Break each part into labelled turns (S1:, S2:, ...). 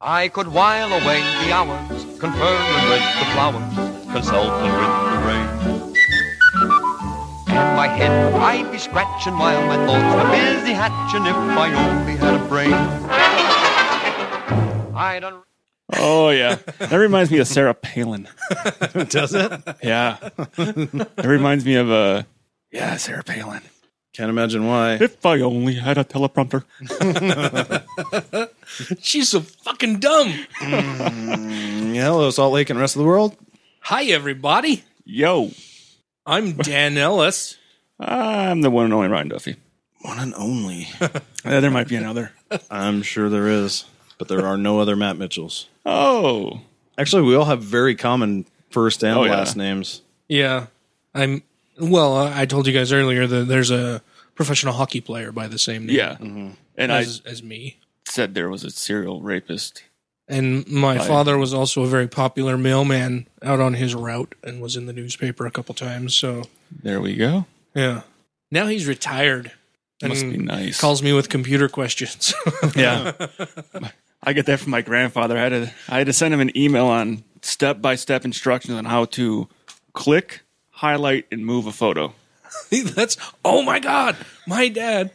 S1: I could while away the hours, conferring with the flowers, consulting with the rain. In my head, I'd be scratching while my thoughts were busy hatching if I only had a brain. I'd un-
S2: Oh yeah, that reminds me of Sarah Palin.
S3: Does it?
S2: Yeah, it reminds me of uh, yeah Sarah Palin.
S3: Can't imagine why.
S2: If I only had a teleprompter.
S4: She's so fucking dumb.
S3: Hello, Salt Lake and rest of the world.
S4: Hi, everybody.
S2: Yo,
S4: I'm Dan Ellis.
S2: I'm the one and only Ryan Duffy.
S3: One and only.
S2: Uh, there might be another.
S3: I'm sure there is, but there are no other Matt Mitchells.
S2: Oh,
S3: Actually, we all have very common first and
S2: Oh, yeah.
S3: last names.
S4: Yeah, I'm. Well, uh, I told you guys earlier that there's a professional hockey player by the same name
S2: yeah. And I
S4: as, as me.
S2: said there was a serial rapist.
S4: And my
S2: Right.
S4: father was also a very popular mailman out on his route and was in the newspaper a couple times. So,
S2: There we go.
S4: yeah. Now he's retired and
S2: Must be nice.
S4: calls me with computer questions.
S2: Yeah. I get that from my grandfather. I had to I had to send him an email on step by step instructions on how to click, highlight, and move a photo.
S4: That's, oh my God, my dad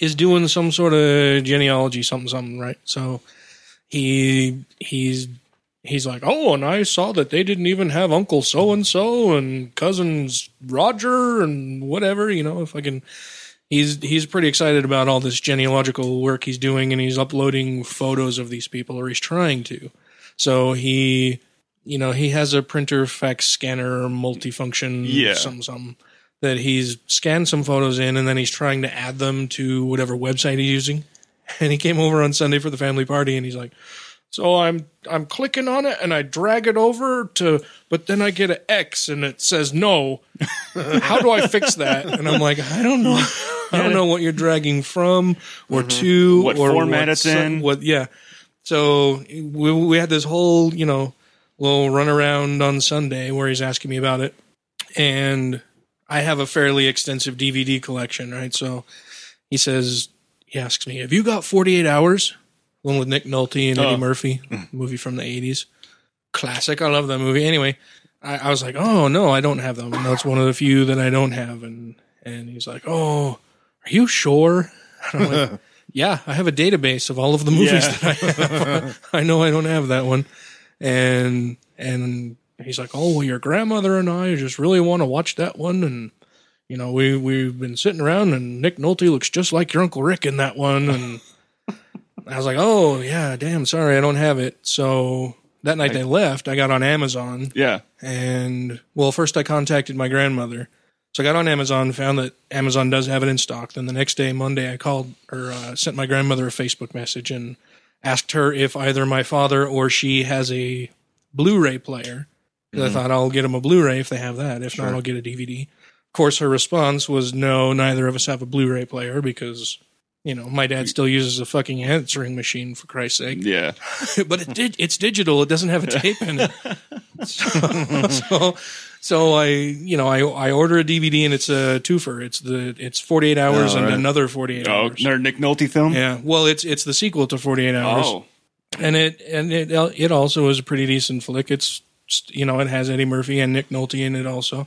S4: is doing some sort of genealogy, something, something, right? So he, he's, he's like, oh, and I saw that they didn't even have Uncle so and so and cousins Roger and whatever, you know, if I can. He's he's pretty excited about all this genealogical work he's doing, and he's uploading photos of these people, or he's trying to. So he, you know, he has a printer, fax scanner, multifunction,
S2: Yeah.
S4: some some that he's scanned some photos in, and then he's trying to add them to whatever website he's using. And he came over on Sunday for the family party, and he's like, so I'm I'm clicking on it and I drag it over to but then I get an X and it says no. How do I fix that? And I'm like, I don't know. I don't know what you're dragging from or to
S2: Mm-hmm. What
S4: or
S2: format
S4: what
S2: it's
S4: so-
S2: in.
S4: What yeah. So we we had this whole, you know, little runaround on Sunday where he's asking me about it. And I have a fairly extensive DVD collection, right? So he says he asks me, "Have you got 48 hours?" One with Nick Nolte and Eddie
S2: Oh.
S4: Murphy, movie from the 80s, classic. I love that movie. Anyway, I, I was like, "Oh no, I don't have them." And that's one of the few that I don't have. And and he's like, "Oh, are you sure?" And I'm like, "Yeah, I have a database of all of the movies
S2: Yeah.
S4: that I have. I know I don't have that one." And and he's like, "Oh, well, your grandmother and I just really want to watch that one and." you know, we we've been sitting around and Nick Nolte looks just like your Uncle Rick in that one and I was like, Oh yeah, damn, sorry, I don't have it. So that night they left, I got on Amazon
S2: Yeah.
S4: and well first I contacted my grandmother. So I got on Amazon, found that Amazon does have it in stock. Then the next day, Monday, I called or uh, sent my grandmother a Facebook message and asked her if either my father or she has a Blu-ray player. 'Cause I thought I'll get them a Blu-ray if they have that. If not, I'll get a DVD. Of course, her response was no, neither of us have a Blu-ray player because you know my dad still uses a fucking answering machine for Christ's sake.
S2: Yeah.
S4: but it did, it's digital; it doesn't have a tape in it. So, so, so I you know I I order a DVD and it's a twofer. It's the it's 48 hours
S3: Oh,
S4: and
S3: right.
S4: another 48
S2: Oh,
S4: hours.
S2: another Nick Nolte film?
S4: Yeah, well, it's it's the sequel to 48 hours
S2: Oh.
S4: and it and it it also is a pretty decent flick. It's you know it has Eddie Murphy and Nick Nolte in it also.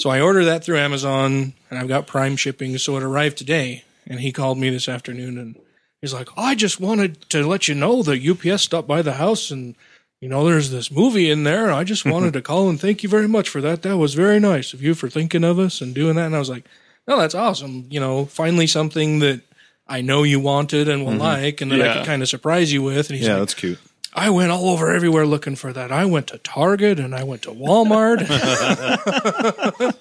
S4: So I ordered that through Amazon, and I've got Prime shipping, so it arrived today. And he called me this afternoon, and he's like, "Oh, "I just wanted to let you know that UPS stopped by the house, and you know there's this movie in there. I just wanted to call and thank you very much for that. That was very nice of you for thinking of us and doing that." And I was like, "No, that's awesome. You know, finally something that." I know you wanted and will like, and that I
S2: Yeah.
S4: could kind of surprise you with. And he's
S3: Yeah,
S4: like,
S3: that's cute.
S4: I went all over everywhere looking for that. I went to Target and I went to Walmart. and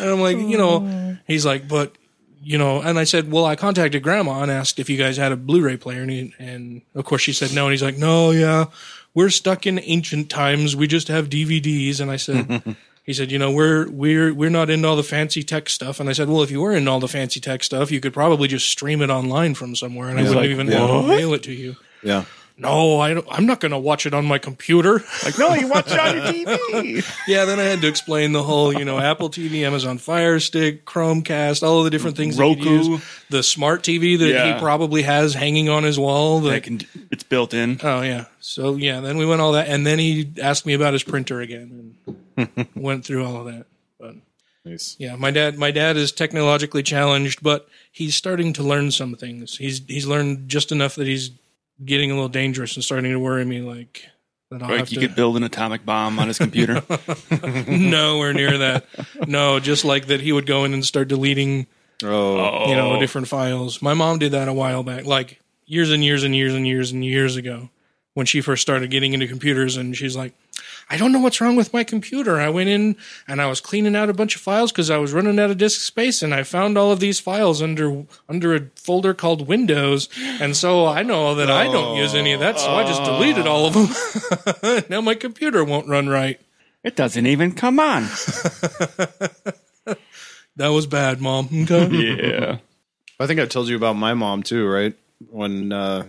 S4: I'm like, you know, he's like, but, you know, and I said, well, I contacted grandma and asked if you guys had a Blu ray player. And, he, and of course she said no. And he's like, no, yeah, we're stuck in ancient times. We just have DVDs. And I said, he said, you know, we're, we're, we're not into all the fancy tech stuff. And I said, well, if you were into all the fancy tech stuff, you could probably just stream it online from somewhere and I wouldn't
S2: like,
S4: even
S2: "What?"
S4: mail it to you.
S3: Yeah.
S4: No, I don't, I'm not going to watch it on my computer.
S2: Like, no, you watch it on your TV.
S4: yeah, then I had to explain the whole, you know, Apple TV, Amazon Fire Stick, Chromecast, all of the different things that he'd
S2: Roku.
S4: use, the smart TV that
S2: Yeah.
S4: he probably has hanging on his wall. The,
S2: I can, it's built in.
S4: oh yeah, so yeah, then we went all that, and then he asked me about his printer again and went through all of that. But
S3: Nice.
S4: yeah, my dad, my dad is technologically challenged, but he's starting to learn some things. He's he's learned just enough that he's getting a little dangerous and starting to worry me, like that I'll have
S2: Like you
S4: to
S2: could build an atomic bomb on his computer.
S4: nowhere near that. No, just like that he would go in and start deleting,
S3: Oh,
S4: you know, different files. My mom did that a while back, like years and years and years and years and years ago when she first started getting into computers and she's like, I don't know what's wrong with my computer. I went in and I was cleaning out a bunch of files cuz I was running out of disk space and I found all of these files under under a folder called Windows and so I know that I don't use any of that so I just deleted all of them. now my computer won't run right.
S2: it doesn't even come on.
S4: That was bad, mom. Okay.
S2: Yeah.
S3: I think I told you about my mom too, right? When, uh,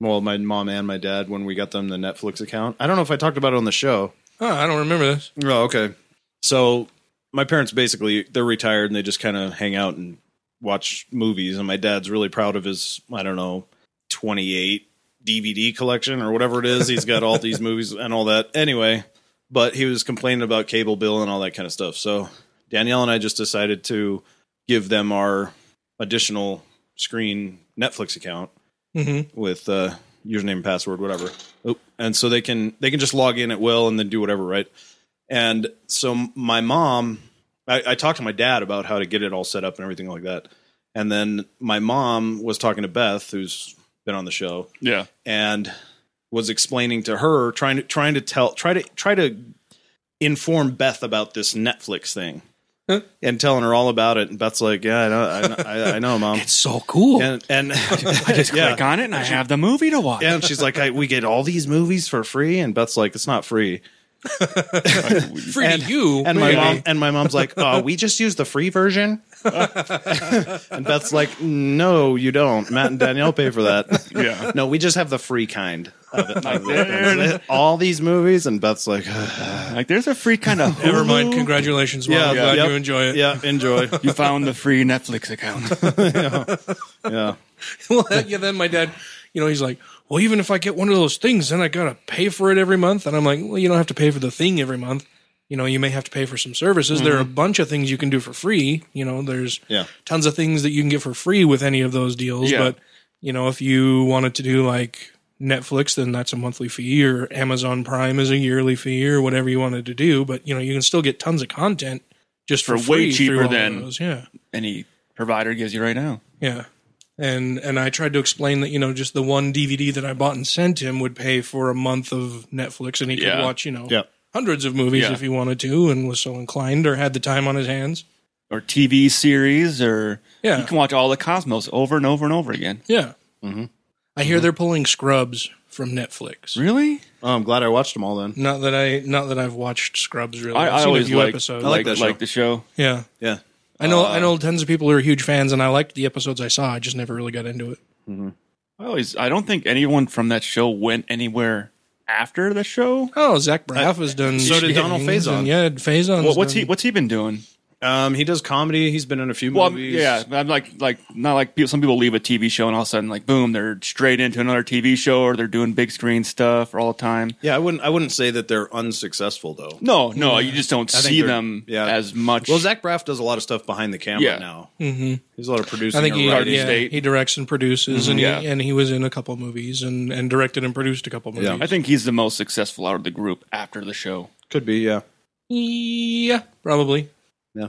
S3: well, my mom and my dad when we got them the Netflix account. I don't know if I talked about it on the show.
S4: Oh, I don't remember this.
S3: Oh, okay. So my parents basically they're retired and they just kind of hang out and watch movies. And my dad's really proud of his I don't know twenty eight DVD collection or whatever it is. He's got all these movies and all that. Anyway, but he was complaining about cable bill and all that kind of stuff. So Danielle and I just decided to give them our additional screen Netflix account
S4: Mm-hmm.
S3: with uh, username and password, whatever. Oop. And so they can they can just log in at will and then do whatever, right? And so my mom, I, I talked to my dad about how to get it all set up and everything like that. And then my mom was talking to Beth, who's been on the show,
S2: Yeah.
S3: and was explaining to her, trying to trying to tell, try to try to inform Beth about this Netflix thing.
S4: Huh?
S3: And telling her all about it, and Beth's like, "Yeah, I know, I know, I, I know, mom."
S4: It's so cool.
S3: And and
S2: I just click on it and I have the movie to watch.
S3: yeah, and she's like, I, "We get all these movies for free," and Beth's like, "It's not free."
S4: Free to you.
S3: And my
S4: maybe.
S3: mom and my mom's like, "Oh, we just use the free version." and Beth's like, "No, you don't. Matt and Danielle pay for that.
S2: Yeah.
S3: No, we just have the free kind of it. Of it. all these movies." And Beth's like, "Uh,
S2: Like there's a free kind of
S4: Never mind. Congratulations, mom. I'm glad
S3: yep,
S4: you enjoy it.
S3: Yeah, enjoy.
S2: You found the free Netflix account.
S3: yeah,
S4: well, yeah. Then my dad, you know, he's like, "Well, even if I get one of those things, then I gotta pay for it every month." And I'm like, "Well, you don't have to pay for the thing every month. You know, you may have to pay for some services. There are a
S2: Mm-hmm.
S4: bunch of things you can do for free. You know, there's
S3: Yeah.
S4: tons of things that you can get for free with any of those deals.
S2: Yeah.
S4: But you know, if you wanted to do like Netflix, then that's a monthly fee, or Amazon Prime is a yearly fee, or whatever you wanted to do. But you know, you can still get tons of content just for,
S2: For way
S4: free through
S2: cheaper
S4: all of
S2: than-
S4: those. yeah.
S2: Any provider gives you right now.
S4: Yeah. And and I tried to explain that, you know, just the one DVD that I bought and sent him would pay for a month of Netflix and he could
S2: Yeah.
S4: watch, you know,
S3: yeah.
S4: hundreds of movies
S2: Yeah.
S4: if he wanted to and was so inclined or had the time on his hands.
S2: Or TV series or
S4: Yeah.
S2: you can watch all the Cosmos over and over and over again.
S4: Yeah.
S2: Mm-hmm.
S4: I hear they're pulling Scrubs from Netflix.
S2: Really?
S3: Oh, I'm glad I watched them all then.
S4: Not that I not that I've watched Scrubs really.
S2: I,
S4: I've
S2: I
S4: seen a
S2: always
S4: few
S2: like,
S4: episodes.
S3: I
S2: like,
S3: like
S2: uh,
S3: that show.
S2: like the show.
S4: yeah.
S3: Yeah,
S4: I know I know tons of people who are huge fans and I liked the episodes I saw. I just never really got into it.
S2: I always I don't think anyone from that show went anywhere after the show.
S4: Oh, Zach Braff has done
S3: so did Donald
S4: things,
S3: Faison.
S4: and Yeah, Faison.
S2: What, what's he what's he been doing?
S3: um, he does comedy. He's been in a few
S2: Well, I'm-
S3: movies.
S2: yeah, I'm like like not like people. Some people leave a TV show and all of a sudden, like boom, they're straight into another TV show or they're doing big screen stuff all the time.
S3: yeah. I wouldn't. I wouldn't say that they're unsuccessful though.
S2: No, no, you just don't
S3: I think
S2: see
S3: they're-
S2: them
S3: yeah.
S2: as much.
S3: Well, Zach Braff does a lot of stuff behind the camera
S2: Yeah.
S3: now. Mm-hmm. He's a lot of producing.
S4: I think
S3: or
S4: he,
S3: writing.
S4: yeah,
S2: State. Mm-hmm.
S4: he directs and produces, and,
S2: yeah.
S4: he, and he was in a couple movies and, and directed and produced a couple movies.
S2: I think he's the most successful out of the group after the show.
S3: Could be, yeah.
S4: Yeah, probably.
S3: Yeah.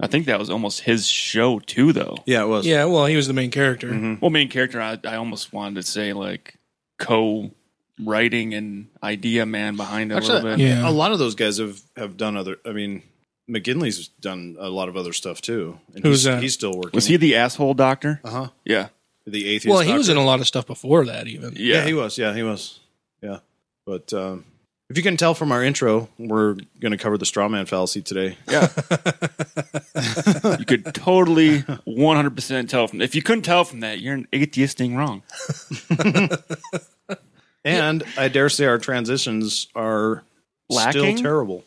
S2: I think that was almost his show too, though.
S3: Yeah, it was.
S4: Yeah, well, he was the main character.
S2: Well, main character, I, I almost wanted to say like co-writing and idea man behind it a
S3: Actually,
S2: little
S3: I-
S2: bit.
S4: Yeah.
S3: a lot of those guys have, have done other I mean, McGinley's done a lot of other stuff too. And
S4: Who's
S3: he's,
S4: that?
S3: he's still working.
S2: Was he the asshole doctor?
S3: uh-huh.
S2: Yeah,
S3: The atheist.
S4: Well, he was
S3: doctor.
S4: in a lot of stuff before that, even.
S2: yeah.
S3: Yeah, he was. Yeah, he was. Yeah. But um if you can tell from our intro, we're going to cover the straw man fallacy today.
S2: you could totally 100% tell from if you couldn't tell from that you're an atheisting wrong
S3: And I dare say our transitions are
S2: Lacking?
S3: still terrible.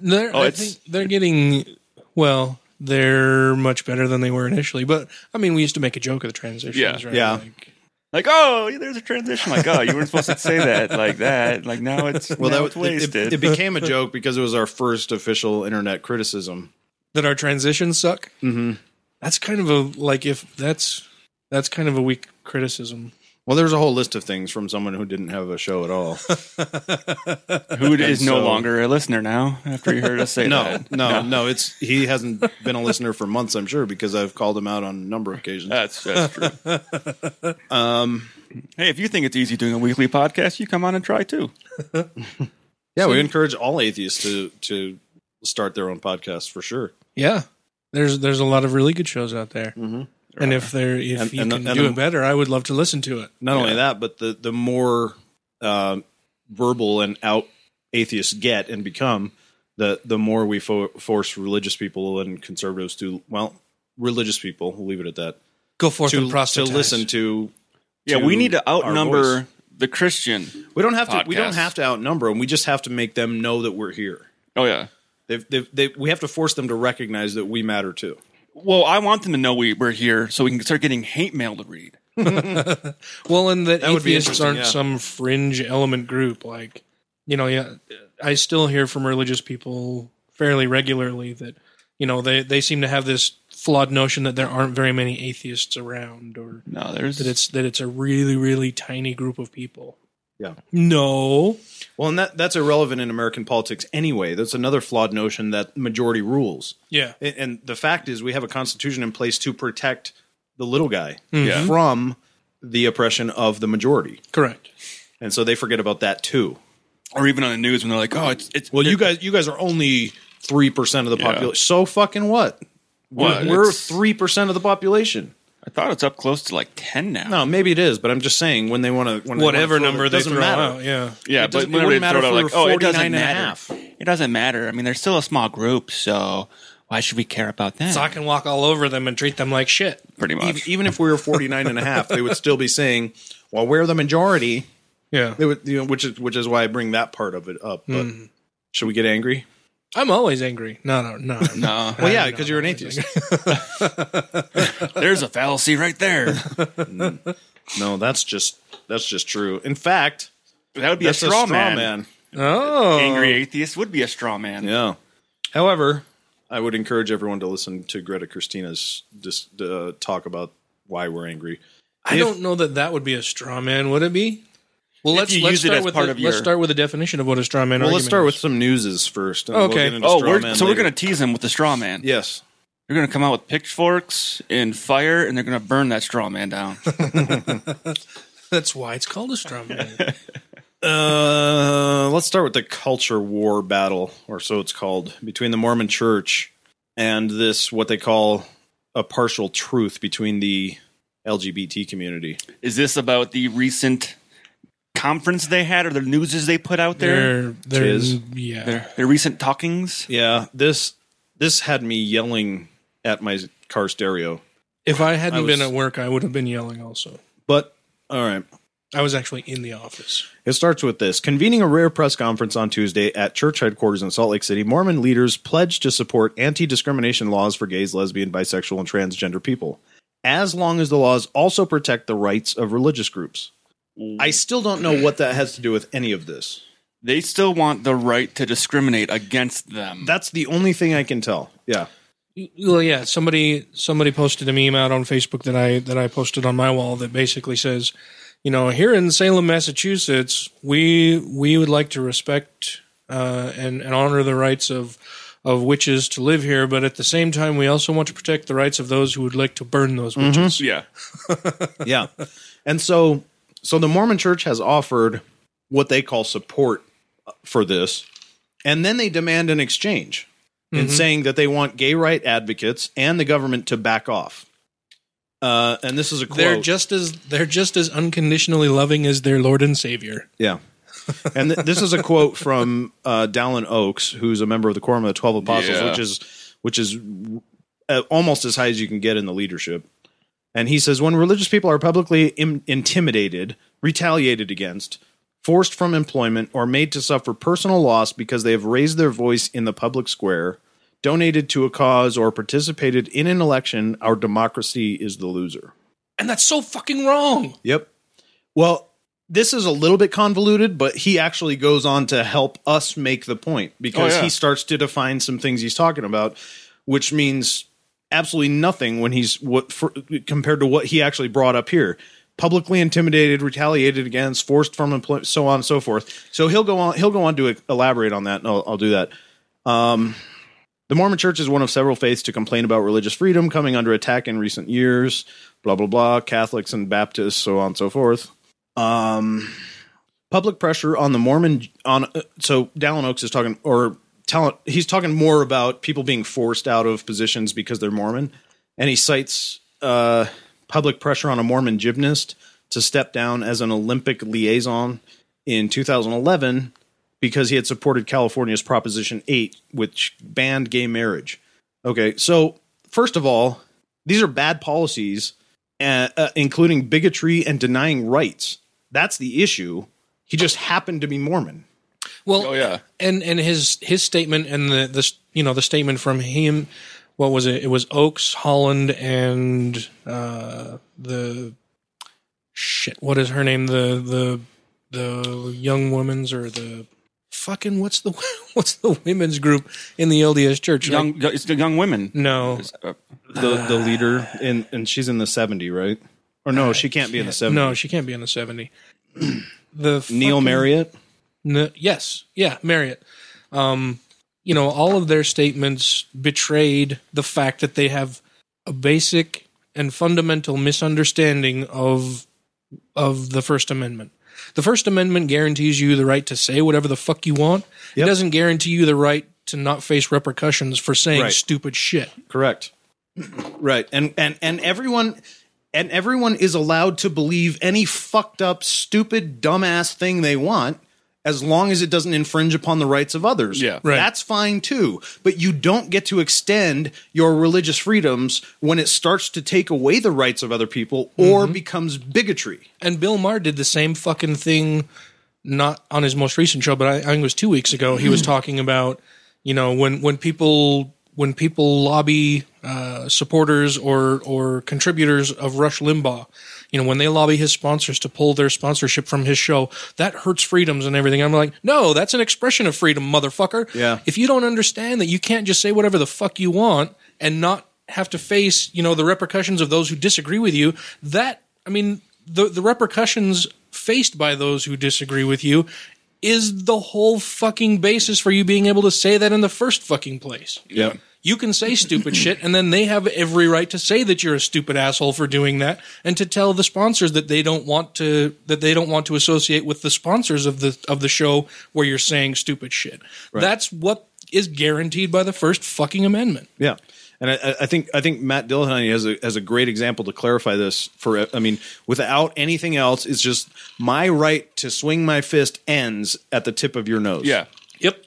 S4: They're,
S2: Oh,
S4: I
S2: it's-
S4: think they're getting well. They're much better than they were initially, but I mean, we used to make a joke of the transitions,
S2: Yeah.
S4: right?
S3: Yeah.
S4: Like,
S2: Like, oh, there's a transition. Like, oh, you weren't supposed to say that like that. Like now it's well, now
S3: that
S2: it's
S3: was- it-
S2: wasted.
S3: It, it became a joke because it was our first official internet criticism.
S4: that our transitions suck.
S3: Mm-hmm.
S4: That's kind of a like if that's that's kind of a weak criticism.
S3: Well, there's a whole list of things from someone who didn't have a show at all.
S2: Who is no
S3: so-
S2: longer a listener now after you heard us say
S3: no,
S2: that?
S3: no, no. It's he hasn't been a listener for months, I'm sure, because I've called him out on a number of occasions.
S2: That's, that's true.
S3: Um,
S2: hey, if you think it's easy doing a weekly podcast, you come on and try too.
S3: yeah, we encourage all atheists to to start their own podcast for sure.
S4: Yeah, there's there's a lot of really good shows out there,
S3: Mm-hmm.
S4: and if they're if
S3: And-
S4: you
S3: and the-
S4: can
S3: and
S4: do
S3: the-
S4: it better, I would love to listen to it.
S3: Not only that, but the the more uh, verbal and out atheists get and become, the the more we fo- force religious people and conservatives to well, religious people. We'll leave it at that.
S4: Go forth
S3: To,
S4: and
S3: to
S4: proselytize.
S3: listen to.
S2: Yeah, we need to
S3: our
S2: outnumber
S3: voice.
S2: the Christian.
S3: We don't have to. We don't
S2: podcasts.
S3: have to outnumber them. We just have to make them know that we're here.
S2: Oh yeah.
S3: They've, they've, they, we have to force them to recognize that we matter too.
S2: Well, I want them to know we, we're here so we can start getting hate mail to read.
S4: Well, and that,
S3: That would be
S4: atheists
S3: interesting,
S4: aren't
S3: yeah.
S4: some fringe element group. Like, you know, yeah, I still hear from religious people fairly regularly that, you know, they, they seem to have this flawed notion that there aren't very many atheists around or
S2: No, there's
S4: that it's that it's a really, really tiny group of people.
S3: Yeah.
S4: No.
S3: Well, and that, that's irrelevant in American politics anyway. That's another flawed notion that majority rules.
S4: Yeah.
S3: And, and the fact is, we have a constitution in place to protect the little guy
S2: Hmm. yeah.
S3: from the oppression of the majority.
S4: Correct.
S3: And so they forget about that too.
S2: or even on the news when they're like, oh, it's it's
S3: Well, you guys, you guys are only three percent of the
S2: Yeah.
S3: population. So fucking what?
S2: What?
S3: We're
S2: It's-
S3: three percent of the population.
S2: I thought it's up close to like ten now.
S3: No, maybe it is, but I'm just saying when they want to, when they wanna
S4: Whatever
S3: throw it,
S4: number
S3: it
S4: they
S3: doesn't
S4: throw
S3: matter.
S4: out. Yeah.
S2: Yeah,
S3: It
S2: but
S3: doesn't- it
S2: whenever
S3: wouldn't
S2: they throw
S3: matter
S2: it out
S3: if we
S2: like,
S3: were
S2: oh, it
S3: 49
S2: doesn't
S3: and a
S2: matter.
S3: half.
S2: It doesn't matter. I mean, they're still a small group, so why should we care about them?
S4: So I can walk all over them and treat them like shit.
S2: Pretty
S3: Even,
S2: much.
S3: even if we were 49 and a half, they would still be saying, well, we're the majority.
S4: Yeah.
S3: They would, you know, which is which is why I bring that part of it up. But
S2: Hmm.
S3: should we get angry?
S4: I'm always angry. No, no, no. no.
S2: No,
S3: Well, yeah, because you're an atheist.
S2: there's a fallacy right there.
S3: no, that's just that's just true. In fact,
S2: That would be
S3: that's
S2: a straw, man.
S4: Oh.
S2: Angry atheist would be a straw man.
S3: Yeah. However, I would encourage everyone to listen to Greta Christina's dis- uh, talk about why we're angry.
S4: I don't know that that would be a straw man. Would it be? Well, let's
S2: you use
S4: let's
S2: it
S4: start
S2: as
S4: with
S2: part
S4: the,
S2: of
S4: let's
S2: your-
S4: start with a definition of what a straw man.
S3: Well, let's
S4: argument
S3: start with
S4: is.
S3: some newses first. and
S4: Okay.
S3: get into
S2: Oh,
S3: straw
S2: we're,
S3: man
S2: so we're
S3: later.
S2: gonna tease him with the straw man.
S3: yes.
S2: They're gonna come out with pitchforks and fire, and they're gonna burn that straw man down.
S4: that's why it's called a straw man.
S3: Uh, let's start with the culture war battle, or so it's called, between the Mormon Church and this what they call a partial truth between the LGBT community.
S2: Is this about the recent conference they had, or the newses they put out there?
S4: they're they're
S3: Tis.
S4: yeah.
S2: Their, their recent talkings.
S3: Yeah, this this had me yelling at my car stereo.
S4: if I hadn't
S3: I
S4: been
S3: was-
S4: at work, I would have been yelling. Also,
S3: But all right.
S4: I was actually in the office.
S3: It starts with this convening a rare press conference on Tuesday at church headquarters in Salt Lake City, Mormon leaders pledged to support anti discrimination laws for gays, lesbian, bisexual, and transgender people, as long as the laws also protect the rights of religious groups. I still don't know what that has to do with any of this.
S2: They still want the right to discriminate against them.
S3: That's the only thing I can tell. Yeah.
S4: Well, yeah. Somebody somebody posted a meme out on Facebook that I that I posted on my wall that basically says, you know, here in Salem, Massachusetts, we we would like to respect uh, and and honor the rights of of witches to live here, but at the same time, we also want to protect the rights of those who would like to burn those witches.
S2: yeah.
S3: yeah. And so so the Mormon church has offered what they call support for this. And then they demand an exchange in saying that they want gay right advocates and the government to back off. Uh, and this is a quote.
S4: They're just as they're just as unconditionally loving as their Lord and Savior.
S3: yeah. and th- this is a quote from uh, Dallin Oaks, who's a member of the Quorum of the Twelve Apostles,
S2: Yeah.
S3: which is which is uh, almost as high as you can get in the leadership. And he says, when religious people are publicly Im- intimidated, retaliated against, forced from employment, or made to suffer personal loss because they have raised their voice in the public square, donated to a cause, or participated in an election, our democracy is the loser.
S4: And that's so fucking wrong.
S3: Yep. Well, this is a little bit convoluted, but he actually goes on to help us make the point because
S2: Oh, yeah.
S3: he starts to define some things he's talking about, which means absolutely nothing when he's what for, compared to what he actually brought up here. Publicly intimidated, retaliated against, forced from employment, so on and so forth. So he'll go on. He'll go on to elaborate on that, and I'll, I'll do that. The Mormon Church is one of several faiths to complain about religious freedom coming under attack in recent years. Blah blah blah. Catholics and Baptists, so on and so forth. Um, public pressure on the Mormon on uh, so Dallin Oaks is talking or talent. He's talking more about people being forced out of positions because they're Mormon, and he cites uh, public pressure on a Mormon gymnast to step down as an Olympic liaison in 2011 because he had supported California's Proposition 8, which banned gay marriage. Okay, so first of all, these are bad policies, uh, uh, including bigotry and denying rights. That's the issue. He just happened to be Mormon.
S4: Well,
S2: Oh, yeah.
S4: and and his his statement and the the you know the statement from him, what was it? It was Oaks, Holland, and uh, the shit. What is her name? The the the young women's or the fucking what's the what's the women's group in the LDS Church? Like,
S2: Young, it's the young women.
S4: no,
S2: Uh,
S3: The the leader in and she's in the 70, right? Or no, she can't be in the 70.
S4: Uh, no, she can't be in the seventy. The
S3: Neil
S4: fucking-
S3: Marriott.
S4: N- yes, yeah, Marriott. Um, you know, all of their statements betrayed the fact that they have a basic and fundamental misunderstanding of of the First Amendment. The First Amendment guarantees you the right to say whatever the fuck you want. It
S3: Yep.
S4: doesn't guarantee you the right to not face repercussions for saying
S3: Right.
S4: stupid shit.
S3: Correct. right. And and and everyone and everyone is allowed to believe any fucked up, stupid, dumbass thing they want as long as it doesn't infringe upon the rights of others.
S2: Yeah.
S4: Right.
S3: That's fine too. But you don't get to extend your religious freedoms when it starts to take away the rights of other people or becomes bigotry.
S4: And Bill Maher did the same fucking thing, not on his most recent show, but I, I think it was two weeks ago. He was talking about, you know, when when people when people lobby uh, supporters or or contributors of Rush Limbaugh, you know, when they lobby his sponsors to pull their sponsorship from his show, that hurts freedoms and everything. I'm like, no, that's an expression of freedom, motherfucker.
S3: Yeah.
S4: If you don't understand that you can't just say whatever the fuck you want and not have to face, you know, the repercussions of those who disagree with you, that I mean, the the repercussions faced by those who disagree with you is the whole fucking basis for you being able to say that in the first fucking place.
S3: Yeah.
S4: You can say stupid shit, and then they have every right to say that you're a stupid asshole for doing that, and to tell the sponsors that they don't want to that they don't want to associate with the sponsors of the of the show where you're saying stupid shit. That's what is guaranteed by the first fucking amendment.
S3: Yeah, and I- I, I think I think Matt Dillahunty has a has a great example to clarify this. For I mean, without anything else, it's just my right to swing my fist ends at the tip of your nose.
S2: yeah.
S4: Yep.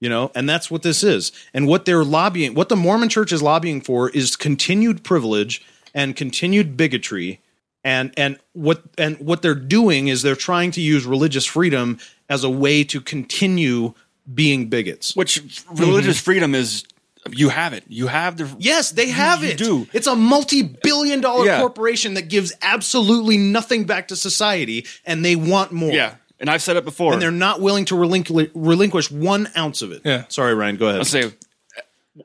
S3: you know, and that's what this is, and what they're lobbying, what the Mormon Church is lobbying for, is continued privilege and continued bigotry. And, and what and what they're doing is they're trying to use religious freedom as a way to continue being bigots.
S2: Which religious freedom is you have it. You have the
S3: Yes, they have
S2: you
S3: it.
S2: do.
S3: It's a multi-billion dollar
S2: Yeah.
S3: corporation that gives absolutely nothing back to society and they want more.
S2: Yeah. And I've said it before.
S3: And they're not willing to relinqu- relinquish one ounce of it.
S4: Yeah.
S3: Sorry, Ryan, go ahead.
S2: Let's say,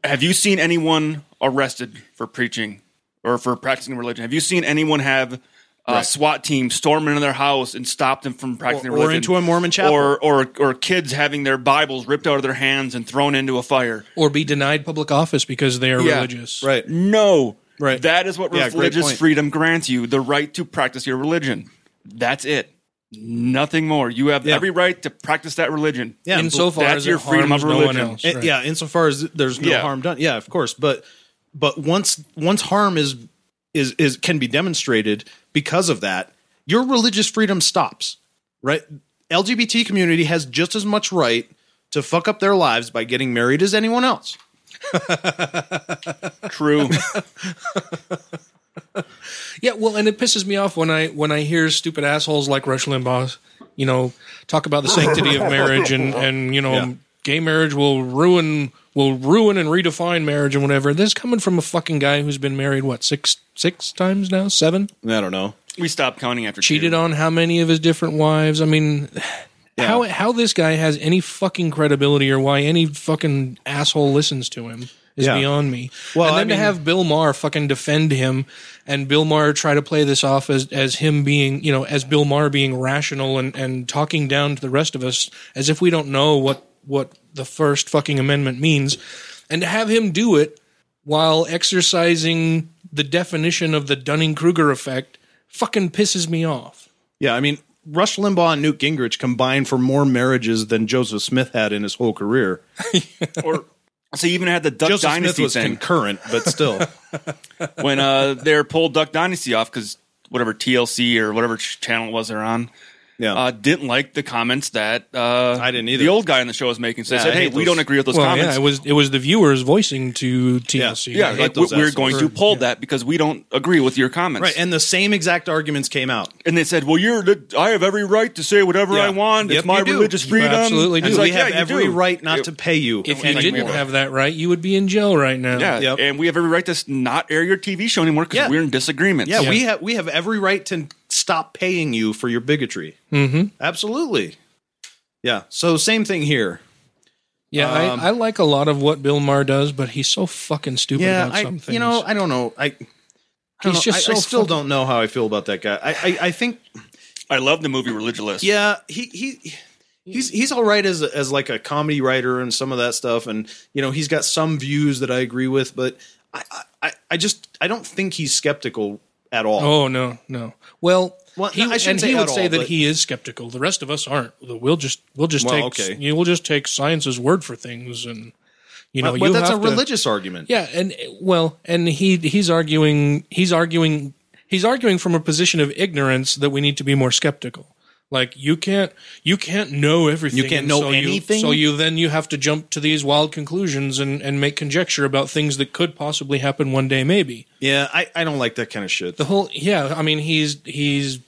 S2: have you seen anyone arrested for preaching or for practicing religion? Have you seen anyone have a SWAT team storm into their house and stop them from practicing
S3: Or- or
S2: religion,
S3: into a Mormon chapel.
S2: or or or kids having their Bibles ripped out of their hands and thrown into a fire?
S4: Or be denied public office because they are
S2: Yeah.
S4: religious.
S3: Right.
S2: No,
S3: Right.
S2: That is what
S3: Yeah, great
S2: religious
S3: point.
S2: freedom grants you: the right to practice your religion. That's it. Nothing more. You have
S3: Yeah.
S2: every right to practice that religion.
S3: Yeah.
S4: Insofar
S2: That's
S4: as
S2: your
S4: it
S2: freedom
S4: harms
S2: of
S4: no one
S2: religion.
S4: else.
S3: It-
S4: Right.
S3: Yeah, insofar as there's no
S2: Yeah.
S3: harm done. Yeah, of course, but but once once harm is is is can be demonstrated because of that, your religious freedom stops. Right? LGBT community has just as much right to fuck up their lives by getting married as anyone else.
S2: True.
S4: Yeah, well, and it pisses me off when I when I hear stupid assholes like Rush Limbaugh, you know, talk about the sanctity of marriage and and you know,
S3: Yeah.
S4: gay marriage will ruin will ruin and redefine marriage and whatever. This is coming from a fucking guy who's been married what six six times now, seven,
S3: I don't know.
S2: We stopped counting after
S4: cheated
S2: two.
S4: on how many of his different wives? I mean. How how this guy has any fucking credibility or why any fucking asshole listens to him is
S3: Yeah.
S4: beyond me.
S3: Well,
S4: and
S3: I
S4: then
S3: mean-
S4: to have Bill Maher fucking defend him and Bill Maher try to play this off as as him being you know as Bill Maher being rational and and talking down to the rest of us as if we don't know what what the first fucking amendment means, and to have him do it while exercising the definition of the Dunning Kruger effect fucking pisses me off.
S3: Yeah, I mean, Rush Limbaugh and Newt Gingrich combined for more marriages than Joseph Smith had in his whole career.
S2: Or so you even had the Duck
S3: Joseph Smith
S2: Dynasty
S3: was
S2: thing
S3: concurrent, but still.
S2: when uh they pulled Duck Dynasty off because whatever TLC or whatever ch- channel it was they're on.
S3: Yeah.
S2: Uh, didn't like the comments that uh,
S3: I didn't either.
S2: The old guy on the show was making. So
S3: Yeah,
S2: they
S3: I
S2: said, "Hey,
S3: hate
S2: we
S3: those-
S2: don't agree with those
S4: Well,
S2: comments."
S4: yeah, it was it was the viewers voicing to TLC.
S2: Yeah,
S3: I hate
S2: like,
S3: those
S2: we're
S3: assholes.
S2: going to poll that because we don't agree with your comments.
S3: right, and the same exact arguments came out.
S2: and they said, "Well, you're the, I have every right to say whatever
S3: Yeah.
S2: I want.
S3: Yep,
S2: it's my
S3: you do.
S2: religious
S3: You
S2: freedom.
S4: absolutely
S2: And
S4: do.
S2: it's
S3: we
S2: like,
S3: have
S2: yeah, you
S3: every
S2: do.
S3: right not
S2: It-
S3: to pay you.
S4: If you
S2: like
S4: didn't
S2: weirdo.
S4: have that right, you would be in jail right now.
S2: Yeah,
S3: Yep.
S2: and we have every right to s- not air your TV show anymore because
S3: Yeah.
S2: we're in disagreement.
S3: yeah, we have we have every right to stop paying you for your bigotry.
S4: Mhm.
S3: Absolutely. Yeah. So same thing here.
S4: Yeah,
S3: Um,
S4: I, I like a lot of what Bill Maher does, but he's so fucking stupid
S3: Yeah,
S4: about
S3: I,
S4: some things.
S3: you know, I don't know. I, I don't
S4: He's
S3: know.
S4: just
S3: I,
S4: so
S3: I still
S4: fucking-
S3: don't know how I feel about that guy. I, I, I think
S2: I love the movie Religious.
S3: Yeah, he he he's he's all right as as like a comedy writer and some of that stuff, and you know he's got some views that I agree with, but I I, I just I don't think he's skeptical at all.
S4: oh no, no. Well,
S3: Well,
S4: he,
S3: no, I shouldn't
S4: and he
S3: say
S4: would
S3: at
S4: say
S3: all,
S4: that
S3: but-
S4: he is skeptical. The rest of us aren't. We'll just we'll just
S3: Well,
S4: take
S3: okay.
S4: you know, we'll just take science's word for things, and you know,
S3: but,
S4: you
S3: but that's a
S4: have to-
S3: religious argument.
S4: Yeah, and well, and he he's arguing he's arguing he's arguing from a position of ignorance that we need to be more skeptical. Like you can't you can't know everything.
S3: You can't
S4: and
S3: know
S4: so
S3: anything?
S4: so you then you have to jump to these wild conclusions and and make conjecture about things that could possibly happen one day, maybe.
S3: Yeah, I, I don't like that kind of shit.
S4: The whole yeah, I mean he's he's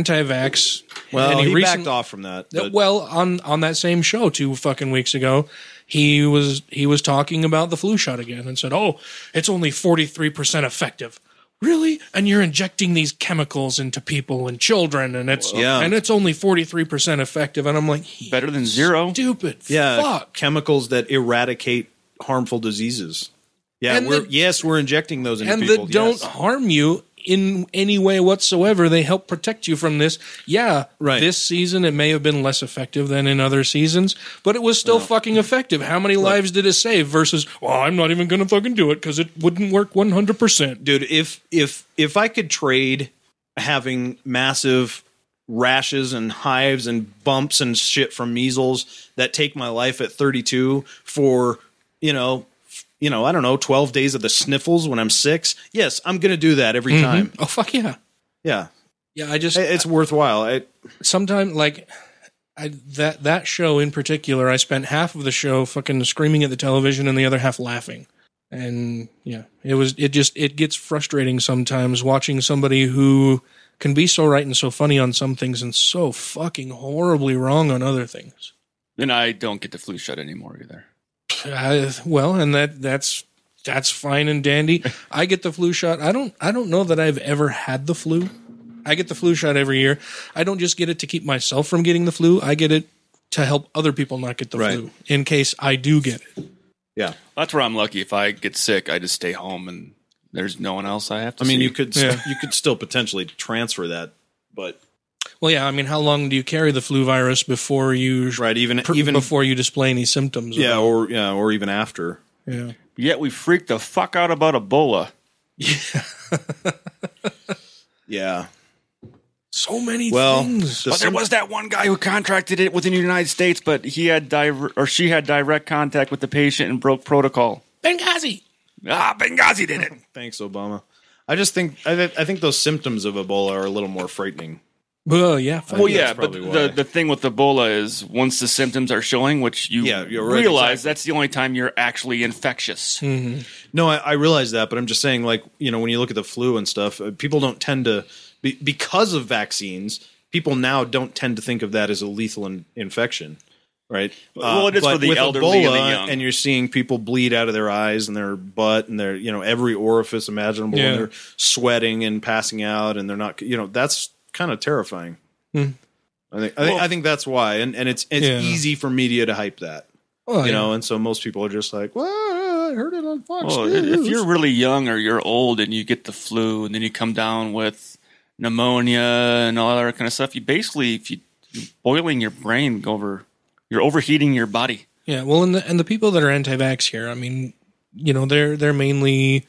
S4: anti-vax.
S3: well,
S4: and
S3: he,
S4: recent-
S3: backed off from that.
S4: that-
S3: but-
S4: well, on on that same show two fucking weeks ago, he was he was talking about the flu shot again and said, "Oh, it's only forty three percent effective." Really? And you're injecting these chemicals into people and children, and it's
S3: Yeah.
S4: and it's only forty three percent effective. And I'm like,
S2: better than zero.
S4: stupid.
S3: yeah,
S4: fuck.
S3: chemicals that eradicate harmful diseases. Yeah,
S4: And
S3: we're
S4: the-
S3: yes, we're injecting those into
S4: and
S3: people.
S4: that don't
S3: yes.
S4: harm you in any way whatsoever. They help protect you from this. Yeah,
S3: Right.
S4: This season it may have been less effective than in other seasons, but it was still fucking effective. How many lives did it save? Versus, well, I'm not even going to fucking do it because it wouldn't work 100. percent
S3: dude if if if i could trade having massive rashes and hives and bumps and shit from measles that take my life at 32 for you know f- you know i don't know 12 days of the sniffles when i'm 6 yes i'm going to do that every time
S4: Oh fuck yeah,
S3: yeah
S4: yeah. I just
S3: I- it's worthwhile I,
S4: sometimes like I, that that show in particular, I spent half of the show fucking screaming at the television and the other half laughing. And yeah, it was it just it gets frustrating sometimes watching somebody who can be so right and so funny on some things and so fucking horribly wrong on other things.
S2: And I don't get the flu shot anymore either.
S4: I, well, and that that's that's fine and dandy. I get the flu shot. I don't I don't know that I've ever had the flu. I get the flu shot every year. I don't just get it to keep myself from getting the flu. I get it to help other people not get the
S3: Right.
S4: flu in case I do get it.
S3: yeah
S2: That's where I'm lucky. If I get sick, I just stay home and there's no one else I have to
S3: i mean
S2: see.
S3: you could
S4: Yeah.
S3: you could still potentially transfer that but
S4: Well, yeah, I mean, how long do you carry the flu virus before you
S3: right even
S4: per-
S3: even
S4: before you display any symptoms? of it?
S3: yeah or yeah or even after
S4: yeah.
S2: Yet we freak the fuck out about Ebola.
S3: yeah
S4: So many
S3: well
S4: things.
S3: the
S2: But there
S3: sym-
S2: was that one guy who contracted it within the United States, but he had dire- or she had direct contact with the patient and broke protocol.
S4: Benghazi.
S2: Ah, Benghazi did it.
S3: Thanks, Obama. I just think I, th- I think those symptoms of Ebola are a little more frightening.
S4: Well, yeah. fuck
S2: Well,
S3: think
S2: yeah,
S3: that's
S2: but
S3: probably
S2: the,
S3: why.
S2: the thing with Ebola is once the symptoms are showing, which you
S3: Yeah, you're right,
S2: realize
S3: exactly.
S2: that's the only time you're actually infectious.
S3: No, I, I realize that, but I'm just saying, like you know, when you look at the flu and stuff, uh, people don't tend to be, because of vaccines. people now don't tend to think of that as a lethal in- infection, right? Uh,
S2: Well, it is
S3: but
S2: for the
S3: with
S2: elderly and the
S3: Ebola,
S2: young.
S3: And you're seeing people bleed out of their eyes and their butt and their you know every orifice imaginable,
S4: Yeah.
S3: and they're sweating and passing out, and they're not you know that's kind of terrifying.
S4: Hmm.
S3: I think I think,
S2: Well-
S3: I think that's why, and and it's it's
S4: Yeah. Oh,
S3: easy for media to hype that,
S4: Well,
S3: you know, and so most people are just like, well, I heard it on Fox.
S2: Well, Oh, if
S3: News."
S2: you're really young or you're old and you get the flu and then you come down with pneumonia and all that kind of stuff, you basically if you, you're boiling your brain over, you're overheating your body.
S4: Yeah, well, and the, and the people that are anti-vax here, I mean, you know, they're they're mainly,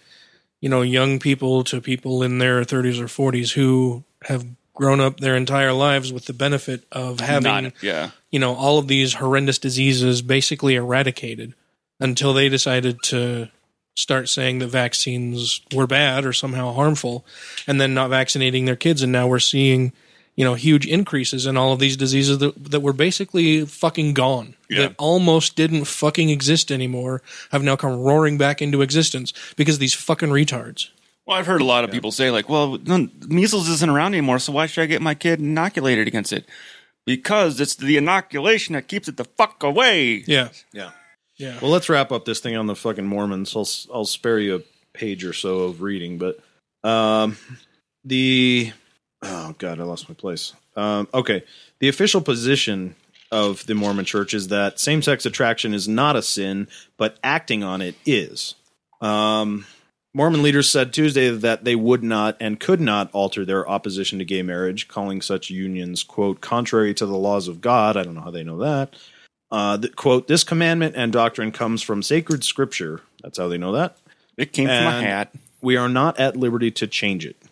S4: you know, young people to people in their 30s or 40s who have grown up their entire lives with the benefit of having,
S2: Not- yeah,
S4: you know, all of these horrendous diseases basically eradicated until they decided to start saying that vaccines were bad or somehow harmful and then not vaccinating their kids and now we're seeing you know huge increases in all of these diseases that, that were basically fucking gone that almost didn't fucking exist anymore have now come roaring back into existence because of these fucking retards
S2: Well, I've heard a lot of people say like, "Well, no, measles isn't around anymore, so why should I get my kid inoculated against it?" Because it's the inoculation that keeps it the fuck away.
S4: yeah
S3: yeah.
S4: yeah
S3: Well, let's wrap up this thing on the fucking Mormons. I'll I'll spare you a page or so of reading, but um, the oh god, I lost my place. Um, okay, the official position of the Mormon Church is that same-sex attraction is not a sin, but acting on it is. Um, Mormon leaders said Tuesday that they would not and could not alter their opposition to gay marriage, calling such unions "quote contrary to the laws of God." I don't know how they know that. Uh, th- quote, this commandment and doctrine comes from sacred scripture. That's how they know that.
S2: It came from a
S3: And
S2: hat.
S3: We are not at liberty to change it. This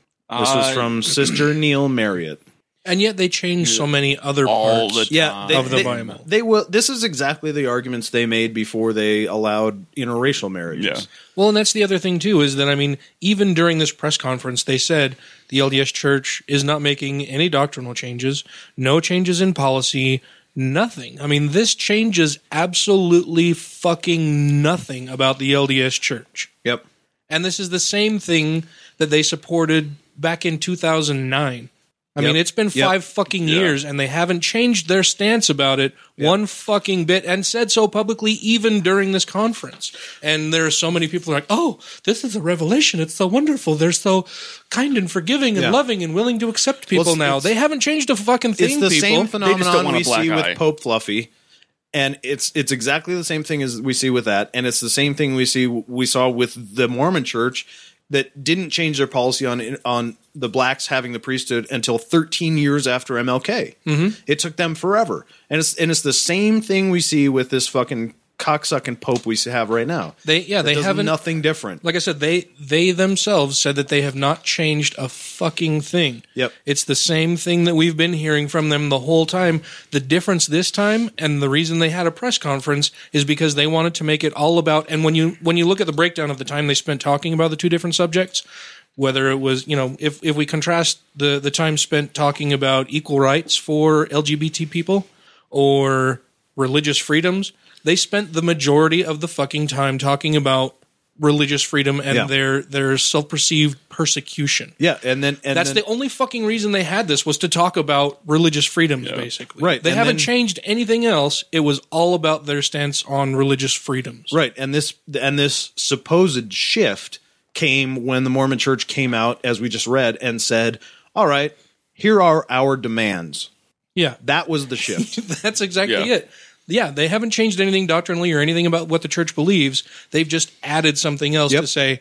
S3: was
S2: Uh,
S3: from Sister Neil Marriott.
S4: and yet they changed so many other
S2: All
S4: parts
S2: the- Yeah, they-
S4: Uh, of the
S3: they,
S4: Bible.
S3: They will. This is exactly the arguments they made before they allowed interracial marriages.
S2: Yeah.
S4: Well, and that's the other thing too is that I mean, even during this press conference, they said the LDS Church is not making any doctrinal changes, no changes in policy, nothing. I mean, this changes absolutely fucking nothing about the LDS Church.
S3: Yep.
S4: And this is the same thing that they supported back in 2009. I mean,
S3: Yep.
S4: it's been
S3: Yep.
S4: five fucking years and they haven't changed their stance about it one fucking bit and said so publicly even during this conference. And there are so many people who are like, oh, this is a revelation. It's so wonderful. They're so kind and forgiving and
S3: Yeah.
S4: loving and willing to accept people
S3: it's-
S4: now.
S3: it's-
S4: They haven't changed a fucking thing,
S3: It's the
S4: people.
S3: same phenomenon
S2: want a
S3: we
S2: black
S3: see
S2: eye.
S3: with Pope Fluffy, and it's it's exactly the same thing as we see with that, and it's the same thing we see we saw with the Mormon Church that didn't change their policy on on the blacks having the priesthood until 13 years after MLK.
S4: Mm-hmm.
S3: It took them forever, and it's and it's the same thing we see with this fucking cocksucking Pope we have right now.
S4: They- yeah,
S3: That
S4: they
S3: does
S4: haven't-
S3: nothing different.
S4: like I said, they they themselves said that they have not changed a fucking thing.
S3: Yep.
S4: It's the same thing that we've been hearing from them the whole time. The difference this time and the reason they had a press conference is because they wanted to make it all about and when you when you look at the breakdown of the time they spent talking about the two different subjects, whether it was, you know, if if we contrast the the time spent talking about equal rights for LGBT people or religious freedoms, they spent the majority of the fucking time talking about religious freedom and
S3: Yeah.
S4: their their self-perceived persecution.
S3: yeah, and then and
S4: That's
S3: then-
S4: the only fucking reason they had this was to talk about religious freedoms, basically.
S3: Right,
S4: They
S3: and
S4: haven't
S3: then-
S4: changed anything else. It was all about their stance on religious freedoms.
S3: Right, and this and this supposed shift came when the Mormon Church came out, as we just read, and said, "All right, here are our demands."
S4: Yeah.
S3: That was the shift.
S4: That's exactly
S2: Yeah.
S4: it. Yeah, they haven't changed anything doctrinally or anything about what the church believes. They've just added something else
S3: Yep.
S4: to say,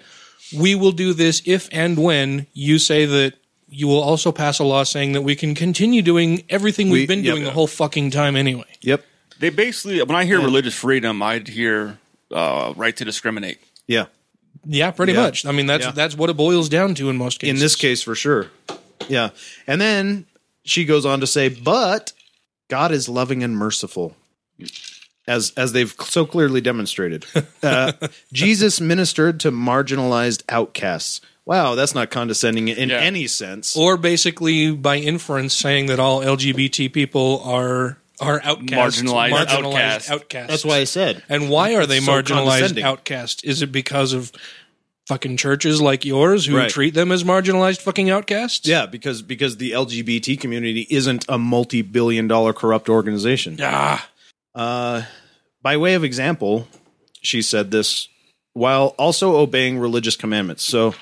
S4: we will do this if and when you say that you will also pass a law saying that we can continue doing everything we've
S3: We-
S4: been
S3: yep.
S4: doing the whole fucking time anyway.
S3: yep.
S2: They basically, when I hear religious freedom, I'd hear uh, right to discriminate.
S3: Yeah.
S4: Yeah, pretty
S3: Yeah.
S4: much. I mean, that's
S3: Yeah.
S4: that's what it boils down to in most cases.
S3: In this case, for sure. Yeah. And then she goes on to say, "But God is loving and merciful." As, as they've so clearly demonstrated, uh, Jesus ministered to marginalized outcasts. Wow, that's not condescending in
S2: Yeah.
S3: any sense.
S4: or basically by inference saying that all LGBT people are are outcasts,
S2: Marginalized outcasts.
S4: outcasts.
S3: That's why I said
S4: And why are they
S3: so
S4: marginalized
S3: condescending.
S4: outcasts? Is it because of fucking churches like yours who
S3: Right.
S4: treat them as marginalized fucking outcasts.
S3: Yeah, because because the LGBT community isn't a multi-billion-dollar corrupt organization.
S4: Ah,
S3: Uh, by way of example, she said this while also obeying religious commandments. So,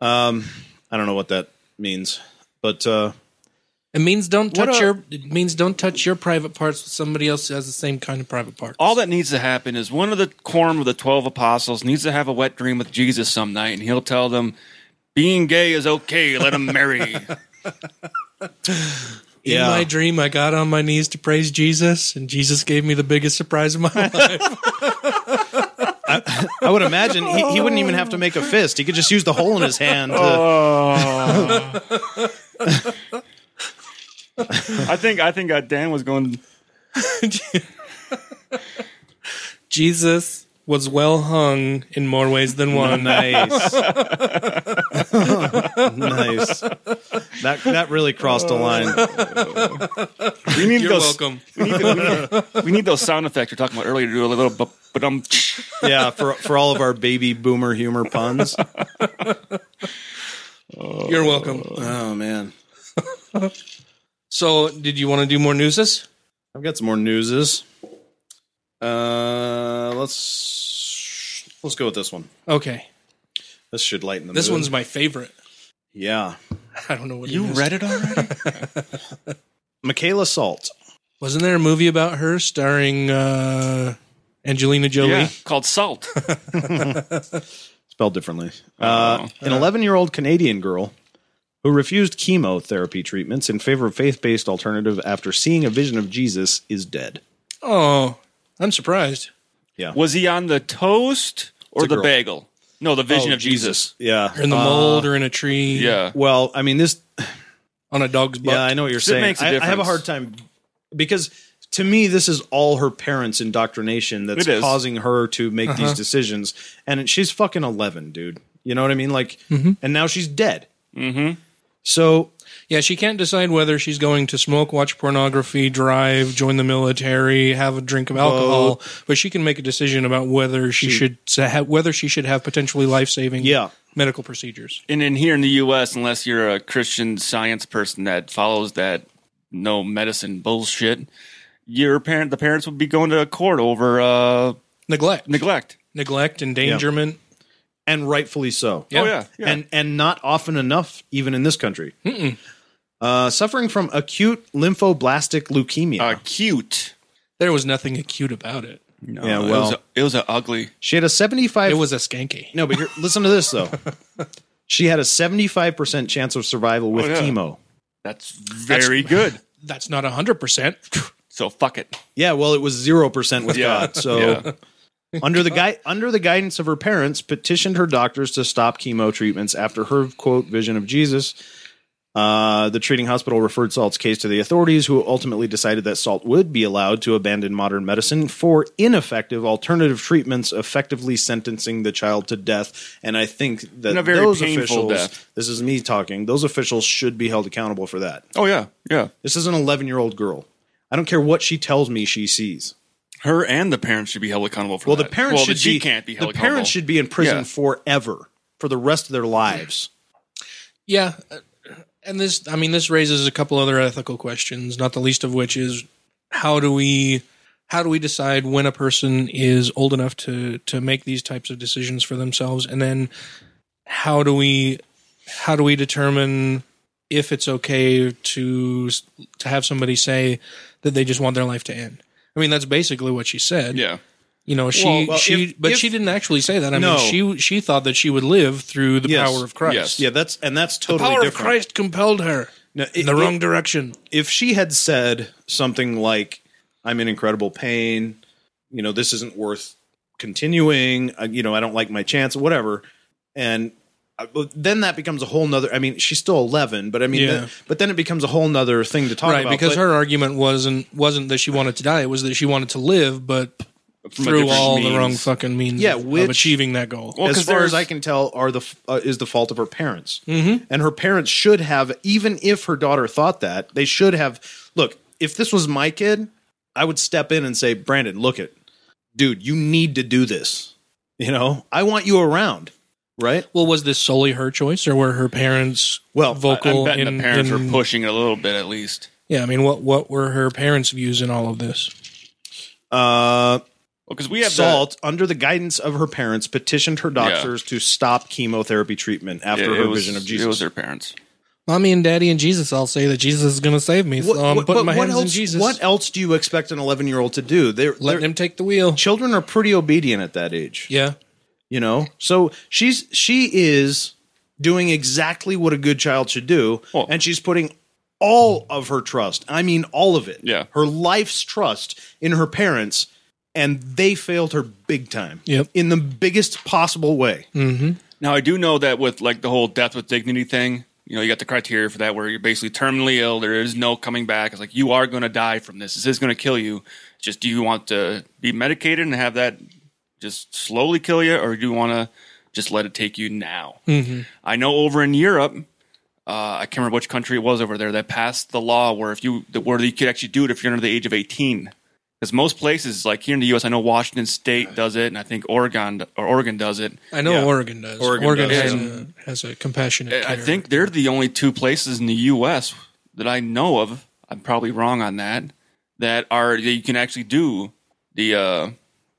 S3: um, I don't know what that means, but uh,
S4: it means don't
S3: What
S4: touch
S3: a-
S4: your it means don't touch your private parts with somebody else who has the same kind of private parts.
S2: All that needs to happen is one of the quorum of the 12 apostles needs to have a wet dream with Jesus some night, and he'll tell them, being gay is okay, let them marry.
S4: In
S3: yeah,
S4: my dream, I got on my knees to praise Jesus, and Jesus gave me the biggest surprise of my life.
S3: I would imagine he, he wouldn't even have to make a fist; he could just use the hole in his hand. To,
S2: I think I think uh, Dan was going,
S4: Jesus was well hung in more ways than one.
S3: nice, nice. That that really crossed a line.
S2: we need
S4: You're
S2: those,
S4: welcome.
S2: We need, the- we need- we need those sound effects you're talking about earlier to do a little, bu- but um,
S3: Yeah, for for all of our baby boomer humor puns.
S4: You're welcome.
S3: Oh man,
S4: Uh, So, did you want to do more newses?
S3: I've got some more newses. Uh, let's let's go with this one.
S4: Okay,
S3: This should lighten the
S4: this
S3: mood.
S4: one's my favorite.
S3: yeah.
S4: I don't know what
S2: you
S4: it is.
S2: read it already?
S3: Michaela Salt.
S4: Wasn't there a movie about her starring uh, Angelina Jolie?
S2: Yeah, called Salt.
S3: Spelled differently.
S2: Oh.
S3: Uh, an
S2: Uh-huh.
S3: 11 year old Canadian girl who refused chemotherapy treatments in favor of faith based alternative after seeing a vision of Jesus is dead.
S4: Oh, I'm surprised.
S2: Was he on the toast or
S3: It's a
S2: the
S3: girl.
S2: bagel? No, the vision
S3: Oh,
S2: of Jesus.
S3: Yeah.
S4: Or in the
S3: Uh,
S4: mold, or in a tree,
S2: Yeah.
S3: Well, I mean, this.
S4: on a dog's butt.
S3: yeah, I know what you're
S2: It
S3: saying.
S2: makes a
S3: I- I have a
S2: difference.
S3: hard time because to me, this is all her parents' indoctrination that's
S2: It is.
S3: causing her to make
S4: Uh-huh.
S3: these decisions. And she's fucking 11, dude. You know what I mean? Like,
S4: Mm-hmm.
S3: and now she's dead. Mm-hmm. So
S4: Yeah, she can't decide whether she's going to smoke, watch pornography, drive, join the military, have a drink of alcohol, but she can make a decision about whether she, should ha- whether she should have potentially life saving
S3: Yeah.
S4: medical procedures.
S2: and in here in the U.S., unless you're a Christian Science person that follows that no medicine bullshit, your parent, the parents would be going to court over uh,
S4: Neglect,
S2: neglect.
S4: neglect, endangerment.
S3: and rightfully so.
S4: Yeah.
S2: Oh yeah, yeah.
S3: And and not often enough, even in this country. Uh, suffering from acute lymphoblastic leukemia.
S2: uh, cute.
S4: There was nothing acute about it.
S2: No,
S3: Yeah,
S2: it was
S3: well-
S2: a, it was a ugly.
S3: she had a seventy-five.
S4: It was a skanky.
S3: no, but here, listen to this though. she had a seventy-five percent chance of survival with
S2: Oh, yeah.
S3: chemo.
S2: That's very good.
S4: That's not hundred percent.
S2: So fuck it.
S3: Yeah, well, it was zero percent with
S2: Yeah.
S3: God. So
S2: Yeah.
S3: under the guy under the guidance of her parents, petitioned her doctors to stop chemo treatments after her quote vision of Jesus. Uh, the treating hospital referred Salt's case to the authorities, who ultimately decided that Salt would be allowed to abandon modern medicine for ineffective alternative treatments, effectively sentencing the child to death. And I think that
S2: And a very
S3: those
S2: painful
S3: officials,
S2: death.
S3: this is me talking, those officials should be held accountable for that.
S2: Oh yeah, yeah.
S3: This is an 11 year old girl. I don't care what she tells me she sees.
S2: Her and the parents should be held accountable for
S3: Well,
S2: that.
S3: the parents
S2: well,
S3: should
S2: she
S3: be,
S2: can't be held
S3: the parents should
S2: accountable.
S3: be in prison
S2: Yeah.
S3: forever for the rest of their lives.
S4: Yeah. uh, And this, I mean, this raises a couple other ethical questions, not the least of which is how do we how do we decide when a person is old enough to to make these types of decisions for themselves and then how do we how do we determine if it's okay to s- to have somebody say that they just want their life to end i mean that's basically what she said
S2: Yeah.
S4: you know she
S3: Well, well,
S4: she
S3: if-
S4: but
S3: if-
S4: she didn't actually say that i
S3: No.
S4: mean she she thought that she would live through the
S3: Yes.
S4: power of christ
S2: Yes.
S3: Yeah, that's and that's totally
S4: power
S3: different.
S4: of Christ compelled her
S3: No,
S4: in
S3: it-
S4: the
S3: it-
S4: wrong direction.
S3: If she had said something like, "I'm in incredible pain," you know, this isn't worth continuing. uh, You know, I don't like my chance, whatever, and. uh, but Then that becomes a whole nother. I mean, she's still eleven, but I mean,
S4: Yeah.
S3: then- but then it becomes a whole nother thing to talk
S4: Right,
S3: about.
S4: because
S3: but-
S4: her argument wasn't wasn't that she wanted to die; it was that she wanted to live, but
S2: From a
S4: through
S2: different
S4: all
S2: means.
S4: the wrong fucking means
S3: Yeah,
S4: of, of
S3: which-
S4: achieving that goal.
S2: Well,
S3: as
S2: 'cause
S3: far
S2: there's-
S3: as I can tell, are the f- uh, is the fault of her parents, mm-hmm. and her parents should have. Even if her daughter thought that, they should have. Look, if this was my kid, I would step in and say, Brandon, look it, dude, you need to do this. You know, I want you around. right?
S4: Well, was this solely her choice, or were her parents
S3: Well,
S2: I'm
S4: vocal?
S2: betting
S4: in-
S2: the parents
S4: in-
S2: were pushing it a little bit, at least.
S4: Yeah, I mean, what what were her parents' views in all of this?
S3: Uh,
S2: Because we have
S3: Salt, under the guidance of her parents, petitioned her doctors to stop chemotherapy treatment
S2: the,
S3: after
S2: it- it
S3: her
S2: was-
S3: vision of
S2: It was
S3: Jesus.
S2: their parents.
S4: Mommy and Daddy and Jesus all say that Jesus is going to save me, so
S3: What-
S2: Um,
S4: I'm
S3: what-
S4: putting
S3: but
S4: my
S3: what
S4: hands
S3: else,
S4: in Jesus.
S3: What else do you expect an 11 year old to do? They're,
S4: Letting
S3: they're-
S4: him take the wheel.
S3: children are pretty obedient at that age.
S4: Yeah,
S3: you know so she's she is doing exactly what a good child should do
S2: Well-
S3: and she's putting all of her trust i mean all of it
S2: Yeah.
S3: her life's trust in her parents and they failed her big time
S4: Yep.
S3: in the biggest possible way
S2: Now I do know that with like the whole death with dignity thing, you know, you got the criteria for that where you're basically terminally ill. There is no coming back. It's like you are going to die from this. This is going to kill you. Just do you want to be medicated and have that just slowly kill you, or do you want to just let it take you now? I know over in Europe, uh, I can't remember which country it was over there that passed the law where if you that- where you could actually do it if you're under the age of 18. Because most places, like here in the U.S., I know Washington State does it, and I think Oregon or Oregon does it.
S4: I know
S3: Yeah.
S4: Oregon does.
S3: Oregon
S4: Oregon,
S2: does,
S4: has, a, has a compassionate.
S2: I
S4: care.
S2: think they're the only two places in the U.S. that I know of. I'm probably wrong on that. That are that you can actually do the uh,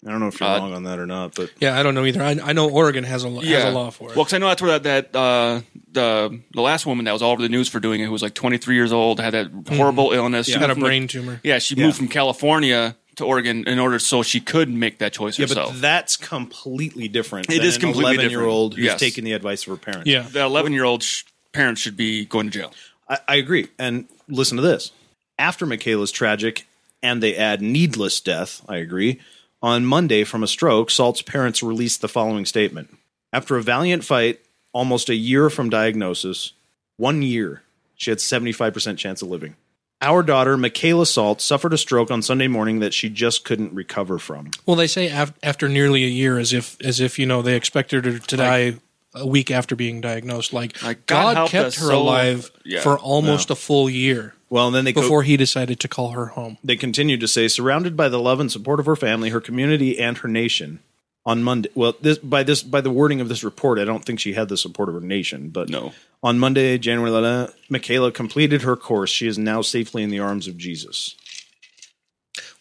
S3: i don't know if you're
S2: Uh,
S3: wrong on that or not but
S4: Yeah, I don't know either. I, I know Oregon has a lo- has a law for it.
S2: Well, because I know that's where that, that uh, the the last woman that was all over the news for doing it, who was like 23 years old, had that horrible illness.
S4: she got
S2: moved
S4: a
S2: from, like-
S4: brain tumor.
S2: yeah, she
S3: Yeah.
S2: moved from California to Oregon in order so she could make that choice
S3: yeah
S2: herself.
S3: but that's completely different
S2: It
S3: than
S2: is
S3: an
S2: completely
S3: 11 year old who's
S2: different. Yes.
S3: taking the advice of her parents
S4: Yeah,
S2: the 11 year old sh- parents should be going to jail.
S3: I, I agree. And listen to this. After Michaela's tragic and they add needless death, I agree. On Monday from a stroke, Salt's parents released the following statement. After a valiant fight, almost a year from diagnosis, one year, she had 75% chance of living. Our daughter, Michaela Salt, suffered a stroke on Sunday morning that she just couldn't recover from.
S4: Well, they say af- after nearly a year, as if as if you know they expected her to die a week after being diagnosed. Like,
S2: Like, God
S4: God,
S2: help
S4: kept
S2: us
S4: her
S2: so-
S4: alive
S2: yeah.
S4: for almost a full year
S3: Well, and then they go-
S4: before he decided to call her home.
S3: They continued to say, surrounded by the love and support of her family, her community, and her nation. On Monday, well, this by this by the wording of this report, I don't think she had the support of her nation, but
S2: No.
S3: On Monday, January 11, Michaela completed her course. She is now safely in the arms of Jesus.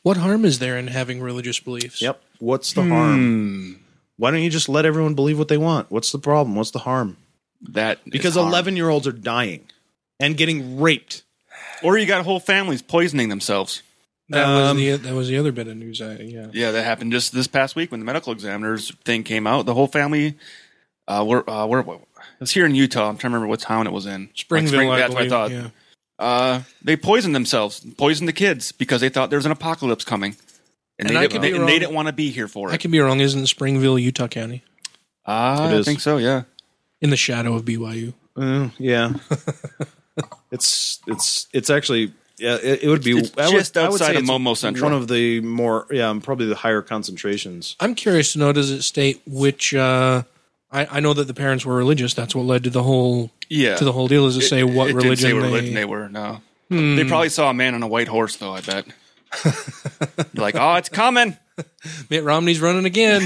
S4: What harm is there in having religious beliefs?
S3: Yep. What's the
S2: Hmm.
S3: harm? Why don't you just let everyone believe what they want? What's the problem? What's the harm?
S2: That is
S3: Because
S2: harm.
S3: 11 year olds are dying and getting raped.
S2: or you got whole families poisoning themselves.
S4: That
S3: Um,
S4: was the that was the other bit of news. I, yeah.
S2: Yeah, that happened just this past week when the medical examiner's thing came out. The whole family, uh, were, uh, were, it was here in Utah. I'm trying to remember what town it was in. Like
S4: Springville, I
S2: that's what I
S4: believe,
S2: thought.
S4: yeah.
S2: Uh, they poisoned themselves, poisoned the kids because they thought there was an apocalypse coming. And,
S4: And
S2: they,
S4: I
S2: didn't,
S4: could be
S2: and they
S4: wrong.
S2: didn't want to be here for
S4: I
S2: it.
S4: can be wrong. Isn't Springville Utah County
S2: Ah,
S3: It
S2: I
S3: is.
S2: think so, yeah.
S4: in the shadow of BYU?
S3: Uh, yeah. it's it's it's actually yeah, it, it would be
S2: It's just outside
S3: say
S2: of
S3: it's
S2: Momo Central.
S3: One of the more yeah, um, probably the higher concentrations.
S4: I'm curious to know. Does it state which? Uh, I, I know that the parents were religious. That's what led to the whole
S2: Yeah.
S4: to the whole deal. Is to say what
S2: didn't
S4: religion,
S2: say
S4: they,
S2: what religion they were, no.
S4: Hmm.
S2: They probably saw a man on a white horse, though, I bet. They're like, oh, it's coming.
S4: Mitt Romney's running again.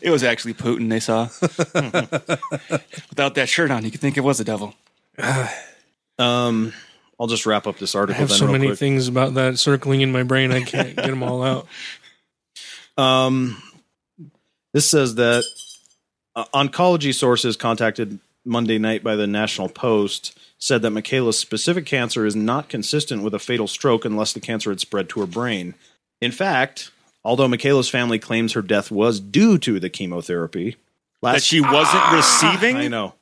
S2: It was actually Putin they saw. Without that shirt on, you could think it was the devil.
S3: Um I'll just wrap up this article
S4: I have
S3: then
S4: so
S3: real
S4: many
S3: quick.
S4: things about that circling in my brain. I can't get them all out.
S3: Um this says that uh, oncology sources contacted Monday night by the National Post said that Michaela's specific cancer is not consistent with a fatal stroke unless the cancer had spread to her brain. In fact, although Michaela's family claims her death was due to the chemotherapy,
S2: That she wasn't receiving?
S3: Ah! I know.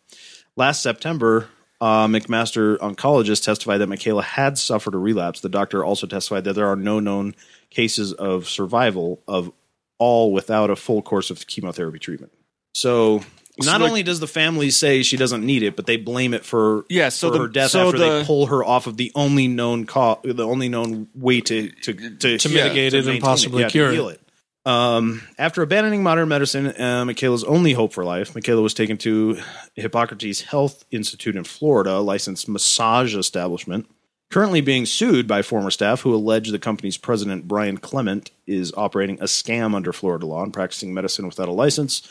S3: Last September, uh, McMaster oncologist testified that Michaela had suffered a relapse. The doctor also testified that there are no known cases of survival of all without a full course of chemotherapy treatment. So. Not
S2: like-
S3: only does the family say she doesn't need it, but they blame it for
S2: Yeah, so
S3: for
S2: the-
S3: her death
S2: so
S3: after
S2: the-
S3: they pull her off of the only known cause, the only known way to to to,
S4: To mitigate it and
S3: maintain
S4: possibly cure it.
S3: heal it. Um, after abandoning modern medicine, uh, Michaela's only hope for life, Michaela was taken to Hippocrates Health Institute in Florida, a licensed massage establishment. currently being sued by former staff who allege the company's president, Brian Clement, is operating a scam under Florida law and practicing medicine without a license.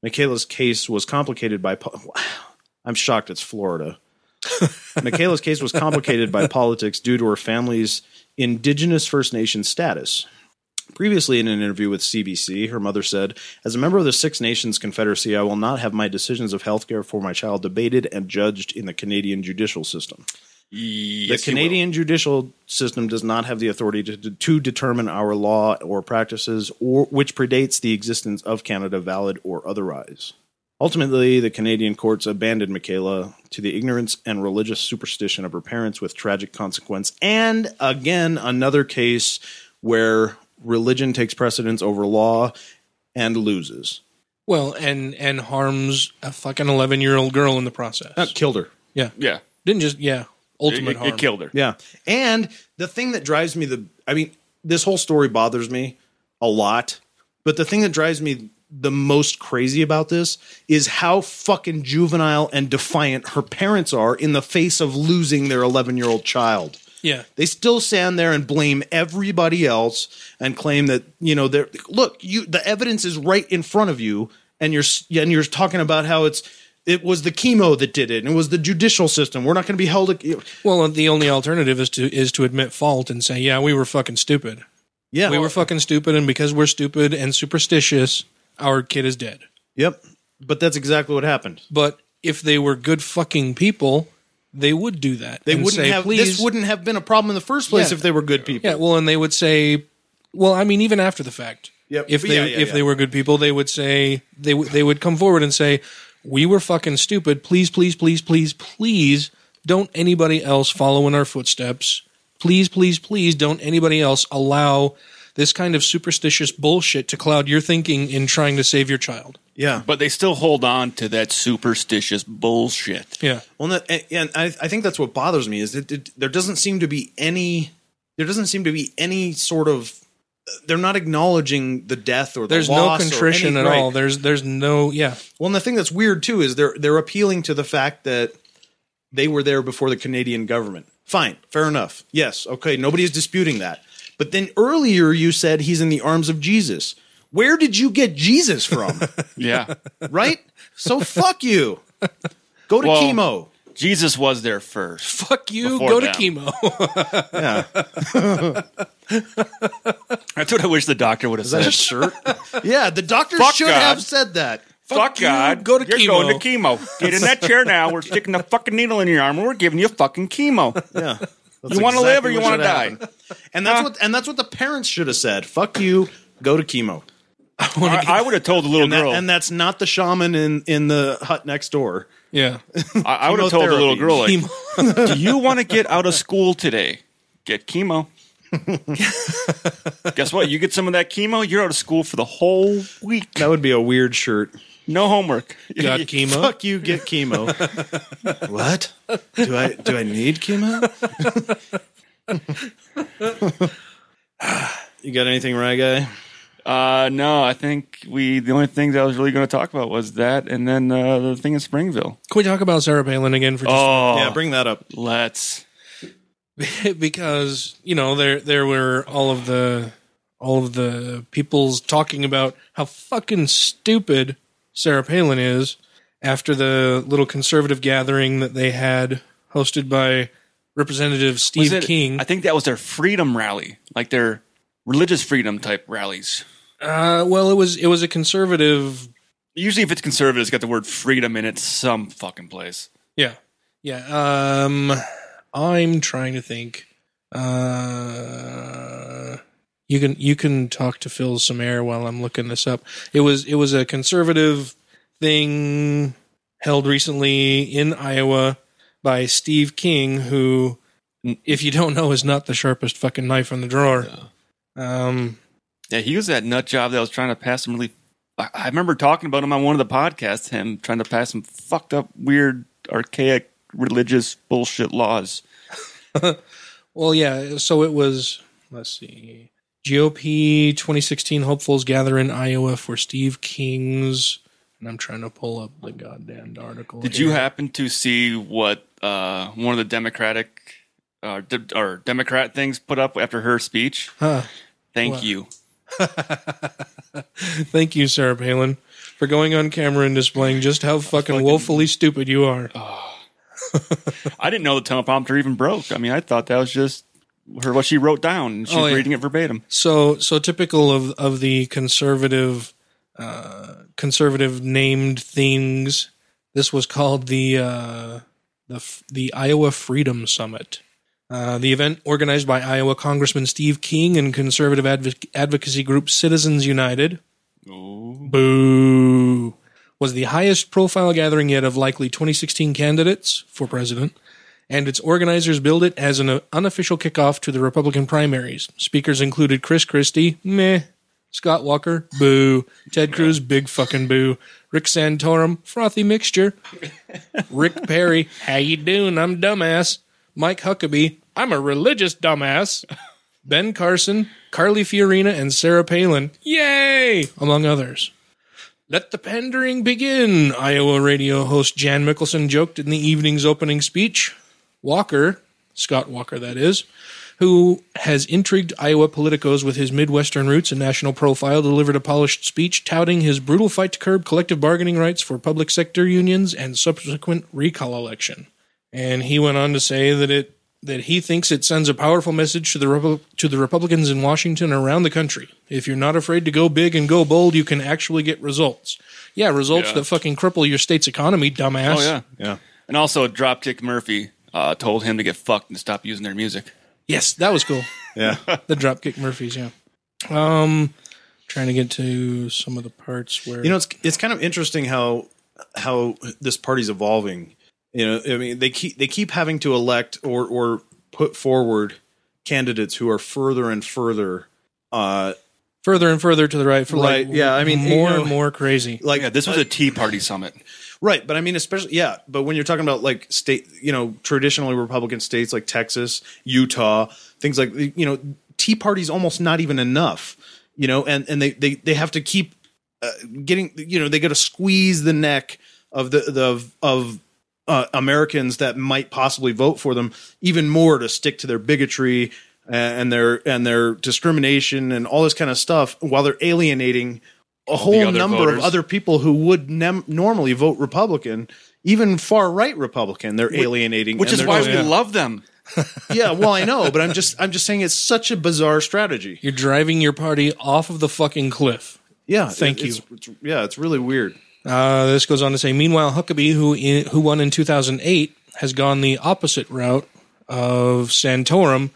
S3: Michaela's case was complicated by. Po- wow. I'm shocked it's Florida. Michaela's case was complicated by politics due to her family's indigenous First Nation status. Previously, in an interview with CBC, her mother said, As a member of the Six Nations Confederacy, I will not have my decisions of health care for my child debated and judged in the Canadian judicial system.
S2: Yes,
S3: the
S2: you will.
S3: Canadian judicial system does not have the authority to, to determine our law or practices, or which predates the existence of Canada, valid or otherwise. Ultimately, the Canadian courts abandoned Michaela to the ignorance and religious superstition of her parents with tragic consequence. And again, another case where religion takes precedence over law and loses.
S4: Well, and and harms a fucking eleven year old girl in the process.
S3: Uh, killed her.
S2: Yeah.
S4: Didn't just yeah.
S2: It,
S4: Ultimate
S2: it-
S4: harm.
S2: it killed her.
S3: Yeah. And the thing that drives me the I mean, this whole story bothers me a lot, but the thing that drives me the most crazy about this is how fucking juvenile and defiant her parents are in the face of losing their 11-year-old child.
S4: Yeah.
S3: They still stand there and blame everybody else and claim that you know they're look you the evidence is right in front of you and you're s- and you're talking about how it's it was the chemo that did it and it was the judicial system. We're not going to be held. ac-
S4: Well, uh, the only alternative is to is to admit fault and say, yeah, we were fucking stupid.
S3: Yeah,
S4: We were fucking stupid, and because we're stupid and superstitious, our kid is dead.
S3: Yep. But that's exactly what happened.
S4: But if they were good fucking people, they would do that.
S3: They
S4: and
S3: wouldn't
S4: say,
S3: have
S4: Please.
S3: this wouldn't have been a problem in the first place
S4: Yeah.
S3: if they were good people.
S4: Yeah, well, and they would say, well, I mean, even after the fact,
S3: Yep.
S4: if they
S3: Yeah, yeah,
S4: if
S3: yeah.
S4: they were good people, they would say they would they would come forward and say, we were fucking stupid. Please, please, please, please, please, don't anybody else follow in our footsteps. Please, please, please, don't anybody else allow this kind of superstitious bullshit to cloud your thinking in trying to save your child.
S3: Yeah.
S2: But they still hold on to that superstitious bullshit.
S4: Yeah,
S3: Well, that- and, and I, I think that's what bothers me is that it, there doesn't seem to be any there doesn't seem to be any sort of they're not acknowledging the death or the
S4: there's no
S3: loss or
S4: contrition
S3: any-
S4: at all.
S3: right.
S4: There's there's no yeah.
S3: Well, and the thing that's weird too is they're they're appealing to the fact that they were there before the Canadian government. Fine, fair enough. Yes, okay, nobody is disputing that. But then earlier you said he's in the arms of Jesus. Where did you get Jesus from?
S2: Yeah.
S3: right? So fuck you. Go to
S2: Well-
S3: chemo.
S2: Jesus was there first.
S4: Fuck you.
S2: Before
S4: go
S2: them.
S4: to chemo.
S3: Yeah.
S2: That's what I wish the doctor would have
S3: Is that
S2: said.
S3: a shirt? yeah, the doctor
S2: Fuck
S3: should
S2: God.
S3: have said that.
S2: Fuck
S4: you,
S2: God.
S4: go to
S2: You're
S4: chemo.
S2: going to chemo. Get in that chair now. We're sticking a fucking needle in your arm and we're giving you fucking chemo.
S3: Yeah.
S2: You wanna live or you wanna die?
S3: And that's what and that's what the parents should have said. Fuck you. Go to chemo.
S2: I, I would have told the little
S3: And, that-
S2: girl.
S3: and that's not the shaman in, in the hut next door.
S4: yeah.
S2: I, I would have told the little
S3: chemotherapy.
S2: girl, like,
S4: Chemo.
S2: do you want to get out of school today? Get chemo. Guess what? You get some of that chemo, you're out of school for the whole week.
S3: That would be a weird shirt.
S2: No homework.
S4: Got chemo.
S3: Fuck you, get chemo. what? Do I do I need chemo? you got anything, right, guy?
S2: Uh, no, I think we the only things I was really going to talk about was that, and then uh, the thing in Springville.
S4: Can we talk about Sarah Palin again for just
S2: Oh,
S3: Yeah, bring that up.
S2: let's. Oh.
S4: because you know there there were all of the all of the people's talking about how fucking stupid Sarah Palin is after the little conservative gathering that they had hosted by Representative Steve
S2: Was it-
S4: King.
S2: I think that was their freedom rally, like their religious freedom type rallies.
S4: uh, well, it was it was a conservative.
S2: Usually, if it's conservative, it's got the word freedom in it some fucking place.
S4: Yeah, yeah. Um, I'm trying to think. Uh, you can you can talk to Phil Samair while I'm looking this up. It was it was a conservative thing held recently in Iowa by Steve King, who, if you don't know, is not the sharpest fucking knife in the drawer. Um,
S2: Yeah, he was that nut job that was trying to pass some really. I, I remember talking about him on one of the podcasts. Him trying to pass some fucked up, weird, archaic religious bullshit laws.
S4: well, yeah. So it was. Let's see. GOP 2016 hopefuls gather in Iowa for Steve King's. And I'm trying to pull up the goddamn article.
S2: Did you
S4: here.
S2: happen to see what uh, one of the Democratic uh, de- or Democrat things put up after her speech.
S4: Huh.
S2: Thank
S4: What?
S2: you.
S4: Thank you, Sarah Palin, for going on camera and displaying just how fucking, woefully stupid you are.
S2: I didn't know the teleprompter even broke. I mean, I thought that was just her what she wrote down. and She's
S4: Oh, yeah.
S2: reading it verbatim.
S4: So so typical of of the conservative uh, conservative named things. This was called the uh, the F- the Iowa Freedom Summit. Uh, the event organized by Iowa Congressman Steve King and conservative advo- advocacy group Citizens United. Boo. Was the highest profile gathering yet of likely 2016 candidates for president, and its organizers billed it as an uh, unofficial kickoff to the Republican primaries. Speakers included Chris Christie, meh, Scott Walker, boo, Ted Cruz, big fucking boo, Rick Santorum, frothy mixture, Rick Perry, how you doing? I'm dumbass. Mike Huckabee, I'm a religious dumbass. Ben Carson, Carly Fiorina, and Sarah Palin. Yay! Among others. Let the pandering begin, Iowa radio host Jan Mickelson joked in the evening's opening speech. Walker, Scott Walker, that is, who has intrigued Iowa politicos with his Midwestern roots and national profile, delivered a polished speech touting his brutal fight to curb collective bargaining rights for public sector unions and subsequent recall election. And he went on to say that it that he thinks it sends a powerful message to the Repu- to the Republicans in Washington and around the country. If you're not afraid to go big and go bold, you can actually get results. Yeah, results
S2: Yeah.
S4: that fucking cripple your state's economy, dumbass.
S2: Oh yeah,
S3: Yeah.
S2: and also Dropkick Murphy uh, told him to get fucked and stop using their music.
S4: Yes, that was cool.
S3: Yeah.
S4: the Dropkick Murphys, yeah. Um, trying to get to some of the parts where
S3: You know, it's it's kind of interesting how how this party's evolving. You know, I mean, they keep they keep having to elect or or put forward candidates who are further and further. Uh,
S4: further and further to the right, for
S3: Right,
S4: like
S3: yeah, I mean, you
S4: more
S3: know-
S4: and more crazy.
S3: like uh,
S2: Yeah, this was a Tea Party summit.
S3: right, but I mean, especially yeah. But when you're talking about like state, you know, traditionally Republican states like Texas, Utah, things like you know, Tea Party's almost not even enough. You know, and and they they they have to keep uh, getting you know they got to squeeze the neck of the, the of, of uh, Americans that might possibly vote for them even more to stick to their bigotry a- and their and their discrimination and all this kind of stuff while they're alienating a whole
S2: other
S3: number
S2: voters.
S3: of other people who would nem- normally vote Republican, even far right Republican. They're alienating,
S2: which
S3: and
S2: is
S3: they're
S2: why
S3: just-
S2: we love them.
S3: yeah. Well, I know, but I'm just I'm just saying it's such a bizarre strategy.
S4: You're driving your party off of the fucking cliff.
S3: Yeah,
S4: Thank
S3: it's- it's- yeah, it's really weird.
S4: Uh, this goes on to say, meanwhile, Huckabee, who in, who won in 2008, has gone the opposite route of Santorum,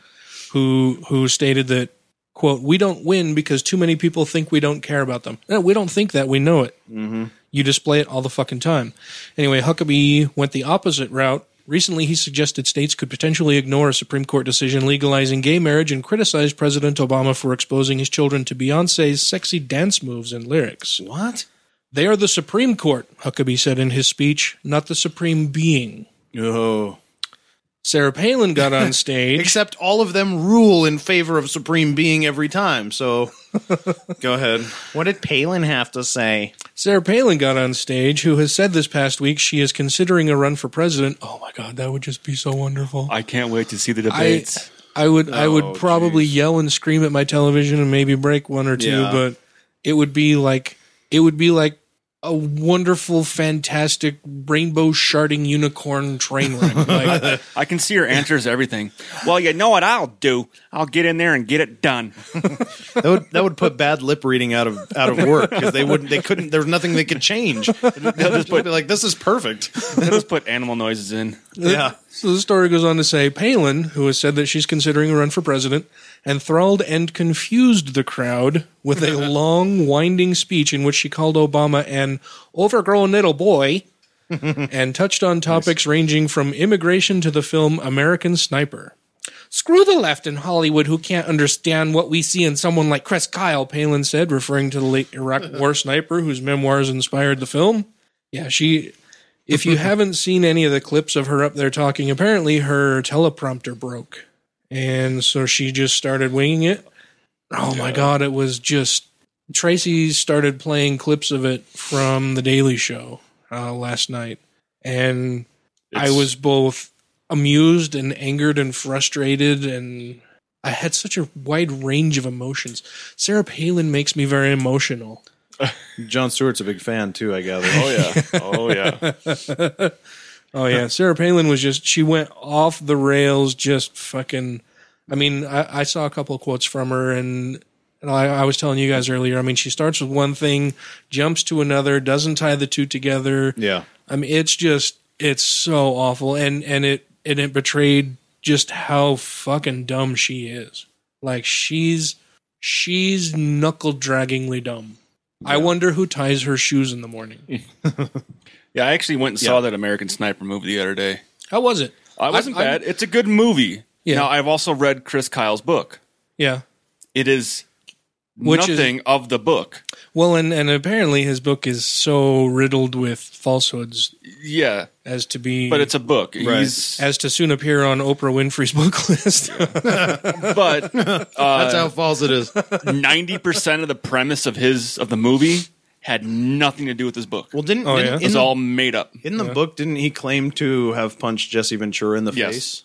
S4: who who stated that quote We don't win because too many people think we don't care about them. No, we don't think that. We know it. Mm-hmm. You display it all the fucking time. Anyway, Huckabee went the opposite route. Recently, he suggested states could potentially ignore a Supreme Court decision legalizing gay marriage and criticized President Obama for exposing his children to Beyonce's sexy dance moves and lyrics.
S3: What?
S4: They are the Supreme Court, Huckabee said in his speech, not the Supreme Being.
S3: Oh.
S4: Sarah Palin got on stage.
S3: Except all of them rule in favor of supreme being every time. So go ahead. What did Palin have to say?
S4: Sarah Palin got on stage, who has said this past week she is considering a run for president. Oh my God, that would just be so wonderful.
S2: I can't wait to see the
S4: I,
S2: debates.
S4: I would, I
S3: Oh,
S4: would probably yell and scream at my television and maybe break one or two,
S3: Yeah.
S4: but it would be like, it would be like a wonderful, fantastic rainbow sharding unicorn train wreck. Like,
S2: I, can see her answers to everything. Well, you know what I'll do? I'll get in there and get it done.
S3: That would that would put bad lip reading out of out of work because they wouldn't they couldn't there's nothing they could change. They'll just be like this is perfect.
S2: Let's put animal noises in.
S3: Yeah.
S4: So the story goes on to say Palin, who has said that she's considering a run for president, enthralled and confused the crowd with a long, winding speech in which she called Obama an overgrown little boy and touched on topics ranging from immigration to the film American Sniper. Screw the left in Hollywood who can't understand what we see in someone like Chris Kyle, Palin said, referring to the late Iraq war sniper whose memoirs inspired the film. Yeah, she if you haven't seen any of the clips of her up there talking, apparently her teleprompter broke. And so she just started winging it. Oh my God, it was just. Tracy started playing clips of it from The Daily Show uh, last night. And I was both amused and angered and frustrated and I had such a wide range of emotions. Sarah Palin makes me very emotional.
S3: John Stewart's a big fan too, I gather.
S5: Oh yeah. Oh yeah.
S4: Oh yeah, Sarah Palin was just she went off the rails, just fucking. I mean, I, I saw a couple of quotes from her, and and I, I was telling you guys earlier. I mean, she starts with one thing, jumps to another, doesn't tie the two together.
S3: yeah.
S4: I mean, it's just it's so awful, and and it and it betrayed just how fucking dumb she is. Like she's she's knuckle draggingly dumb. I wonder who ties her shoes in the morning.
S2: Yeah, I actually went and saw that American Sniper movie the other day.
S4: How was it?
S2: I wasn't
S4: I'm-
S2: bad. It's a good movie.
S4: Yeah.
S2: Now I've also read Chris Kyle's book.
S4: Yeah.
S2: It is
S4: Which is-
S2: nothing of the book.
S4: Well, and, and apparently his book is so riddled with falsehoods
S2: Yeah,
S4: as to be,
S2: but it's a book.
S3: Right.
S2: He's,
S4: as to soon appear on Oprah Winfrey's book list.
S2: but
S3: That's how false it is.
S2: ninety percent of the premise of his of the movie had nothing to do with his book.
S3: Well, didn't,
S4: Oh,
S3: didn't
S4: yeah?
S3: in,
S2: it's
S3: the,
S2: all made up.
S3: in the book didn't he claim to have punched Jesse Ventura in the
S2: Yes.
S3: face?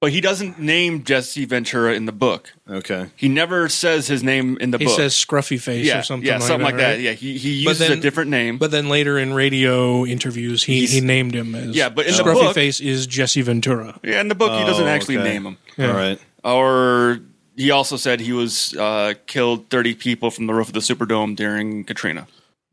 S2: But he doesn't name Jesse Ventura in the book.
S3: Okay.
S2: He never says his name in the
S4: he
S2: book.
S4: says scruffy face
S2: yeah,
S4: or something,
S2: yeah,
S4: like,
S2: something
S4: that,
S2: like that.
S4: right?
S2: Yeah, he he
S4: But
S2: uses
S4: then-
S2: a different name.
S4: But then later in radio interviews, he,
S2: He's-
S4: he named him as
S2: Yeah, but in the
S4: scruffy
S2: book-
S4: face is Jesse Ventura.
S2: yeah, in the book he doesn't
S3: Oh,
S2: actually
S3: okay.
S2: name him.
S4: Yeah.
S3: All right.
S2: Or he also said he was uh, killed thirty people from the roof of the Superdome during Katrina.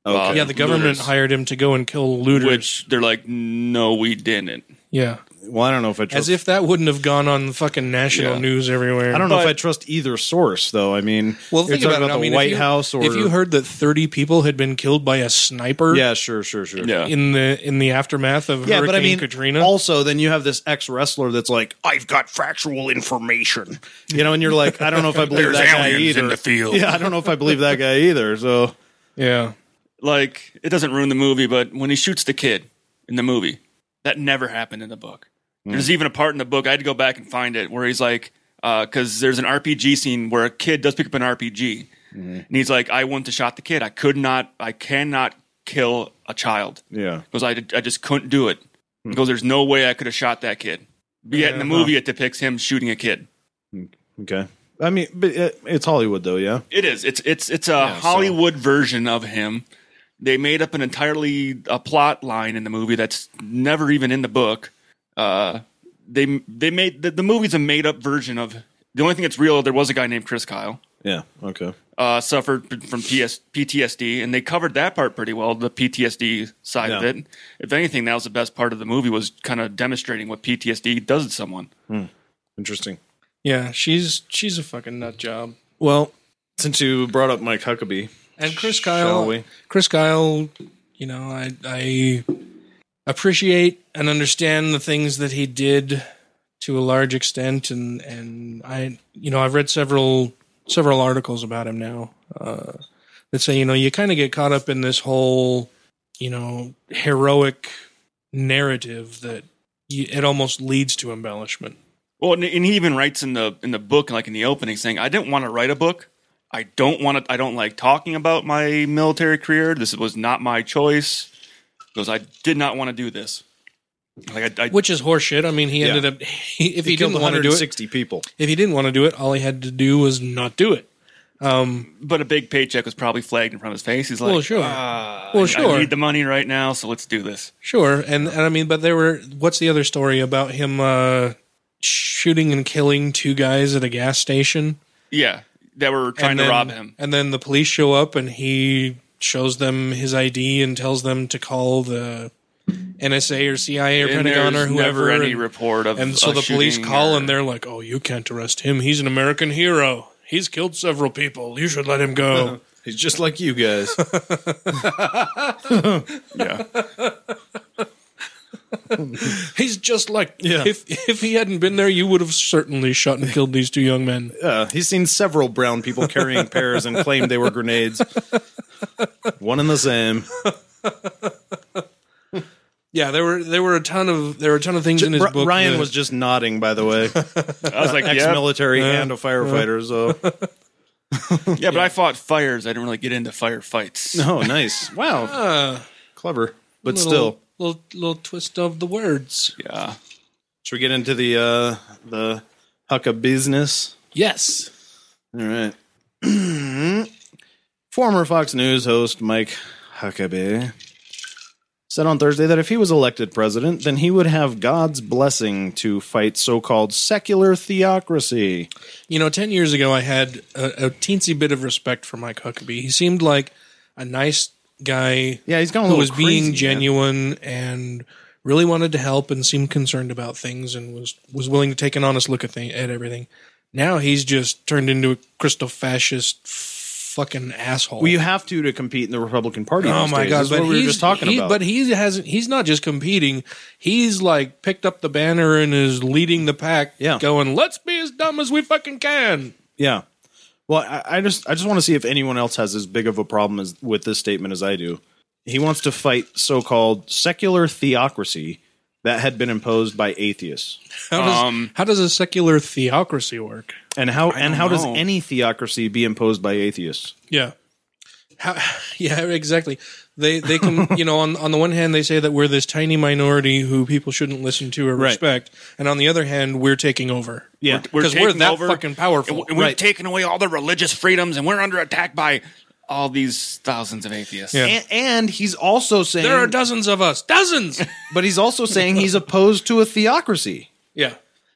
S3: Okay.
S2: Uh,
S4: Yeah, the government
S2: looters.
S4: hired him to go and kill looters.
S2: Which they're like, no, we didn't.
S4: yeah,
S3: Well, I don't know if I trust.
S4: as if that wouldn't have gone on the fucking national
S2: Yeah.
S4: news everywhere.
S3: I don't know if
S2: But-
S3: I trust either source, though. I mean,
S4: Well,
S3: you're
S4: think
S3: talking
S4: about, it.
S3: the
S4: I mean, if
S3: White
S4: you-
S3: House or
S4: if you heard that thirty people had been killed by a sniper,
S3: yeah, sure, sure, sure.
S2: Yeah.
S4: in the in the aftermath of
S3: Yeah,
S4: Hurricane
S3: but I mean,
S4: Katrina.
S3: also, then you have this ex wrestler that's like, I've got factual information, you know, and you're like, I don't know if I believe that guy either.
S2: field.
S3: Yeah, I don't know if I believe that guy either. So,
S4: yeah,
S2: Like, it doesn't ruin the movie, but when he shoots the kid in the movie, that never happened in the book. There's even a part in the book, I had to go back and find it, where he's like, because there's an RPG scene where a kid does pick up an RPG. And he's like, I wouldn't have shot the kid. I could not, I cannot kill a child.
S3: yeah,
S2: He goes, I, I just couldn't do it. He goes, there's no way I could have shot that kid. But yet in the movie, it depicts him shooting a kid.
S3: okay. I mean, but it, it's Hollywood, though. Yeah,
S2: It is. It's it's it's a
S3: so-
S2: Hollywood version of him. They made up an entirely a plot line in the movie that's never even in the book. Uh, they they made the, the movie's a made up version of the only thing that's real. There was a guy named Chris Kyle
S3: yeah, okay.
S2: uh, suffered p- from PS, PTSD, and they covered that part pretty well. The PTSD side of
S3: Yeah.
S2: it. If anything, that was the best part of the movie was kind of demonstrating what PTSD does to someone.
S3: Interesting.
S4: yeah, she's she's a fucking nut job.
S3: Well, since you brought up Mike Huckabee,
S4: And Chris
S3: shall
S4: Kyle,
S3: we?
S4: Chris Kyle, you know, I I appreciate and understand the things that he did to a large extent, and and I you know I've read several several articles about him now uh, that say you know you kind of get caught up in this whole you know heroic narrative that you, it almost leads to embellishment.
S2: Well, and, and he even writes in the in the book, like in the opening, saying, "I didn't want to write a book. I don't want to. I don't like talking about my military career. This was not my choice." Because I did not want to do this. Like I, I
S4: which is horseshit. I mean, he ended up if he, didn't want to do it,
S3: sixty people.
S4: if he didn't want to do it, all he had to do was not do it. Um,
S2: but a big paycheck was probably flagged in front of his face. He's like,
S4: well, sure,
S2: "Ah,
S4: Well,
S2: I-
S4: sure.
S2: I need the money right now, so let's do this."
S4: sure, and, and I mean, but there were. What's the other story about him uh, shooting and killing two guys at a gas station?
S2: Yeah, that were trying
S4: and
S2: to
S4: then-
S2: rob him.
S4: and then the police show up, and he shows them his ID and tells them to call the NSA or CIA or
S2: And
S4: Pentagon or
S2: there's
S4: whoever.
S2: never any
S4: and-
S2: report of
S4: And so
S2: a
S4: the police
S2: shooting
S4: call
S2: or-
S4: and they're like, "Oh, you can't arrest him. He's an American hero. He's killed several people. You should let him go."
S3: He's just like you guys.
S2: yeah.
S4: He's just like
S3: Yeah.
S4: if if he hadn't been there, you would have certainly shot and killed these two young men.
S3: Yeah, he's seen several brown people carrying pears and claimed they were grenades. One and the same.
S4: Yeah, there were there were a ton of there were a ton of things in his
S3: Ri-
S4: book.
S3: Ryan
S4: that-
S3: was just nodding, by the way.
S2: I was like, yeah,
S3: Ex-military and a firefighter. So,
S2: yeah, but I fought fires. I didn't really get into firefights.
S3: oh, nice. Wow,
S4: uh,
S3: clever. But
S4: little,
S3: still,
S4: little little twist of the words.
S2: Yeah.
S3: Should we get into the uh the Hucka business?
S4: Yes.
S3: All right. Former Fox News host Mike Huckabee said on Thursday that if he was elected president, then he would have God's blessing to fight so-called secular theocracy.
S4: You know, 10 years ago, I had a, a teensy bit of respect for Mike Huckabee. He seemed like a nice guy
S3: Yeah, he's gone.
S4: who was being genuine and really wanted to help and seemed concerned about things and was, was willing to take an honest look at, thing, at everything. Now he's just turned into a crystal fascist fucking asshole.
S3: Well, you have to to compete in the Republican Party.
S4: Oh
S3: these
S4: my
S3: days.
S4: god!
S3: That's
S4: But
S3: what we were
S4: he's-
S3: just talking
S4: he-
S3: about.
S4: But he hasn't. He's not just competing. He's like picked up the banner and is leading the pack.
S3: Yeah.
S4: going. Let's be as dumb as we fucking can.
S3: Yeah. Well, I, I just I just want to see if anyone else has as big of a problem as, with this statement as I do. He wants to fight so-called secular theocracy that had been imposed by atheists.
S4: How does
S2: Um,
S4: how does a secular theocracy work?
S3: And how and
S2: don't
S3: how does
S2: know.
S3: any theocracy be imposed by atheists?
S4: Yeah. How, yeah, exactly. They they can you know on on the one hand they say that we're this tiny minority who people shouldn't listen to or
S3: Right.
S4: respect, and on the other hand we're taking over.
S3: Yeah.
S4: Because we're
S2: taking
S4: that fucking powerful.
S2: and we've
S3: Right.
S2: taken away all the religious freedoms, and we're under attack by all these thousands of atheists.
S4: Yeah.
S3: And, and he's also saying
S4: There are dozens of us, dozens.
S3: but he's also saying he's opposed to a theocracy
S4: yeah.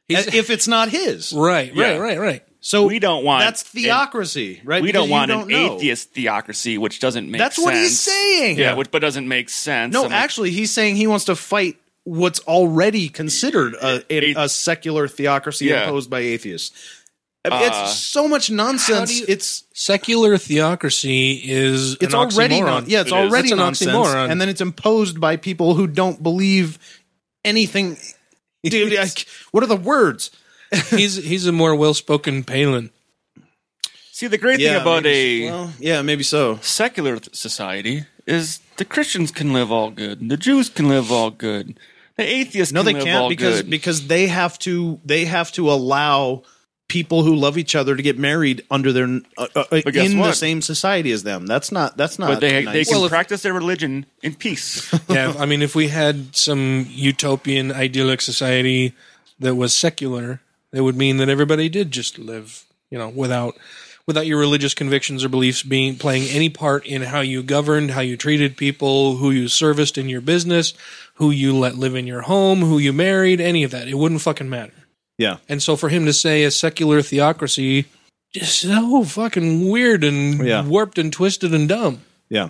S4: He's,
S3: if it's not his.
S4: right,
S2: Yeah.
S4: right, right, right.
S3: So
S2: We don't want
S3: That's theocracy, right?
S2: We
S3: Because
S2: don't
S3: you
S2: want an
S3: know.
S2: atheist theocracy, which doesn't make
S3: That's
S2: sense.
S3: what he's saying.
S2: Yeah, which but doesn't make sense.
S3: No,
S2: I'm like,
S3: actually, he's saying he wants to fight what's already considered a, a, a secular theocracy
S2: Yeah.
S3: imposed by atheists. I mean,
S2: Uh,
S3: it's so much nonsense.
S4: you-
S3: it's
S4: Secular theocracy is
S3: it's
S4: an
S3: already
S4: oxymoron.
S3: non, yeah, it's
S2: It is.
S3: already
S4: It's an
S3: nonsense,
S4: oxymoron.
S3: and then it's imposed by people who don't believe anything. Dude, I, what are the words?
S4: he's he's a more well-spoken Palin.
S2: see the great thing about
S3: maybe-
S2: a
S3: well, yeah, maybe so.
S2: secular th- society is the Christians can live all good, and the Jews can live all good, the atheists
S3: No,
S2: can
S3: they
S2: live
S3: can't
S2: all
S3: because
S2: good.
S3: because they have to they have to allow people who love each other to get married under their uh, uh, in
S2: guess
S3: the
S2: what?
S3: same society as them. That's not that's not.
S2: but they
S3: nice.
S2: they can
S4: Well, if-
S2: practice their religion in peace.
S4: Yeah, I mean, if we had some utopian, idyllic society that was secular, that would mean that everybody did just live, you know, without without your religious convictions or beliefs being playing any part in how you governed, how you treated people, who you serviced in your business, who you let live in your home, who you married, any of that. It wouldn't fucking matter.
S3: yeah.
S4: And so for him to say a secular theocracy is so fucking weird and
S3: Yeah.
S4: warped and twisted and dumb.
S3: Yeah.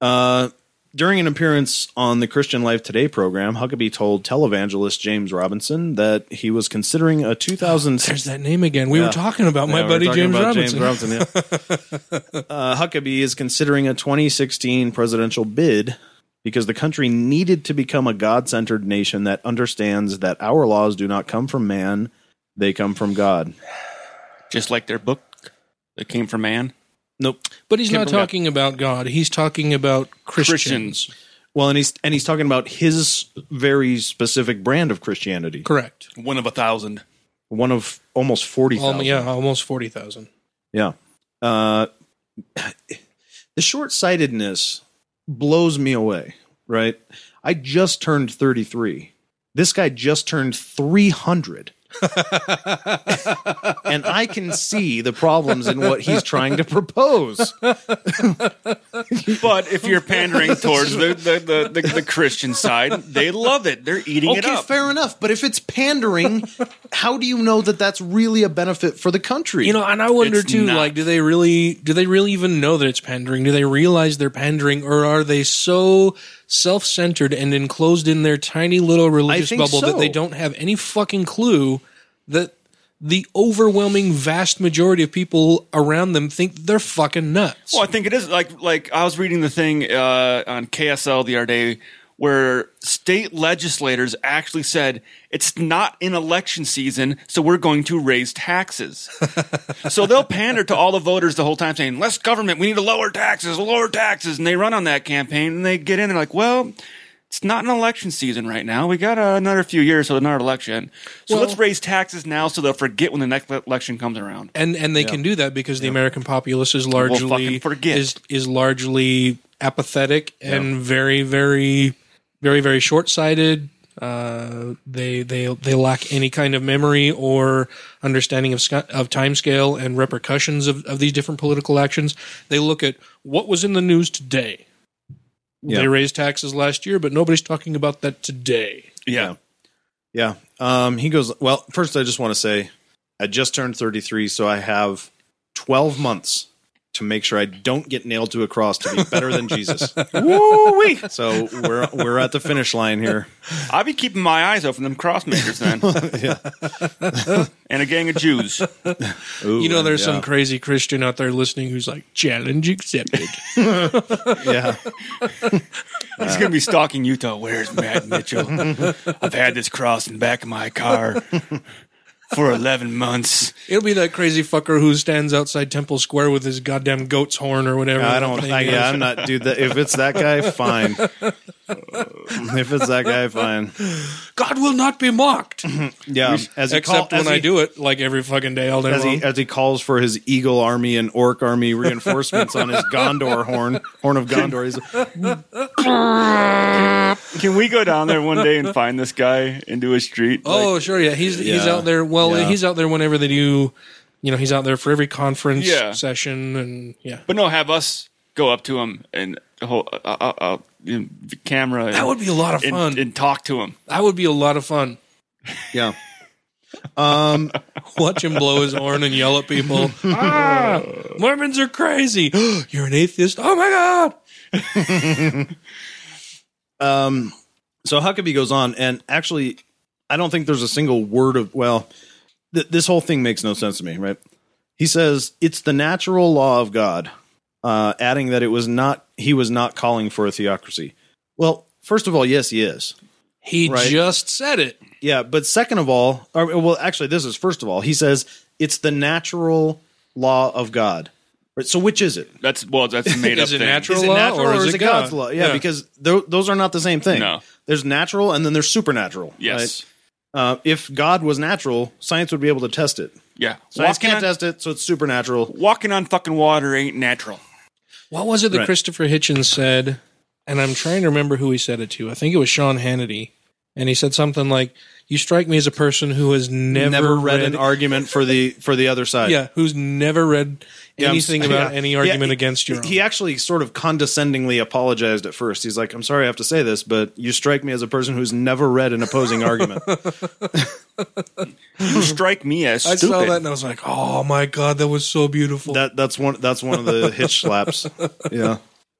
S3: Uh, during an appearance on the Christian Life Today program, Huckabee told televangelist James Robinson that he was considering a 2000.
S4: There's that name again. We
S3: Yeah.
S4: were talking about my
S3: Yeah, we were
S4: buddy
S3: talking
S4: James
S3: about
S4: Robinson.
S3: yeah. uh, Huckabee is considering a 2016 presidential bid because the country needed to become a God centered nation that understands that our laws do not come from man, they come from God.
S2: just like their book that came from man.
S3: Nope.
S4: But he's not
S2: Can't believe
S4: talking about God. He's talking about Christians.
S2: Christians.
S3: Well, and he's and he's talking about his very specific brand of Christianity.
S4: Correct.
S2: One of a thousand.
S3: one of almost 40,000.
S4: Al- yeah, almost 40,000.
S3: Yeah. Uh, the short sightedness blows me away, right? I just turned 33. This guy just turned 300. and I can see the problems in what he's trying to propose.
S2: But if you're pandering towards the, the, the, the, the Christian side, they love it. They're eating it
S3: Okay,
S2: up.
S3: fair enough. But if it's pandering, how do you know that that's really a benefit for the country?
S4: You know, and I wonder
S2: It's
S4: too
S2: not.
S4: like do they really do they really even know that it's pandering? Do they realize they're pandering or are they so self-centered and enclosed in their tiny little religious
S3: think
S4: bubble
S3: so.
S4: that they don't have any fucking clue that the overwhelming vast majority of people around them think they're fucking nuts.
S2: Well, I think it is like like I was reading the thing uh, on KSL the other day where state legislators actually said it's not in election season, so we're going to raise taxes. so they'll pander to all the voters the whole time, saying less government, we need to lower taxes, lower taxes, and they run on that campaign and they get in. They're like, well. It's not an election season right now. We got uh, another few years till another election. So
S4: Well-
S2: let's raise taxes now so they'll forget when the next le- election comes around.
S4: and and they can do that because the American populace is largely
S2: fucking forget.
S4: is is largely apathetic and very very very very short sighted. Uh, they they they lack any kind of memory or understanding of sc- of timescale and repercussions of, of these different political actions. They look at what was in the news today.
S6: Yeah.
S4: They raised taxes last year, but nobody's talking about that today.
S2: Yeah.
S6: Yeah. Um, he goes, Well, first, I just want to say I just turned 33, so I have 12 months to make sure I don't get nailed to a cross to be better than Jesus.
S2: Woo-wee.
S6: So we're, we're at the finish line here.
S2: I'll be keeping my eyes open them crossmakers then. and a gang of Jews.
S6: Ooh,
S4: You know, there's
S6: yeah.
S4: some crazy Christian out there listening who's like, challenge accepted.
S6: Yeah.
S2: He's going to be stalking Utah. Where's Matt Mitchell? I've had this cross in the back of my car for 11 months.
S4: It'll be that crazy fucker who stands outside Temple Square with his goddamn goat's horn or whatever.
S6: I
S4: that
S6: don't.
S4: thing
S6: I,
S4: is.
S6: yeah, I'm not, dude. That, if it's that guy, fine. if it's that guy, fine.
S4: God will not be mocked.
S6: Yeah. um, As he call-
S4: Except when
S6: as he-
S4: I do it like every fucking day all day
S6: as
S4: long.
S6: he uh, as he calls for his eagle army and orc army reinforcements on his Gondor horn, horn of Gondor. He's
S2: Can we go down there one day and find this guy and do a street?
S4: oh, sure, yeah. He's he's
S6: Yeah,
S4: out there. Well,
S6: yeah.
S4: he's out there whenever they do. You know, he's out there for every conference
S2: Yeah.
S4: session, and yeah,
S2: but no, have us go up to him and hold uh, uh, uh, the camera. and-
S4: that would be a lot of
S2: and,
S4: fun.
S2: and talk to him.
S4: that would be a lot of fun.
S6: yeah. Um.
S4: Watch him blow his horn and yell at people. ah, Mormons are crazy. You're an atheist. Oh my god.
S6: Um. So Huckabee goes on, and actually, I don't think there's a single word of well. Th- this whole thing makes no sense to me, right? He says it's the natural law of God, uh, adding that it was not he was not calling for a theocracy. Well, first of all, yes, he is.
S4: He
S6: Right.
S4: just said it.
S6: Yeah, but second of all, or, well, actually, this is first of all. He says it's the natural law of God. Right, so, which is it?
S2: That's well, that's a made up
S4: Is it
S2: thing.
S4: natural
S6: Is it
S4: law
S6: natural
S4: or is it God?
S6: God's law? Yeah,
S4: Yeah.
S6: because tho- those are not the same thing.
S2: No.
S6: There's natural and then there's supernatural.
S2: Yes.
S6: right? Uh, if God was natural, science would be able to test it.
S2: Yeah.
S6: Science
S2: walking,
S6: can't
S2: on,
S6: test it, so it's supernatural.
S2: walking on fucking water ain't natural.
S4: What was it that
S6: Right.
S4: Christopher Hitchens said? And I'm trying to remember who he said it to. I think it was Sean Hannity. And he said something like, You strike me as a person who has never,
S6: Never read an argument for the for the other side.
S4: Yeah, who's never read
S6: Yeah, I'm s-
S4: anything about
S6: yeah.
S4: any
S6: Yeah,
S4: argument
S6: he-
S4: against your own.
S6: He actually sort of condescendingly apologized at first. He's like, "I'm sorry, I have to say this, but you strike me as a person who's never read an opposing argument."
S2: You strike me as
S4: I
S2: stupid.
S4: saw that and I was like, Oh my God, that was so beautiful.
S6: That that's one that's one of the hitch slaps. Yeah,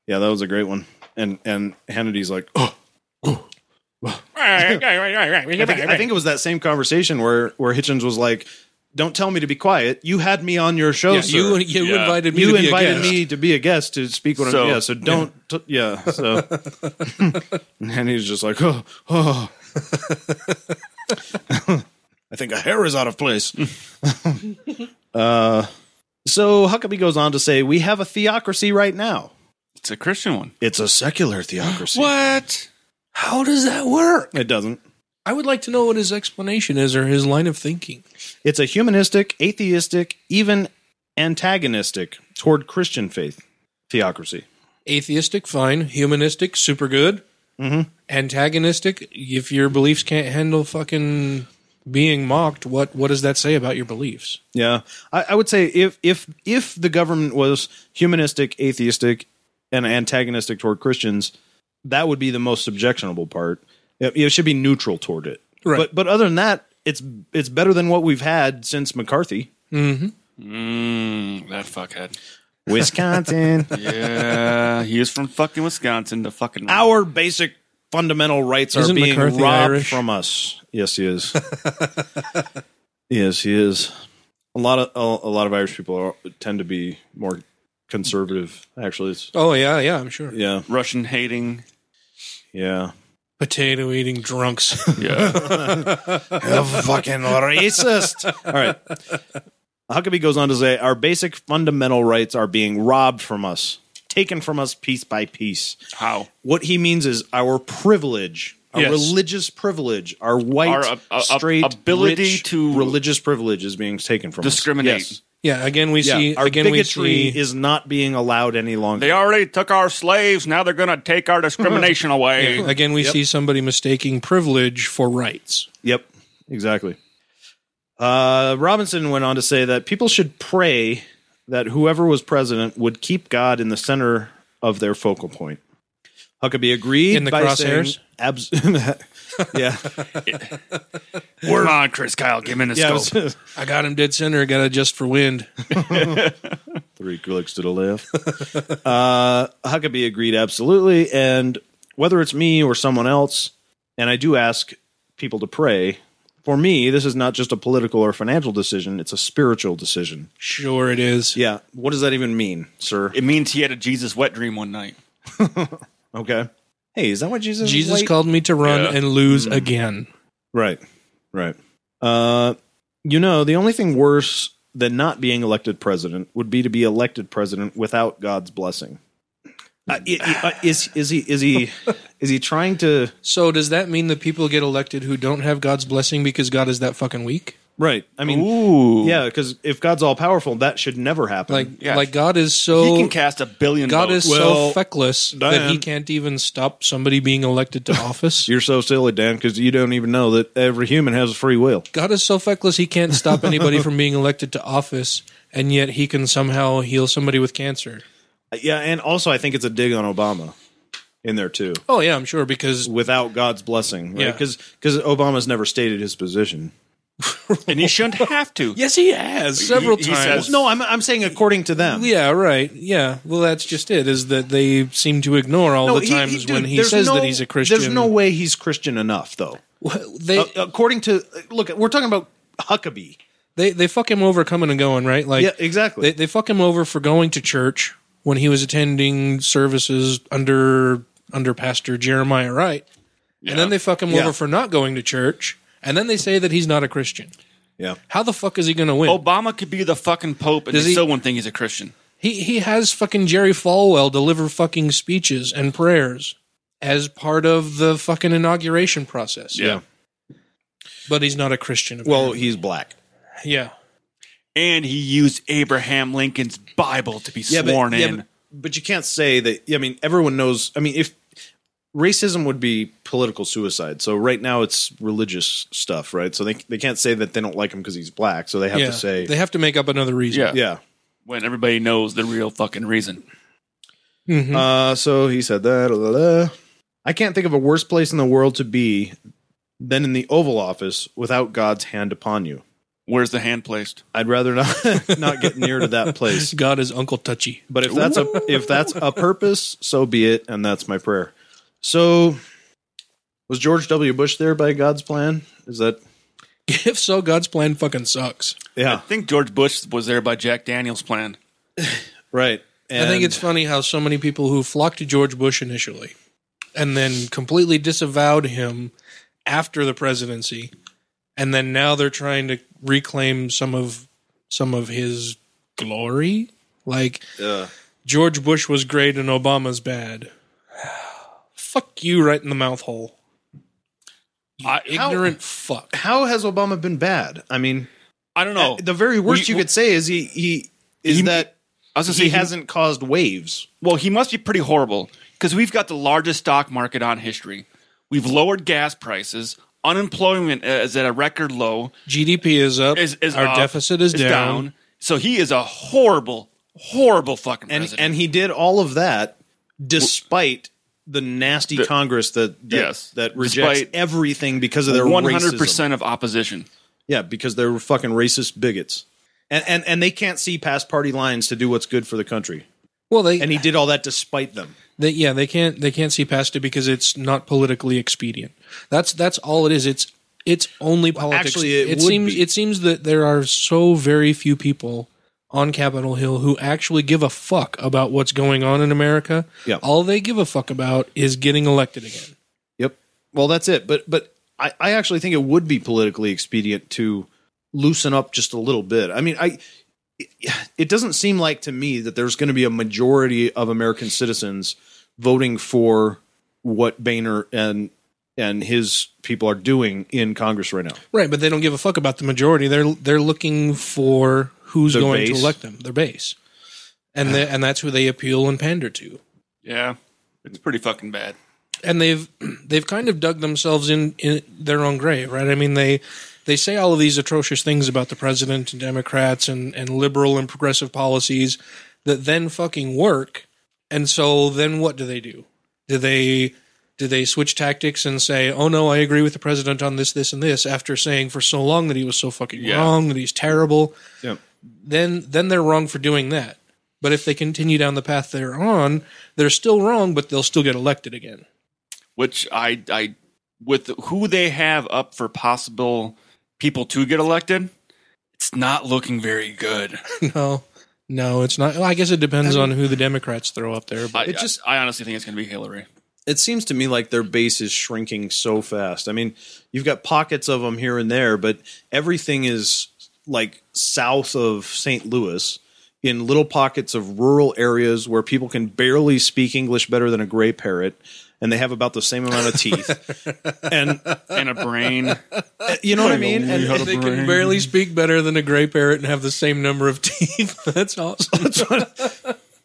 S6: yeah, that was a great one. And and Hannity's like, "Oh, I think, I think it was that same conversation where where Hitchens was like, "Don't tell me to be quiet. You had me on your show,
S4: yeah,
S6: sir.
S4: you you
S2: Yeah.
S4: invited me
S6: You
S4: to be a
S6: invited
S4: guest.
S6: me to be a guest to speak when
S2: So-
S6: I'm yeah. So don't t- yeah. So and he's just like, oh, oh. I think a hair is out of place. uh, so Huckabee goes on to say, "We have a theocracy right now.
S2: It's a Christian one.
S6: It's a secular theocracy.
S2: What?
S4: How does that work?
S6: It doesn't.
S4: I would like to know what his explanation is or his line of thinking.
S6: It's a humanistic, atheistic, even antagonistic toward Christian faith theocracy.
S4: atheistic, fine. Humanistic, super good. Mm-hmm. Antagonistic, if your beliefs can't handle fucking being mocked, what what does that say about your beliefs?
S6: Yeah, I, I would say if if if the government was humanistic, atheistic, and antagonistic toward Christians, that would be the most objectionable part. It, it should be neutral toward it.
S4: Right.
S6: But but other than that, it's it's better than what we've had since McCarthy.
S4: mm-hmm.
S2: Mm, that fuckhead.
S6: Wisconsin,
S2: Yeah, he is from fucking Wisconsin. The fucking
S6: our basic fundamental rights
S4: Isn't
S6: are being
S4: McCarthy
S6: robbed
S4: Irish?
S6: from us. Yes, he is. yes, he is. A lot of a, a lot of Irish people are, tend to be more conservative. Actually, it's,
S4: Oh yeah, yeah, I'm sure.
S6: yeah,
S2: Russian hating.
S6: yeah.
S4: Potato eating drunks.
S2: Yeah,
S6: the fucking racist. All right. Huckabee goes on to say, Our basic fundamental rights are being robbed from us, taken from us piece by piece.
S2: how
S6: What he means is our privilege, our
S4: Yes.
S6: religious privilege, our white,
S2: Our, uh, uh,
S6: straight,
S2: ability
S6: rich
S2: to-
S6: religious privilege is being taken from us.
S2: discriminate.
S6: Yes.
S4: Yeah, again we see
S3: our
S4: again we see
S3: bigotry is not being allowed any longer.
S2: They already took our slaves. Now they're going to take our discrimination away.
S4: again we
S3: Yep.
S4: see somebody mistaking privilege for rights.
S3: Yep, exactly. Uh, Robinson went on to say that people should pray that whoever was president would keep God in the center of their focal point. Huckabee agreed
S4: In the
S3: by saying,
S4: crosshairs?
S3: abs- yeah,
S2: Come on, Chris Kyle, give me the
S3: yeah. it
S2: scope.
S3: was-
S4: I got him dead center, got it just for wind.
S3: Three clicks to the left. uh, Huckabee agreed absolutely, and whether it's me or someone else, and I do ask people to pray. For me, this is not just a political or financial decision; it's a spiritual decision.
S4: Sure it is.
S3: Yeah. What does that even mean, sir?
S2: It means he had a Jesus wet dream one night.
S3: Okay. Hey, is that what Jesus?
S4: Jesus
S3: like?
S4: called me to run
S5: Yeah.
S4: and lose again.
S3: Right. Right. Uh, you know, the only thing worse than not being elected president would be to be elected president without God's blessing. Uh, i- i- uh, is is he is he is he trying to
S4: So does that mean that people get elected who don't have God's blessing because God is that fucking weak?
S3: right? I mean,
S2: Ooh,
S3: yeah, because if God's all powerful, that should never happen.
S4: Like
S2: Um, Yeah.
S4: like God is
S2: He
S4: so
S2: can cast a billion.
S4: God
S2: votes.
S4: is
S3: Well,
S4: so feckless that he
S3: Diane-
S4: can't even stop somebody being elected to office.
S3: you're so silly, Dan, because you don't even know that every human has a free will.
S4: God is so feckless he can't stop anybody from being elected to office, and yet he can somehow heal somebody with cancer.
S3: Uh, Yeah, and also I think it's a dig on Obama in there too.
S4: Oh yeah, I'm sure because
S3: without God's blessing, right?
S4: Yeah.
S3: Because Obama's never stated his position.
S2: and he shouldn't have to.
S4: yes, he has several
S2: He- he
S4: times.
S2: says-
S3: No, I'm I'm saying according to them.
S4: yeah, right. Yeah, well, that's just it. Is that they seem to ignore all
S3: No,
S4: the
S3: he- he-
S4: times
S3: dude,
S4: when he
S3: there's
S4: says
S3: no-
S4: that he's a Christian.
S3: There's no way he's Christian enough, though.
S4: Well, they
S3: Uh, according to look, we're talking about Huckabee.
S4: they they fuck him over coming and going, right? Like
S3: Yeah, exactly.
S4: They they fuck him over for going to church when he was attending services under under Pastor Jeremiah Wright, and then they fuck him
S3: Yeah.
S4: over for not going to church, and then they say that he's not a Christian.
S3: yeah, Oh.
S4: How the fuck is he going to win?
S2: Obama could be the fucking pope, and
S4: Does
S2: they
S4: he-
S2: still wouldn't think he's a Christian.
S4: He he has fucking Jerry Falwell deliver fucking speeches and prayers as part of the fucking inauguration process.
S3: Yeah.
S4: But he's not a Christian.
S3: Well,
S4: apparently.
S3: Oh, he's black.
S4: yeah.
S2: and he used Abraham Lincoln's Bible to be sworn in.
S3: but, but you can't say that. I mean, everyone knows. I mean, if racism would be political suicide, so right now it's religious stuff, right? So they they can't say that they don't like him because he's black. So they have
S4: yeah.
S3: to say,
S4: they have to make up another reason.
S2: Yeah.
S3: yeah.
S2: when everybody knows the real fucking reason.
S4: Mhm.
S3: Uh, so he said that. la, la, la. I can't think of a worse place in the world to be than in the Oval Office without God's hand upon you.
S2: Where's the hand placed?
S3: I'd rather not not get near to that place.
S4: God is Uncle Touchy.
S3: But if that's a if that's a purpose, so be it, and that's my prayer. So, was George W. Bush there by God's plan? Is that
S4: If so, God's plan fucking sucks.
S2: I
S3: yeah
S2: think George Bush was there by Jack Daniels' plan.
S3: right?
S4: I think
S3: And-
S4: it's funny how so many people who flocked to George Bush initially and then completely disavowed him after the presidency and then now they're trying to reclaim some of some of his glory like
S3: uh,
S4: George Bush was great and Obama's bad. Fuck you right in the mouth hole.
S2: I,
S4: Ignorant fuck.
S3: how has Obama been bad? I mean,
S2: I don't know.
S3: the very worst
S2: We-
S3: you could say is he he is
S2: He-
S3: that
S2: I was gonna say
S3: he hasn't caused waves.
S2: Well, he must be pretty horrible because we've got the largest stock market on history. We've lowered gas prices. Unemployment is at a record low.
S4: GDP is up.
S2: Is, is
S4: Our
S2: up,
S4: deficit is, down.
S2: So he is a horrible, horrible fucking
S3: and
S2: president.
S3: and he did all of that despite the nasty Congress that, that
S2: Yes.
S3: that rejects
S2: Despite
S3: everything because of their
S2: one
S3: 100%.
S2: hundred percent of opposition.
S3: Yeah, because they're fucking racist bigots, and, and and they can't see past party lines to do what's good for the country.
S4: Well, they,
S3: And he did all that despite them.
S4: They, yeah, they can't they can't see past it because it's not politically expedient. That's that's all it is. It's it's only politics.
S3: actually, it would
S4: seems
S3: be.
S4: it seems that there are so very few people on Capitol Hill who actually give a fuck about what's going on in America.
S3: Yeah.
S4: All they give a fuck about is getting elected again.
S3: Yep. Well, that's it. But but I, I actually think it would be politically expedient to loosen up just a little bit. I mean, I it doesn't seem like to me that there's going to be a majority of American citizens voting for what Boehner and and his people are doing in Congress right now.
S4: Right, but they don't give a fuck about the majority. They're they're looking for who's
S3: Their
S4: going to
S3: base? Uh.
S4: elect them, their base, and the, and that's who they appeal and pander to.
S2: Yeah, it's pretty fucking bad.
S4: And they've they've kind of dug themselves in, in their own grave, right? I mean they they say all of these atrocious things about the president and Democrats and and liberal and progressive policies that then fucking work. And so then what do they do? Do they do they switch tactics and say, "Oh no, I agree with the president on this, this, and this"? After saying for so long that he was so fucking
S2: Yeah.
S4: wrong, that he's terrible,
S3: Yep.
S4: then then they're wrong for doing that. But if they continue down the path they're on, they're still wrong, but they'll still get elected again.
S2: Which I I with who they have up for possible people to get elected, it's not looking very good.
S4: No, no, it's not. Well, I guess it depends on who the Democrats throw up there. But
S2: I,
S3: It just-
S2: I, I honestly think it's going to be Hillary.
S3: it seems to me like their base is shrinking so fast. I mean, you've got pockets of them here and there, but everything is like south of St. Louis in little pockets of rural areas where people can barely speak English better than a gray parrot and they have about the same amount of teeth. and
S2: And a brain.
S3: you know what I mean? And
S4: if they can barely speak better than a gray parrot and have the same number of teeth, that's awesome.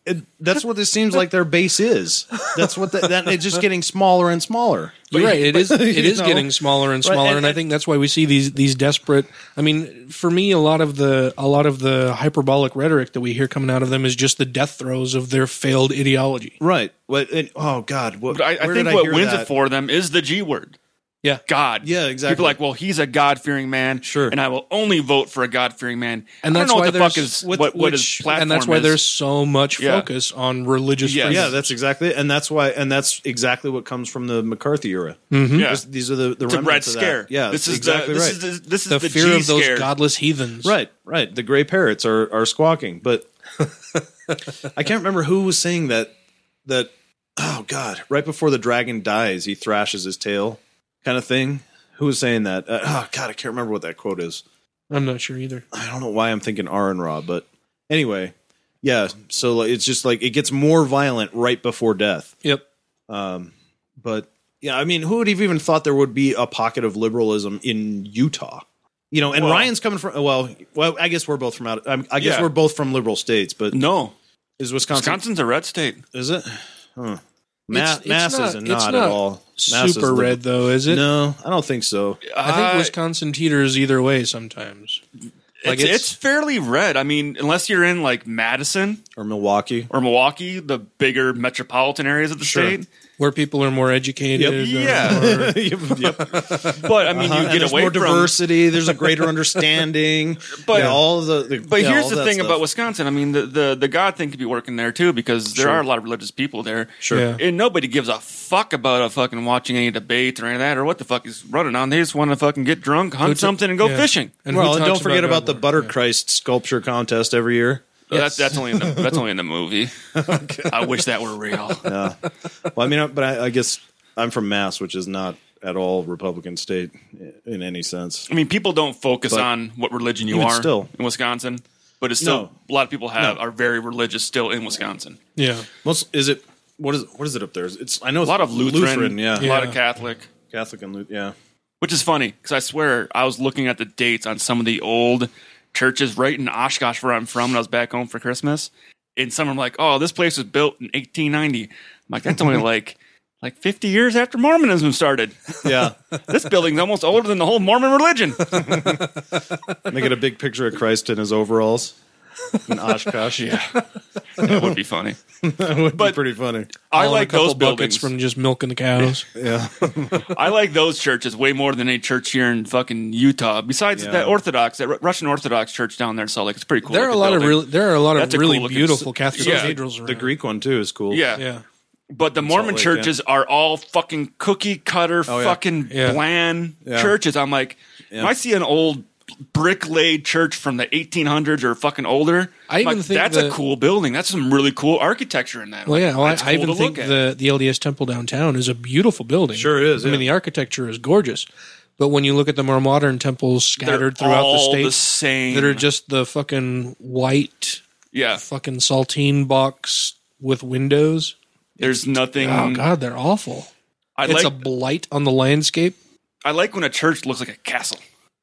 S3: it, that's what it seems like their base is. That's what the, that it's just getting smaller and smaller.
S4: You're right. It is. It
S3: You
S4: is
S3: know?
S4: getting smaller and smaller,
S3: and-
S4: and, I think that's why we see these these desperate. I mean, for me, a lot of the a lot of the hyperbolic rhetoric that we hear coming out of them is just the death throes of their failed ideology.
S3: Right. What and, oh god, what
S2: But I, I
S3: where
S2: think
S3: did
S2: what
S3: hear
S2: wins
S3: that?
S2: it for them is the G word.
S4: Yeah.
S2: God.
S3: Yeah, exactly.
S2: People are like, well, he's a God fearing man.
S3: Sure.
S2: And I will only vote for a God fearing man.
S4: And
S2: I
S4: that's
S2: don't know
S4: why
S2: what the fuck
S4: there's-
S2: is what, what his
S3: which-
S2: platform
S4: and that's why
S2: is.
S4: there's so much
S2: Yeah.
S4: focus on religious
S2: Yes.
S4: freedom.
S3: Yeah, that's exactly, and that's why, and that's exactly what comes from the McCarthy era.
S2: Mm-hmm. yeah.
S3: Just- these are the the
S2: the Red
S3: remnants of that.
S2: Scare.
S3: Yeah,
S2: This is
S3: exactly
S2: the,
S3: right.
S2: This is the, this is
S4: the,
S2: the,
S4: fear
S2: G
S4: of those
S2: scare.
S4: godless heathens.
S3: right, right. The gray parrots are are squawking, but I can't remember who was saying that. That oh god, right before the dragon dies, he thrashes his tail, kind of thing. Who was saying that? Uh, oh god, I can't remember what that quote is.
S4: I'm not sure either.
S3: I don't know why I'm thinking R and Raw, but anyway, yeah. So like, it's just like it gets more violent right before death.
S4: Yep.
S3: Um, but yeah, I mean, who would have even thought there would be a pocket of liberalism in Utah? You know, and
S2: Well-
S3: Ryan's coming from well, well, I guess we're both from out. I'm- I guess
S2: Yeah.
S3: we're both from liberal states, but
S2: No.
S3: is Wisconsin,
S2: Wisconsin's a red state.
S3: is it? Huh. Ma-
S4: it's
S3: mass
S4: not-
S3: isn't
S4: it's
S3: not,
S4: not
S2: Oh.
S3: at all Mass is
S4: Super
S3: liber-
S4: red though, is it?
S3: No, I don't think so.
S4: I
S2: Uh,
S4: think Wisconsin teeters either way sometimes.
S2: it's,
S4: it's-
S2: it's fairly red. I mean, unless you're in like Madison
S3: Or Milwaukee.
S2: or Milwaukee, the bigger metropolitan areas of the
S3: Sure.
S2: state.
S4: Where people are more educated.
S2: Yep.
S4: or-
S2: Yeah.
S4: or-
S3: Yep, yep.
S2: But I mean,
S3: Uh-huh. And
S2: you
S3: there's
S2: get away
S3: more
S2: from
S3: diversity. There's a greater understanding.
S2: But-
S3: But all the, the
S2: But
S3: yeah,
S2: here's
S3: all
S2: the
S3: that
S2: thing
S3: stuff.
S2: about Wisconsin. I mean, the, the the God thing could be working there too because there are a lot of religious people there.
S3: Sure.
S4: Yeah.
S2: And nobody gives a fuck about a fucking watching any debates or any of that or what the fuck is running on. They just want to fucking get drunk, hunt
S4: t-
S2: something, and go
S4: yeah.
S2: fishing.
S4: And who
S3: well, and
S4: talks
S3: don't forget about, the
S4: God
S3: Butter
S4: work?
S3: Christ sculpture contest every year.
S2: So That's that's only in the, that's only in the movie. I wish that were real.
S3: Well, I mean, but I, I guess I'm from Mass, which is not at all Republican state in any sense.
S2: I mean, people don't focus
S3: But
S2: on what religion you
S3: even
S2: are
S3: still.
S2: in Wisconsin, but it's still a lot of people have are very religious still in Wisconsin.
S4: Yeah. yeah.
S3: Most is it what is what is it up there? It's I know
S2: A lot of Lutheran,
S3: yeah,
S2: a lot of
S4: Yeah.
S2: Catholic.
S3: Catholic and Lutheran, yeah.
S2: Which is funny because I swear I was looking at the dates on some of the old churches right in Oshkosh, where I'm from, when I was back home for Christmas. And some are like, "Oh, this place was built in 1890." I'm like, "That's only like like 50 years after Mormonism started.
S3: Yeah,
S2: This building's almost older than the whole Mormon religion."
S3: and they get a big picture of Christ in his overalls in Oshkosh. yeah,
S2: that would be funny.
S3: that would
S2: But-
S3: be pretty funny.
S2: I
S4: All in
S2: like
S4: a couple
S2: those buildings.
S4: buckets from just milking the cows.
S3: Yeah,
S2: I like those churches way more than any church here in fucking Utah. Besides
S3: Yeah.
S2: that Orthodox, that Ru- Russian Orthodox church down there in Salt Lake, it's pretty cool.
S4: There are a
S2: looking
S4: lot of
S2: building.
S4: really there are a lot of
S2: That's a
S4: really
S2: cool looking-
S4: beautiful Catholic
S2: Yeah.
S4: cathedrals around.
S3: the Greek one too is cool.
S2: yeah,
S4: Yeah.
S2: But the Mormon
S3: Lake, yeah.
S2: churches are all fucking cookie cutter,
S3: Oh, yeah.
S2: fucking
S4: Yeah.
S2: bland
S3: Yeah.
S2: churches. I'm like,
S3: Yeah.
S2: when I see an old brick laid church from the 1800s or fucking older,
S4: I
S2: I'm
S4: even
S2: like,
S4: think
S2: that's a
S4: that-
S2: cool building. That's some really cool architecture in that.
S4: Well, yeah. Well, I,
S2: That's cool
S4: I
S2: to
S4: even think
S2: look at.
S4: the the LDS Temple downtown is a beautiful building.
S3: Sure
S4: I
S3: is,
S4: mean,
S3: yeah.
S4: the architecture is gorgeous, but when you look at the more modern temples
S2: They're
S4: scattered throughout the
S2: all
S4: state,
S2: the same.
S4: that are just the fucking white
S2: yeah.
S4: fucking saltine box with windows.
S2: There's nothing.
S4: Oh god, they're awful.
S2: I
S4: it's
S2: Mm-hmm. like.
S4: a blight on the landscape.
S2: I like when a church looks like a castle.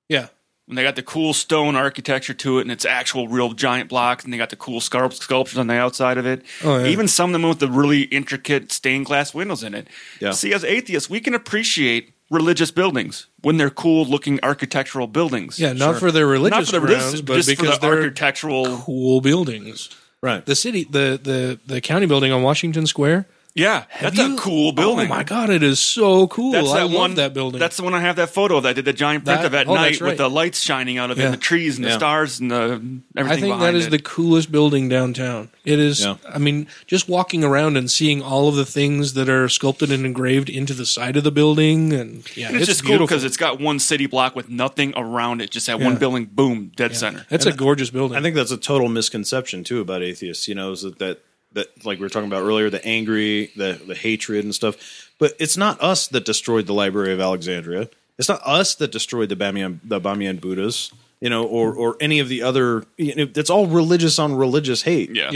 S4: Yeah.
S2: And they got the cool stone architecture to it, and it's actual real giant blocks, and they got the cool sculpt- sculptures on the outside of it.
S4: Oh, yeah.
S2: Even some of them with the really intricate stained glass windows in it.
S3: Yeah.
S2: See, as atheists, we can appreciate religious buildings when they're cool looking architectural buildings.
S4: Yeah, not for their religious
S2: Not for the
S4: grounds,
S2: religious,
S4: but
S2: just
S4: because
S2: for the
S4: they're
S2: architectural.
S4: cool buildings.
S3: Right.
S4: The city, the the the county building on Washington Square.
S2: Yeah,
S4: Have
S2: that's
S4: you-
S2: a cool building.
S4: Oh my god, it is so cool.
S2: That's
S4: I
S2: that
S4: love
S2: one
S4: that building.
S2: That's the one I have that photo of. That I did the giant print
S4: That-
S2: of at
S4: oh,
S2: night
S4: that's right.
S2: with the lights shining out of it,
S4: Yeah.
S2: and the trees and the
S3: Yeah.
S2: stars and the
S4: I
S2: everything.
S4: think that is the coolest building downtown. It is.
S3: Yeah.
S4: I mean, just walking around and seeing all of the things that are sculpted and engraved into the side of the building, and yeah,
S2: It's, just cool because it's got one city block with nothing around it. Just that
S4: Yeah.
S2: one building, boom, dead center.
S4: That's a gorgeous building.
S3: I think that's a total misconception too about atheists. You know, is that that, that like we were talking about earlier, the angry, the the hatred and stuff. But it's not us that destroyed the Library of Alexandria. It's not us that destroyed the Bamiyan the Bamiyan Buddhas. You know, or or any of the other. You know, it's all religious on religious hate.
S2: Yeah.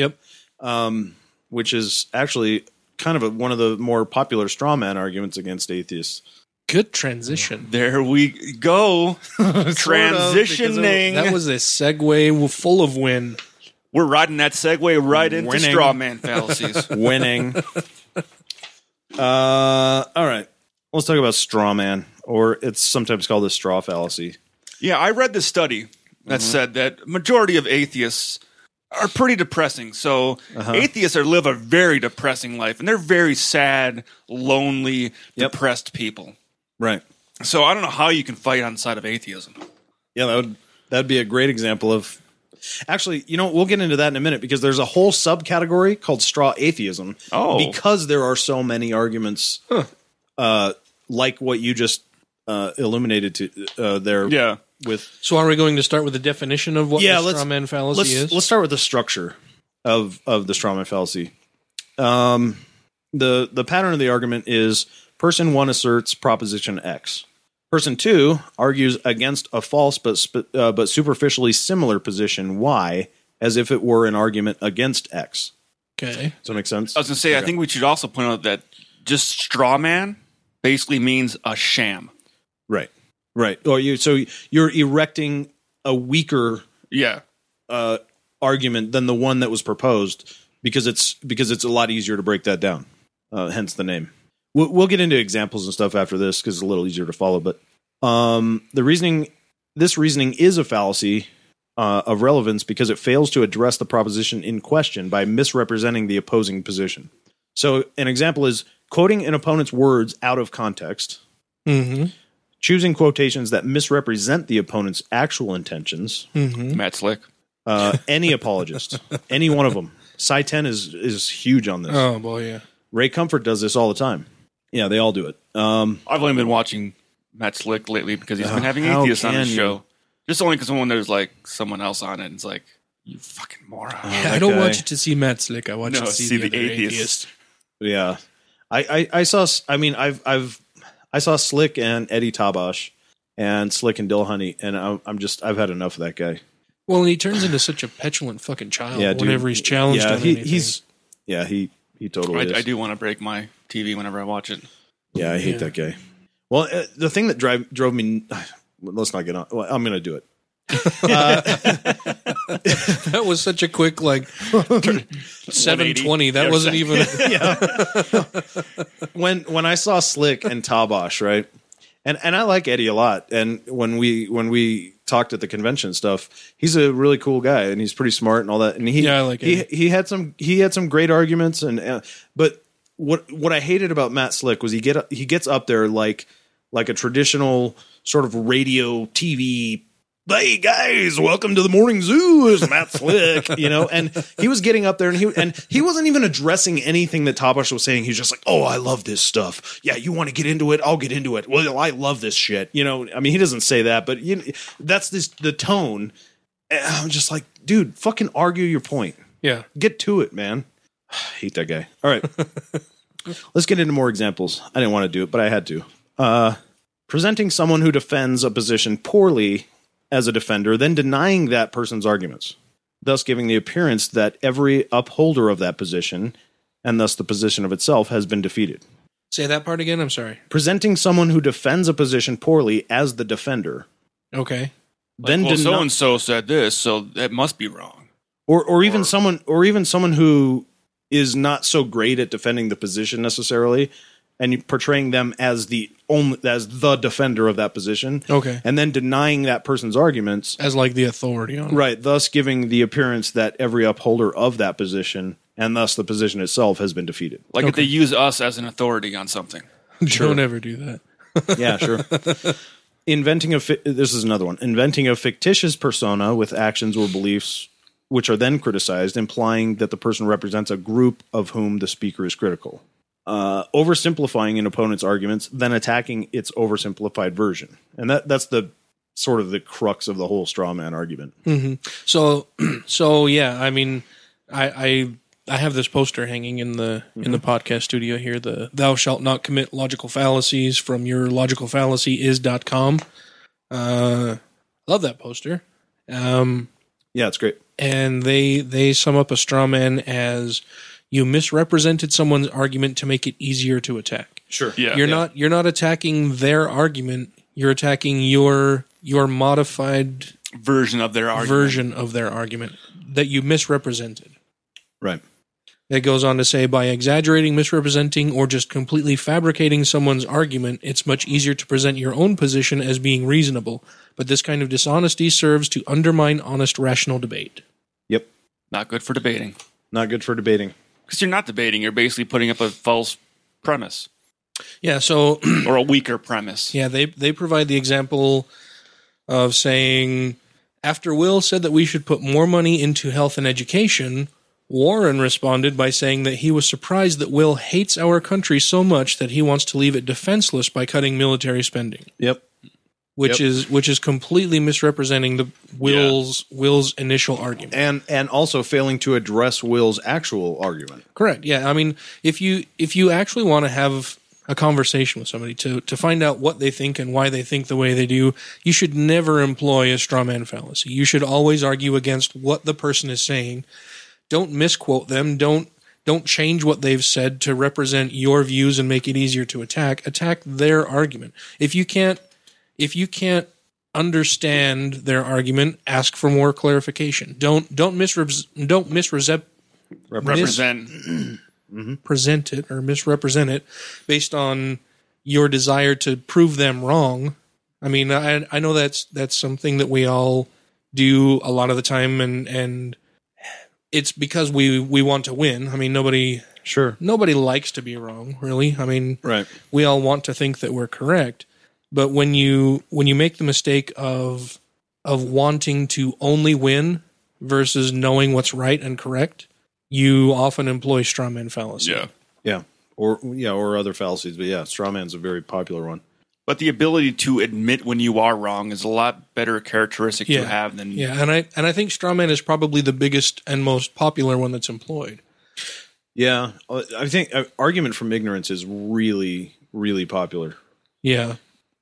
S4: Yep.
S3: which is actually kind of a, one of the more popular straw man arguments against atheists.
S4: Good transition.
S2: There we go. Transitioning.
S4: That was a segue full of win.
S2: We're riding that segue right into
S3: Winning.
S2: straw man fallacies.
S3: winning. uh, all right. Let's talk about straw man, or it's sometimes called the straw fallacy.
S2: Yeah, I read this study that said that majority of atheists are pretty depressing. So atheists are live a very depressing life, and they're very sad, lonely,
S3: Yep.
S2: depressed people.
S3: Right.
S2: So I don't know how you can fight on the side of atheism.
S3: Yeah, that would that'd be a great example of. Actually, you know, we'll get into that in a minute because there's a whole subcategory called straw atheism.
S2: Oh.
S3: because there are so many arguments, uh, like what you just uh, illuminated to uh, there.
S2: Yeah.
S3: with
S4: So, are we going to start with the definition of what
S3: Yeah,
S4: the
S3: let's-
S4: straw man fallacy
S3: let's
S4: is?
S3: let's start with the structure of uh, of the strawman fallacy. Um, the the pattern of the argument is person one asserts proposition X. Person two argues against a false but sp- uh, but superficially similar position Y, as if it were an argument against X.
S4: okay.
S3: Does that make sense?
S2: I was gonna say, I think we should also point out that just straw man basically means a sham.
S3: Right, right. Or you so you're erecting a weaker
S2: Yeah.
S3: uh, argument than the one that was proposed because it's because it's a lot easier to break that down. Uh, hence the name. We'll, we'll get into examples and stuff after this because it's a little easier to follow. But um, the reasoning, this reasoning is a fallacy uh, of relevance because it fails to address the proposition in question by misrepresenting the opposing position. So an example is quoting an opponent's words out of context
S4: Mm-hmm.
S3: choosing quotations that misrepresent the opponent's actual intentions.
S4: Hmm.
S2: Matt Slick.
S3: Uh, any apologist, any one of them. Psi 10 is is huge on this.
S4: Oh boy, yeah.
S3: Ray Comfort does this all the time. Yeah, they all do it. Um,
S2: I've only been watching Matt Slick lately because he's been having
S3: Uh, how
S2: atheists on his
S3: can you?
S2: show. Just only because when there's like someone else on it, and it's like you fucking moron.
S4: I don't
S3: guy.
S4: watch it to see Matt Slick. I watch
S2: No,
S4: it to see, the, other atheist.
S3: yeah, I, I I saw. s- I mean, I've I've I saw Slick and Eddie Tabash and Slick and Dilhoney, and I'm, I'm just I've had enough of that guy.
S4: Well, and he turns into such a petulant fucking child
S3: Yeah, dude.
S4: whenever he's challenged.
S3: yeah,
S4: on
S3: he,
S4: anything.
S3: he's yeah he he totally. Oh, is.
S2: I, I do want to break my TV whenever I watch it.
S3: Yeah, I hate
S4: Yeah.
S3: that guy. Well, uh, the thing that drive drove me. Let's not get on. Well, I'm going to do it.
S4: that was such a quick like seven twenty. That wasn't even.
S3: When when I saw Slick and Tabosh, right, and and I like Eddie a lot. And when we when we talked at the convention and stuff, he's a really cool guy and he's pretty smart and all that. And he
S4: Yeah, I like
S3: he
S4: Eddie.
S3: he had some he had some great arguments and uh, but what what I hated about Matt Slick was he get he gets up there like like a traditional sort of radio TV hey guys welcome to the morning zoo is matt slick you know and he was getting up there and he and he wasn't even addressing anything that tabash was saying he was just like oh i love this stuff yeah you want to get into it i'll get into it well i love this shit you know i mean he doesn't say that but you, that's this the tone And i'm just like dude fucking argue your point
S4: yeah,
S3: get to it man hate that guy all right let's get into more examples i didn't want to do it but i had to uh presenting someone who defends a position poorly as a defender, then denying that person's arguments, thus giving the appearance that every upholder of that position, and thus the position of itself, has been defeated.
S4: say that part again. I'm sorry.
S3: Presenting someone who defends a position poorly as the defender,
S4: Okay,
S2: Then
S6: then
S2: well,
S6: did
S2: so
S6: not-
S2: and so said this, so that must be wrong.
S6: or or even
S2: Or-
S6: someone or even someone who is not so great at defending the position necessarily and you- portraying them as the only as the defender of that position
S4: Okay.
S6: and then denying that person's arguments
S4: As like the authority on it.
S6: right thus giving the appearance that every upholder of that position and thus the position itself has been defeated
S2: Like if they use us as an authority on something.
S4: Don't ever do that.
S6: yeah, sure. Inventing a fi- this is another one. Inventing a fictitious persona with actions or beliefs which are then criticized, implying that the person represents a group of whom the speaker is critical. Uh, oversimplifying an opponent's arguments, then attacking its oversimplified version, and that that's the sort of the crux of the whole straw man argument.
S4: So, so yeah, I mean, I, I, I have this poster hanging in the in
S3: Mm-hmm.
S4: the podcast studio here. The "Thou shalt not commit logical fallacies" from your logical fallacy is dot com. Uh, love that poster. Um,
S6: Yeah, it's great.
S4: and they they sum up a straw man as you misrepresented someone's argument to make it easier to attack.
S6: Sure.
S2: Yeah.
S4: you're not you're not attacking their argument. You're attacking your your modified
S2: version of their argument.
S4: version of their argument that you misrepresented.
S6: Right.
S4: It goes on to say by exaggerating, misrepresenting, or just completely fabricating someone's argument, it's much easier to present your own position as being reasonable. But this kind of dishonesty serves to undermine honest, rational debate.
S6: Yep.
S2: Not good for debating.
S6: Not good for debating.
S2: Because you're not debating, you're basically putting up a false premise
S4: Yeah, so
S2: or a weaker premise.
S4: yeah, they they provide the example of saying after Will said that we should put more money into health and education, Warren responded by saying that he was surprised that Will hates our country so much that he wants to leave it defenseless by cutting military spending.
S6: Yep.
S4: which
S6: Yep.
S4: is which is completely misrepresenting the Will's Will's initial argument.
S6: And and also failing to address Will's actual argument.
S4: Correct. Yeah. I mean, if you if you actually want to have a conversation with somebody to to find out what they think and why they think the way they do, you should never employ a straw man fallacy. You should always argue against what the person is saying. Don't misquote them. Don't don't change what they've said to represent your views and make it easier to attack. Attack their argument. If you can't if you can't understand their argument, ask for more clarification. Don't don't misrep- don't misrepresent
S2: Represent.
S4: present it or misrepresent it based on your desire to prove them wrong. I mean, I I know that's that's something that we all do a lot of the time, and and it's because we we want to win. I mean, nobody
S6: Sure.
S4: nobody likes to be wrong, really. I mean,
S6: Right.
S4: we all want to think that we're correct, but when you when you make the mistake of of wanting to only win versus knowing what's right and correct, you often employ strawman fallacy.
S2: Yeah.
S6: Yeah. Or yeah, or other fallacies, but yeah, straw man's a very popular one.
S2: But the ability to admit when you are wrong is a lot better characteristic
S4: Yeah.
S2: to have than
S4: Yeah, and I and I think strawman is probably the biggest and most popular one that's employed.
S6: Yeah, uh, I think uh, argument from ignorance is really, really popular.
S4: Yeah,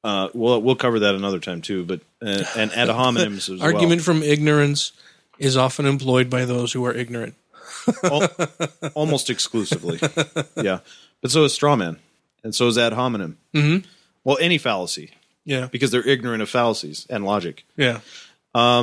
S6: Uh, we'll we'll cover that another time too. But uh, and ad hominems as
S4: argument from ignorance is often employed by those who are ignorant.
S6: well, Al- almost exclusively. Yeah, but so is straw man, and so is ad hominem. Mm-hmm. Well, any fallacy
S4: Yeah,
S6: because they're ignorant of fallacies and logic.
S4: yeah,
S6: I'll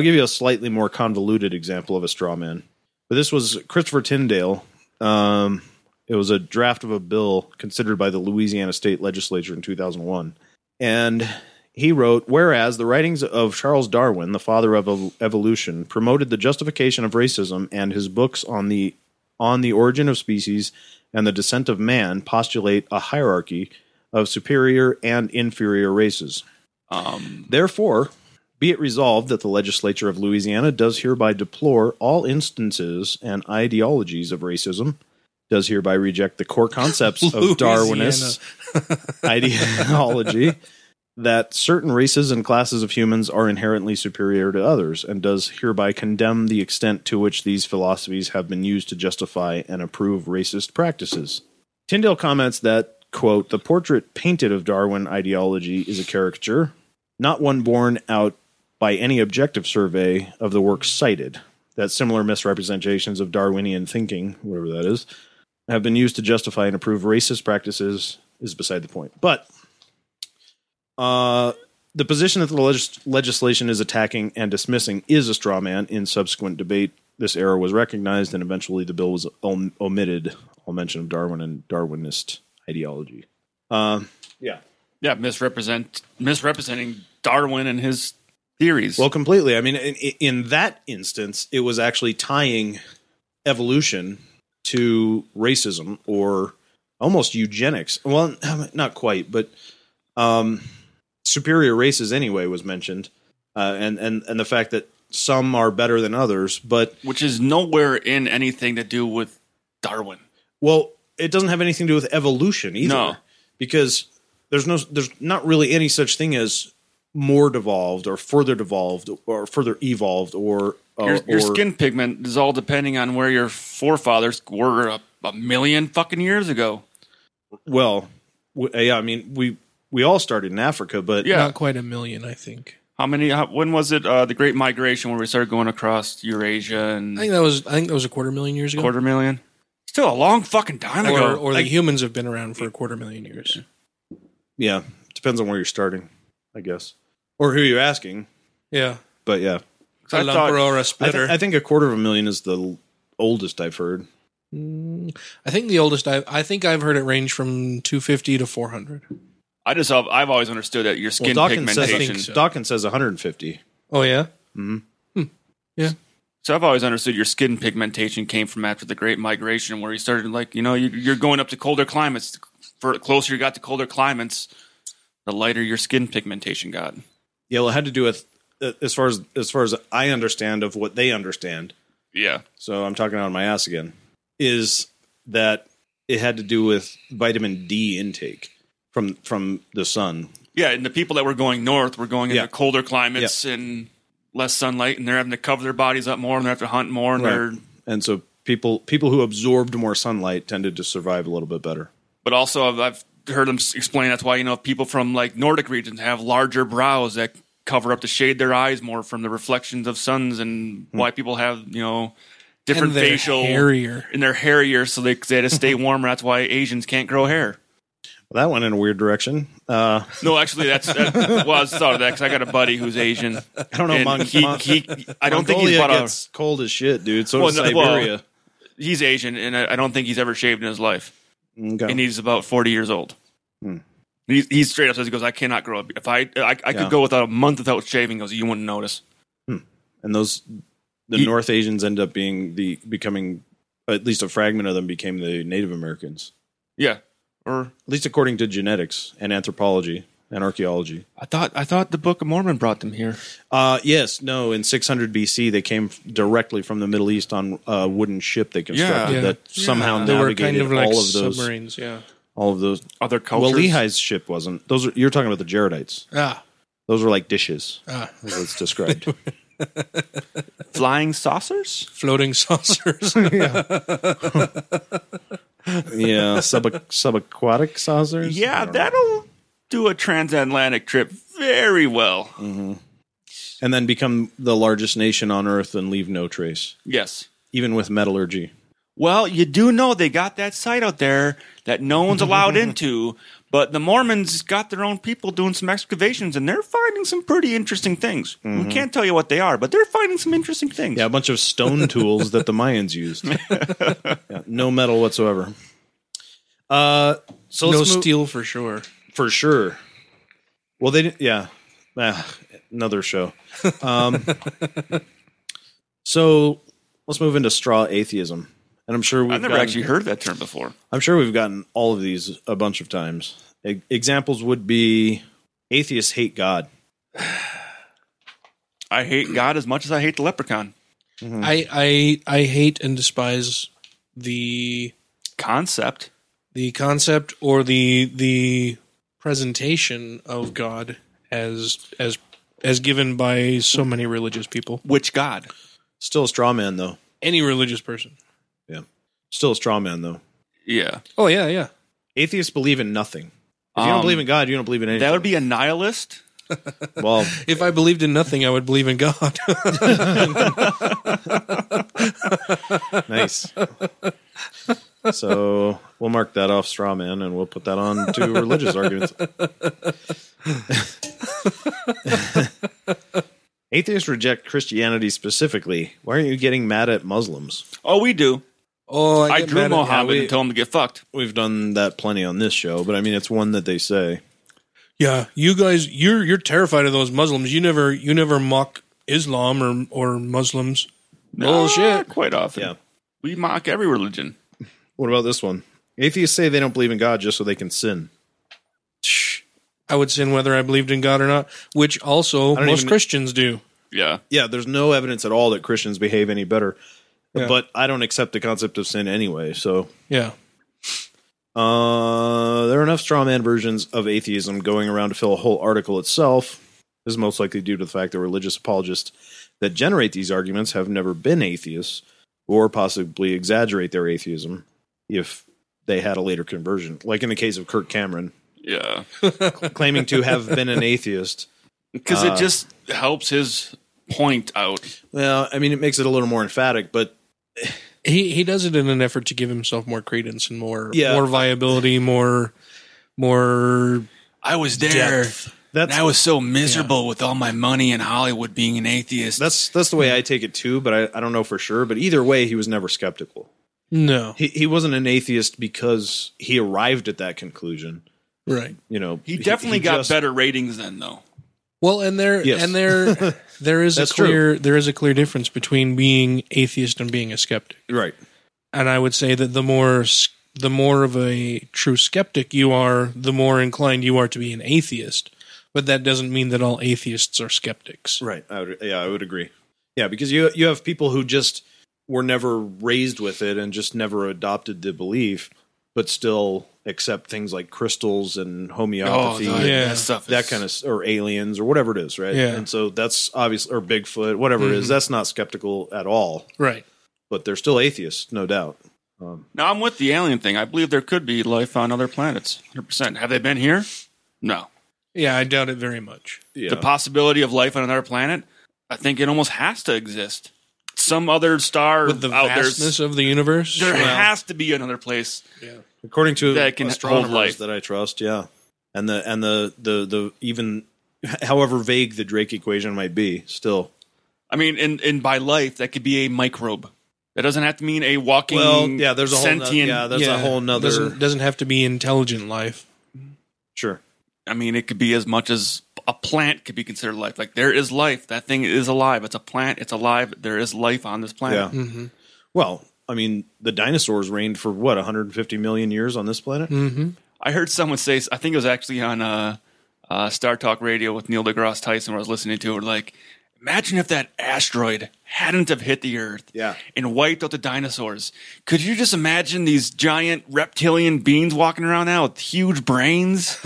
S6: give you a slightly more convoluted example of a straw man. But this was Christopher Tyndale. Um, it was a draft of a bill considered by the Louisiana state legislature in 2001. And he wrote Whereas the writings of Charles Darwin, the father of ev- evolution, promoted the justification of racism, and his books on the on the origin of species and the descent of man postulate a hierarchy of superior and inferior races.
S2: um,
S6: Therefore, be it resolved that the legislature of Louisiana does hereby deplore all instances and ideologies of racism, does hereby reject the core concepts of Darwinist ideology, that certain races and classes of humans are inherently superior to others, and does hereby condemn the extent to which these philosophies have been used to justify and approve racist practices. Tyndale comments that, quote, the portrait painted of Darwin ideology is a caricature, not one borne out by any objective survey of the works cited, that similar misrepresentations of Darwinian thinking, whatever that is, have been used to justify and approve racist practices is beside the point. But uh, the position that the legis- legislation is attacking and dismissing is a straw man. In subsequent debate, this error was recognized, and eventually the bill was om- omitted. All mention of Darwin and Darwinist ideology. Um, yeah.
S2: Yeah, misrepresent misrepresenting Darwin and his theories.
S6: Well, completely. I mean, in, in that instance, it was actually tying evolution to racism or almost eugenics. Well, not quite, but um, superior races anyway was mentioned, uh, and and and the fact that some are better than others, but
S2: which is nowhere in anything to do with Darwin.
S6: well, it doesn't have anything to do with evolution either,
S2: No.
S6: because there's no there's not really any such thing as more devolved or further devolved or further evolved or uh,
S2: Your, your
S6: or,
S2: skin pigment is all depending on where your forefathers were a, a million fucking years ago.
S6: well, w- yeah, I mean we we all started in Africa, but
S2: Yeah.
S4: Not quite a million, I think.
S2: How many? How, when was it? Uh, the Great Migration, where we started going across Eurasia and
S4: I think that was I think that was a quarter million years ago.
S2: quarter million. Still a long fucking time
S4: or,
S2: ago.
S4: or the
S6: I-
S4: humans have been around for a quarter million years.
S6: yeah, depends on where you're starting, I guess, or who you're asking,
S4: Yeah,
S6: but yeah.
S2: I
S4: a lumper
S2: thought-
S4: or a
S6: I,
S4: splitter.
S6: th- I think a quarter of a million is the l- oldest I've heard.
S4: I think the oldest I I think I've heard it range from 250 to 400.
S2: I just I've, I've always understood that your skin
S6: Dawkins says,
S2: pigmentation.
S4: think so.
S6: Dawkins says 150.
S4: Oh yeah.
S2: So I've always understood your skin pigmentation came from after the Great Migration, where you started like you know you, you're going up to colder climates. For closer you got to colder climates, the lighter your skin pigmentation got.
S6: Yeah, well, it had to do with uh, as far as as far as I understand of what they understand.
S2: Yeah,
S6: So I'm talking out of my ass again. Is that it had to do with vitamin D intake from from the sun?
S2: yeah. And the people that were going north were going into
S6: Yeah.
S2: colder climates and less sunlight, and they're having to cover their bodies up more, and they have to hunt more, and they're
S6: And so people people who absorbed more sunlight tended to survive a little bit better.
S2: but also I've, I've heard them s- explain that's why you know people from like Nordic regions have larger brows that cover up to shade their eyes more from the reflections of suns, and
S6: Hmm.
S2: why people have you know different
S4: And they're
S2: facial
S4: hairier.
S2: and they're hairier, so they they had to stay warmer. That's why Asians can't grow hair.
S6: Well, that went in a weird direction. Uh,
S2: No, actually, that's that, well, I just thought of that because I got a buddy who's Asian.
S6: I don't know.
S2: And
S6: Mon-
S2: he-
S6: Mon-
S2: he- I don't think he's
S6: Mongolia
S2: bought a-
S6: gets cold as shit, dude. So
S2: Well,
S6: does
S2: no- well,
S6: Siberia.
S2: He's Asian, and I, I don't think he's ever shaved in his life,
S6: Okay.
S2: and he's about forty years old.
S6: Hmm.
S2: He, he straight up says he goes, I cannot grow up. If I I, I could
S6: Yeah.
S2: go without a month without shaving, he goes, you wouldn't notice.
S6: and those the
S2: Ye-
S6: North Asians end up being the becoming at least a fragment of them became the Native Americans,
S2: Yeah. Or
S6: at least according to genetics and anthropology and archaeology.
S2: I thought I thought the Book of Mormon brought them here.
S6: Uh, yes, no. In 600 BC, they came f- directly from the Middle East on a wooden ship they constructed
S4: Yeah.
S6: that somehow
S4: They were
S6: navigated
S4: kind of like
S6: all of those.
S4: submarines. Yeah.
S6: All of those.
S2: Other cultures.
S6: Well, Lehi's ship wasn't. Those are you're talking about the Jaredites.
S4: Ah.
S6: Those were like dishes,
S4: Ah.
S6: as it's described.
S2: flying saucers?
S4: Floating saucers.
S6: yeah, sub subaquatic saucers. I
S2: Yeah,
S6: don't know.
S2: that'll do a transatlantic trip very well.
S6: Hmm. and then become the largest nation on earth and leave no trace,
S2: Yes.
S6: even with metallurgy.
S2: Well, you do know they got that site out there that no one's allowed into, but the Mormons got their own people doing some excavations and they're finding some pretty interesting things. We can't tell you what they are, but they're finding some interesting things.
S6: Yeah, a bunch of stone tools that the Mayans used. Yeah, no metal whatsoever. Uh, so
S4: no
S6: let's move-
S4: steel for sure.
S6: for sure. Well, they didn't. Yeah, Ah, another show. Um, so let's move into straw atheism, and I'm sure we've
S2: I've never
S6: gotten-
S2: actually heard that term before.
S6: I'm sure we've gotten all of these a bunch of times. E- examples would be atheists hate God.
S2: I hate God as much as I hate the leprechaun.
S4: Mm. I I I hate and despise the
S2: Concept.
S4: the concept or the the presentation of God as as as given by so many religious people.
S2: Which God?
S6: Still a straw man though.
S4: Any religious person.
S6: Still a straw man though.
S2: Yeah.
S4: Oh yeah, yeah.
S6: Atheists believe in nothing. If you don't
S2: Um,
S6: believe in God, you don't believe in anything.
S2: That would be a nihilist.
S6: well,
S4: If I believed in nothing, I would believe in God.
S6: nice. so we'll mark that off straw man and we'll put that on to religious arguments. Atheists reject Christianity specifically. Why aren't you getting mad at Muslims?
S2: Oh, we do.
S4: Oh,
S2: I,
S4: get
S2: drew
S4: mad at- yeah,
S2: Mohammed
S4: we-
S2: and told him to get fucked.
S6: We've done that plenty on this show, but I mean, it's one that they say.
S4: Yeah, you guys, you're you're terrified of those Muslims. You never you never mock Islam or or Muslims.
S2: Bullshit. Ah, Quite often.
S6: Yeah.
S2: We mock every religion.
S6: What about this one? Atheists say they don't believe in God just so they can sin.
S4: I would sin whether I believed in God or not, which also
S6: I don't
S4: most
S6: even-
S4: Christians do.
S2: Yeah.
S6: Yeah, there's no evidence at all that Christians behave any better.
S4: Yeah.
S6: But I don't accept the concept of sin anyway, so
S4: Yeah,
S6: Uh, there are enough straw man versions of atheism going around to fill a whole article itself. This is most likely due to the fact that religious apologists that generate these arguments have never been atheists or possibly exaggerate their atheism if they had a later conversion. Like in the case of Kirk Cameron,
S2: Yeah.
S6: claiming to have been an atheist.
S2: Because
S6: Uh,
S2: it just helps his point out.
S6: Well, I mean, it makes it a little more emphatic, but
S4: he he does it in an effort to give himself more credence and more
S6: Yeah.
S4: more viability, more more.
S2: I was there.
S6: that's
S2: was so miserable with all my money in Hollywood being an atheist.
S6: that's that's the way I take it too. But I, I don't know for sure. But either way, he was never skeptical.
S4: No,
S6: he, he wasn't an atheist because he arrived at that conclusion.
S4: right.
S6: You know,
S2: he definitely got
S6: just-
S2: better ratings then, though.
S4: Well, and there
S6: Yes.
S4: and there there is a
S6: That's true.
S4: clear there is a clear difference between being atheist and being a skeptic.
S6: right.
S4: and I would say that the more s- the more of a true skeptic you are, the more inclined you are to be an atheist. But that doesn't mean that all atheists are skeptics.
S6: Right. I would, yeah, I would agree. Yeah, because you you have people who just were never raised with it and just never adopted the belief, but still accept things like crystals and
S2: Oh,
S6: homeopathy,
S4: no,
S6: and
S4: yeah.
S2: uh, stuff.
S6: that kind of s- or aliens or whatever it is, right?
S4: Yeah.
S6: And so that's obviously or Bigfoot, whatever it is, that's not skeptical at all.
S4: Right.
S6: But they're still atheists, no doubt.
S2: No, I'm with the alien thing. I believe there could be life on other planets. 100%. Have they been here? No.
S4: Yeah, I doubt it very much.
S6: Yeah.
S2: The possibility of life on another planet, I think it almost has to exist. Some other star
S4: With the
S2: out there.
S4: vastness of the universe,
S2: There
S4: well,
S2: has to be another place.
S6: according to
S2: That can hold
S6: astronomers
S2: life.
S6: that I trust. Yeah, and the and the the the even however vague the Drake equation might be, still
S2: I mean, and, and by life, that could be a microbe. That doesn't have to mean a walking,
S6: well, yeah. There's a whole
S2: sentient.
S6: noth- yeah. There's
S4: yeah,
S6: a whole nother
S4: doesn't, doesn't have to be intelligent life.
S6: sure.
S2: I mean, it could be as much as a plant could be considered life. Like there is life. That thing is alive. It's a plant. It's alive. There is life on this
S6: Yeah.
S2: planet.
S6: Well, I mean, the dinosaurs reigned for what 150 million years on this planet.
S2: I heard someone say. I think it was actually on uh, uh, Star Talk Radio with Neil deGrasse Tyson, where I was listening to it. Like, imagine if that asteroid hadn't have hit the Earth.
S6: Yeah.
S2: And wiped out the dinosaurs. Could you just imagine these giant reptilian beings walking around now with huge brains?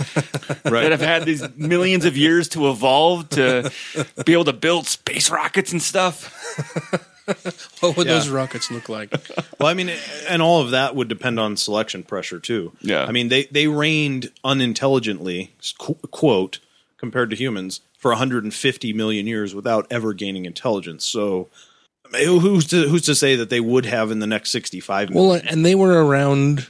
S2: that have had these millions of years to evolve to be able to build space rockets and stuff.
S4: What would
S6: Yeah.
S4: those rockets look like?
S6: Well, I mean, and all of that would depend on selection pressure too.
S2: Yeah.
S6: I mean, they they reigned unintelligently, qu- quote, compared to humans for 150 million years without ever gaining intelligence. So, I mean, who's to, who's to say that they would have in the next 65 million?
S4: well, and they were around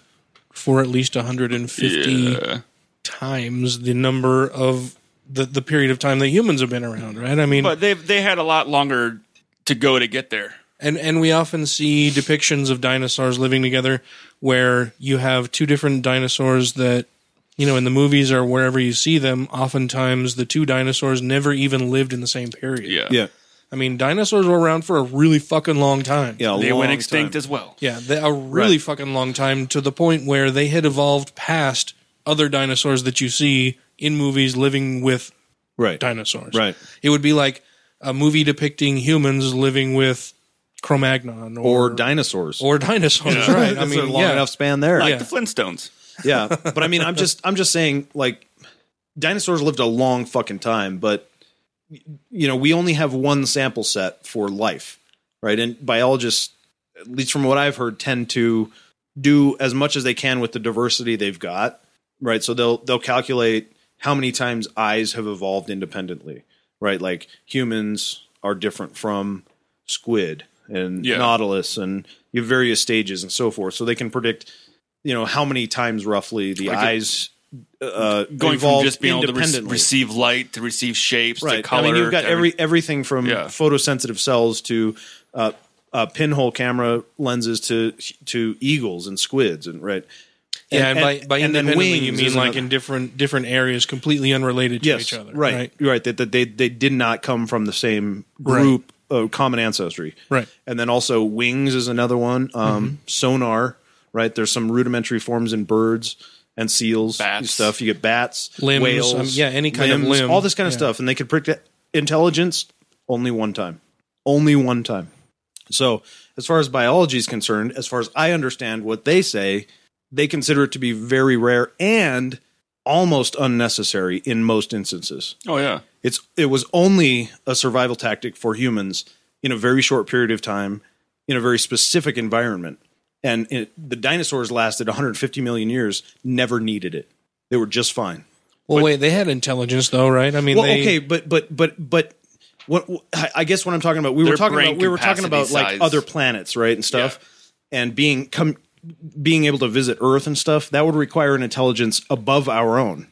S4: for at least 150 times the number of the, the period of time that humans have been around, right? I mean,
S2: But they they had a lot longer to go to get there.
S4: And and we often see depictions of dinosaurs living together where you have two different dinosaurs that you know in the movies or wherever you see them oftentimes the two dinosaurs never even lived in the same period.
S6: yeah,
S4: I mean dinosaurs were around for a really fucking long time.
S6: yeah, a
S2: They
S6: long
S2: went extinct
S6: time.
S2: as well.
S4: Yeah, they, a really
S6: Right.
S4: fucking long time to the point where they had evolved past other dinosaurs that you see in movies living with
S6: right,
S4: dinosaurs.
S6: right,
S4: It would be like a movie depicting humans living with Cro-Magnon
S6: or dinosaurs.
S4: or dinosaurs, right? I
S6: That's
S4: mean,
S6: a long
S4: yeah.
S6: enough span there.
S2: Like
S4: Yeah.
S2: the Flintstones.
S6: yeah but i mean i'm just i'm just saying like dinosaurs lived a long fucking time but you know we only have one sample set for life right and biologists at least from what i've heard tend to do as much as they can with the diversity they've got right so they'll they'll calculate how many times eyes have evolved independently right like humans are different from squid and
S2: Yeah.
S6: nautilus and
S3: you have various stages and so forth, so they can predict, you know, how many times roughly the
S2: Like it-
S3: eyes uh,
S2: Going from
S3: evolve
S2: just being able to rec-
S3: independently.
S2: receive light to receive shapes to color.
S3: I mean, you've got
S2: to every-
S3: every everything from
S2: Yeah.
S3: photosensitive cells to uh, uh, pinhole camera lenses to to eagles and squids and right.
S4: yeah, and, by, by
S3: and then
S4: independently you
S3: wings
S4: mean
S3: is
S4: like
S3: another-
S4: in different different areas, completely unrelated to
S3: yes,
S4: each other.
S3: right,
S4: right,
S3: right, That, that they they did not come from the same
S4: Right.
S3: group, uh, common ancestry,
S4: Right. Mm-hmm.
S3: And then also wings is another one. Um, Sonar, right? There's some rudimentary forms in birds and seals,
S2: Bats.
S3: and stuff. You get bats,
S4: Limbs,
S3: whales,
S4: um, yeah, any kind of
S3: limbs,
S4: limb,
S3: all this kind of
S4: yeah.
S3: stuff, and they could predict intelligence only one time, only one time. So, as far as biology is concerned, as far as I understand what they say, they consider it to be very rare and almost unnecessary in most instances.
S2: oh yeah,
S3: It's it was only a survival tactic for humans in a very short period of time in a very specific environment. And it, the dinosaurs lasted 150 million years, never needed it. They were just fine.
S4: Well, wait, they had intelligence though, right? I mean,
S3: Well,
S4: they,
S3: okay, but but but but what I I guess what I'm talking about, we were
S2: Their
S3: talking
S2: brain
S3: about we were talking about
S2: capacity
S3: like
S2: size.
S3: other planets, right, and stuff, and being come being able to visit Earth and stuff. That would require an intelligence above our own.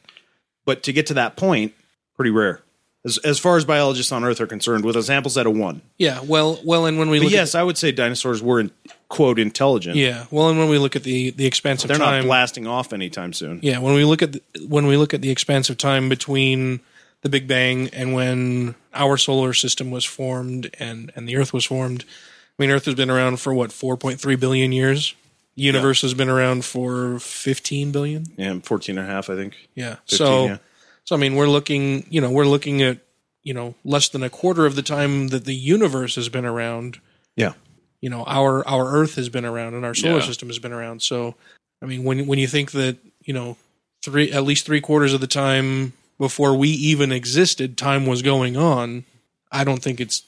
S3: But to get to that point, pretty rare. As, as far as biologists on Earth are concerned, with a sample set of one.
S4: yeah. Well, well, and when we
S3: But
S4: look,
S3: yes, I would say dinosaurs were in, quote intelligent.
S4: at, yeah, well, and when we look at the the expanse of
S3: They're not
S4: time,
S3: blasting off anytime soon.
S4: yeah, when we look at the, when we look at the expanse of time between the Big Bang and when our solar system was formed and and the Earth was formed, I mean, Earth has been around for what 4.3 billion years. Universe has been around for 15 billion.
S3: Yeah, 14 and a half, I think.
S4: Yeah.
S3: 15,
S4: so
S3: yeah.
S4: so I mean we're looking, you know, we're looking at, you know, less than a quarter of the time that the universe has been around,
S3: Yeah.
S4: you know, our our earth has been around and our solar
S2: Yeah.
S4: system has been around. So I mean when when you think that, you know, three at least 3 quarters of the time before we even existed time was going on, I don't think it's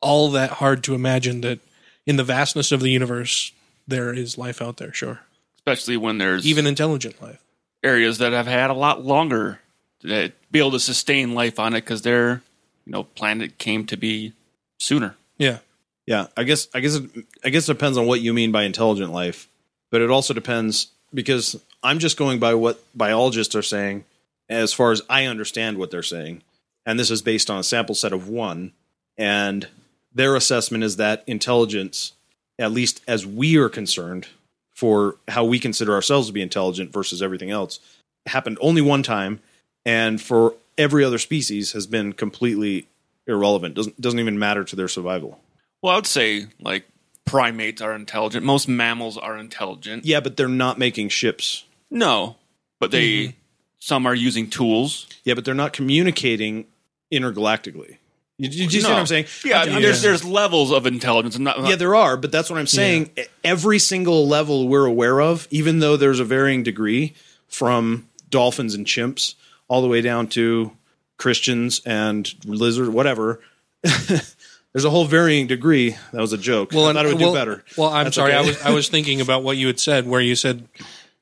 S4: all that hard to imagine that in the vastness of the universe there is life out there, sure.
S2: especially when there's
S4: Even intelligent life.
S2: areas that have had a lot longer that be able to sustain life on it because their you know planet came to be sooner.
S4: Yeah.
S3: Yeah, I guess I guess it, I guess it depends on what you mean by intelligent life, but it also depends because I'm just going by what biologists are saying as far as I understand what they're saying, and this is based on a sample set of one, and their assessment is that intelligence, at least as we are concerned, for how we consider ourselves to be intelligent versus everything else, happened only one time, and for every other species has been completely irrelevant. doesn't doesn't even matter to their survival.
S2: Well, I'd say like primates are intelligent. Most mammals are intelligent.
S3: Yeah, but they're not making ships.
S2: No, but they
S3: Mm-hmm.
S2: some are using tools.
S3: Yeah, but they're not communicating intergalactically. You, you, you see
S2: No.
S3: what I'm saying?
S2: Yeah,
S3: I'm-
S2: I mean, there's there's levels of intelligence. I'm not,
S3: yeah, there are, but that's what I'm saying. E- Every single level we're aware of, even though there's a varying degree from dolphins and chimps all the way down to Christians and lizard, whatever. there's a whole varying degree. That was a joke. Well, I
S4: and-
S3: thought it would
S4: well,
S3: do better.
S4: Well, I'm
S3: That's
S4: sorry. I
S3: okay.
S4: was I was thinking about what you had said, where you said,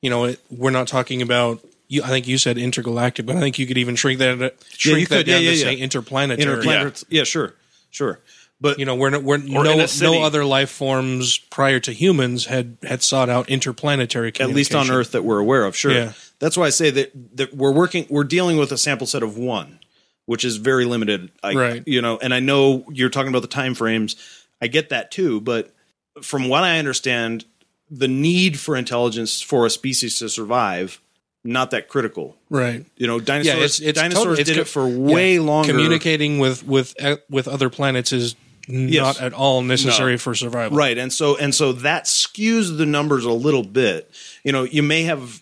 S4: you know, it, we're not talking about. You, I think you said intergalactic, but I think you could even shrink that uh, shrink
S3: you
S4: that
S3: could.
S4: down
S3: Yeah,
S4: to
S3: yeah,
S4: say
S3: yeah.
S4: interplanetary.
S3: Interplanet- yeah. sure, sure. But
S4: You know, we're, no- we're
S2: in
S4: no
S2: a city.
S4: no other life forms prior to humans had had sought out interplanetary
S3: at least on
S4: communication.
S3: Earth that we're aware of. Sure,
S4: Yeah.
S3: that's why I say that that we're working, we're dealing with a sample set of one, which is very limited. I,
S4: Right.
S3: You know, and I know you're talking about the time frames. I get that too, but from what I understand, the need for intelligence for a species to survive not that critical.
S4: right?
S3: You know,
S4: Yeah,
S3: dinosaurs.
S4: it's, it's
S3: dinosaurs
S4: totally- it's
S3: did
S4: co-
S3: it for
S4: yeah.
S3: way longer.
S4: Communicating with with uh, with other planets is not
S3: Yes.
S4: at all necessary for survival.
S3: Right, and so and so that skews the numbers a little bit. You know, you may have.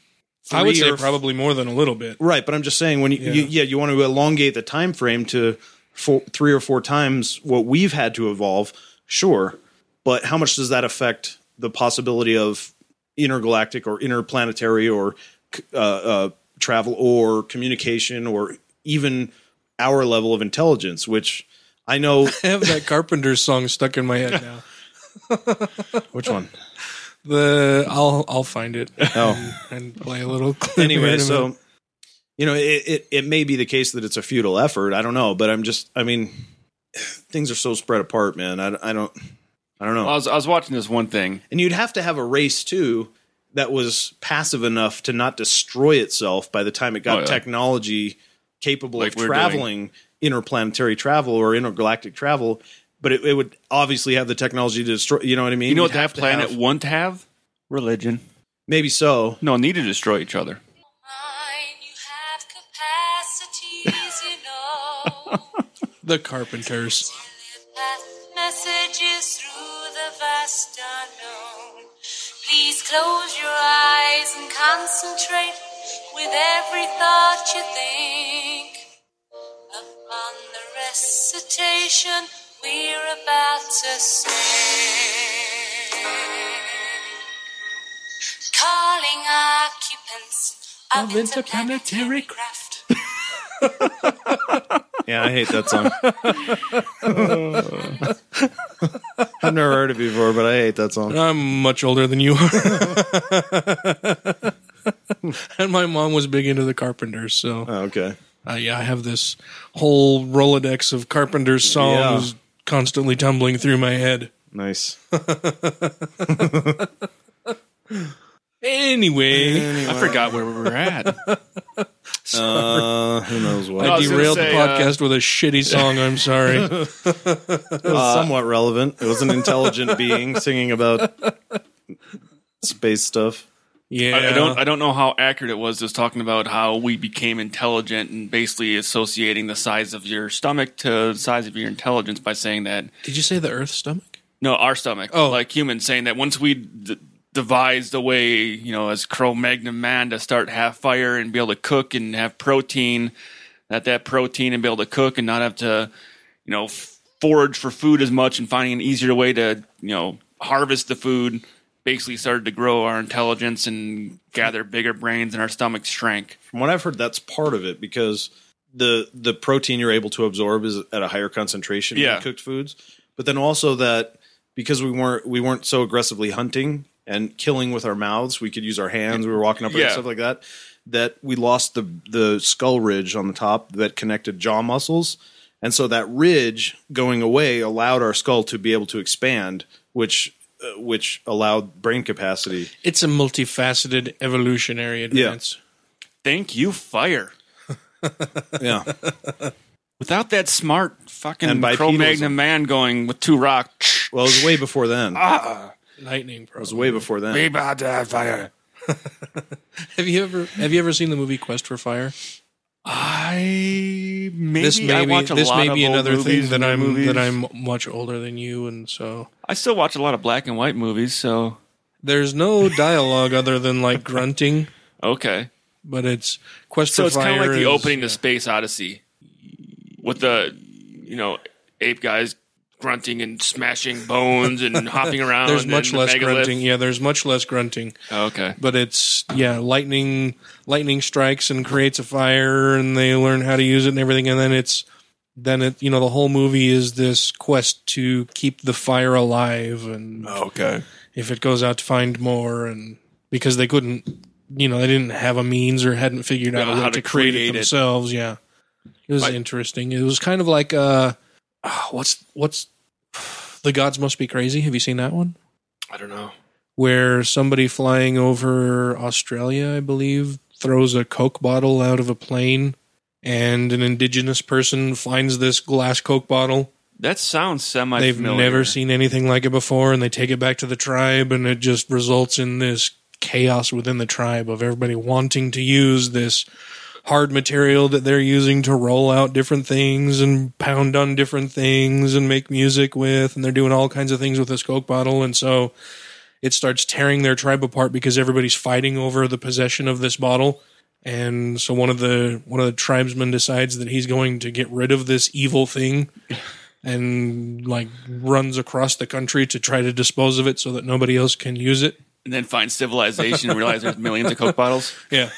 S4: I would
S3: three
S4: say
S3: or
S4: probably more than a little bit.
S3: Right, but I'm just saying when you yeah
S4: Yeah.
S3: you, yeah, you want to elongate the time frame to four, three or four times what we've had to evolve, sure, but how much does that affect the possibility of intergalactic or interplanetary or uh, uh, travel or communication or even our level of intelligence, which I know
S4: I have that Carpenter song stuck in my head now.
S3: which one.
S4: The I'll I'll find it
S3: Oh,
S4: and play a little clip.
S3: anyway,
S4: in a
S3: so
S4: minute.
S3: you know, it, it it may be the case that it's a futile effort. I don't know, but I'm just, I mean, things are so spread apart, man. I, I don't, I don't know.
S2: I was, I was watching this one thing.
S3: And you'd have to have a race too that was passive enough to not destroy itself by the time it got
S2: Oh, yeah.
S3: technology capable
S2: Like
S3: of
S2: we're
S3: traveling interplanetary travel or intergalactic travel. But it, it would obviously have the technology to destroy. You know what I mean?
S2: You know what
S3: You'd have
S2: that
S3: to
S2: planet
S3: have-
S2: won't have? Religion.
S3: maybe so.
S2: No need to destroy each other.
S7: mine, you have capacities, you know.
S4: The Carpenters.
S7: Telepath messages through the vast unknown. Please close your eyes and concentrate with every thought you think upon the recitation we're about to sing calling occupants of,
S4: Of interplanetary
S7: interplanetary craft.
S3: Yeah, I hate that song. I've never heard it before, but I hate that song.
S4: I'm much older than you are. and my mom was big into the Carpenters, so
S3: Oh, okay.
S4: uh, yeah, I have this whole Rolodex of Carpenters songs
S3: Yeah.
S4: constantly tumbling through my head.
S3: Nice.
S4: Anyway,
S2: I forgot where we were at.
S3: Uh, who knows what?
S2: No, I
S4: I
S2: was gonna
S4: derailed
S2: say,
S4: the
S2: uh,
S4: podcast with a shitty song. I'm sorry.
S3: It was somewhat relevant. It was an intelligent being singing about space stuff.
S4: Yeah,
S2: I, I don't. I don't know how accurate it was. Just talking about how we became intelligent and basically associating the size of your stomach to the size of your intelligence by saying that
S4: Did you say the Earth stomach?
S2: no, our stomach,
S4: Oh.
S2: like humans, saying that once we d- devised a way, you know, as Cro-Magnon man to start half fire and be able to cook and have protein, that that protein and be able to cook and not have to, you know, f- forage for food as much and finding an easier way to, you know, harvest the food. Basically, started to grow our intelligence and gather bigger brains, and our stomachs shrank.
S3: From what I've heard, that's part of it because the the protein you're able to absorb is at a higher concentration
S2: Yeah.
S3: in cooked foods. But then also that because we weren't we weren't so aggressively hunting and killing with our mouths, we could use our hands. We were walking up and
S2: Yeah.
S3: stuff like that. That we lost the the skull ridge on the top that connected jaw muscles, and so that ridge going away allowed our skull to be able to expand, which uh, which allowed brain capacity.
S4: It's a multifaceted evolutionary advance.
S2: Thank you, fire.
S3: Yeah.
S2: Without that smart fucking
S3: And bipedalism.
S2: Cro-Magnon man going with two rocks,
S3: Well, it was way before then. It
S4: Lightning, bro.
S3: was way before then.
S4: Have you ever have you ever seen the movie Quest for Fire?
S2: I maybe
S4: this may
S2: I
S4: be
S2: watch a
S4: this
S2: lot
S4: may
S2: of
S4: be
S2: old
S4: another
S2: movies,
S4: thing that
S2: new
S4: I'm
S2: movies.
S4: that I'm much older than you, and so
S2: I still watch a lot of black and white movies. So
S4: there's no dialogue other than like grunting.
S2: okay,
S4: But it's Quest
S2: so
S4: for
S2: it's
S4: Fire.
S2: kind of like the
S4: is-
S2: opening to Space Odyssey with the you know ape guys grunting and smashing bones and hopping around.
S4: There's
S2: and
S4: much
S2: the
S4: less
S2: megalith.
S4: grunting. Yeah, there's much less grunting.
S2: Okay,
S4: But it's yeah, lightning lightning strikes and creates a fire, and they learn how to use it and everything. And then it's then it you know the whole movie is this quest to keep the fire alive, and
S5: Okay.
S4: if it goes out to find more, and because they couldn't, you know, they didn't have a means or hadn't figured out
S2: Yeah,
S4: a way
S2: how
S4: to,
S2: to
S4: create,
S2: create
S4: it
S2: it.
S4: themselves. Yeah, it was
S2: Like-
S4: interesting. It was kind of like uh, ah, what's what's the gods must be crazy. Have you seen that one?
S2: I don't know.
S4: where somebody flying over Australia, I believe, throws a Coke bottle out of a plane, and an indigenous person finds this glass Coke bottle.
S2: That sounds semi.
S4: They've never seen anything like it before, and they take it back to the tribe, and it just results in this chaos within the tribe of everybody wanting to use this hard material that they're using to roll out different things and pound on different things and make music with and they're doing all kinds of things with this coke bottle and so it starts tearing their tribe apart because everybody's fighting over the possession of this bottle. And so one of the one of the tribesmen decides that he's going to get rid of this evil thing and like runs across the country to try to dispose of it so that nobody else can use it.
S2: and then find civilization and realize there's millions of Coke bottles.
S4: Yeah.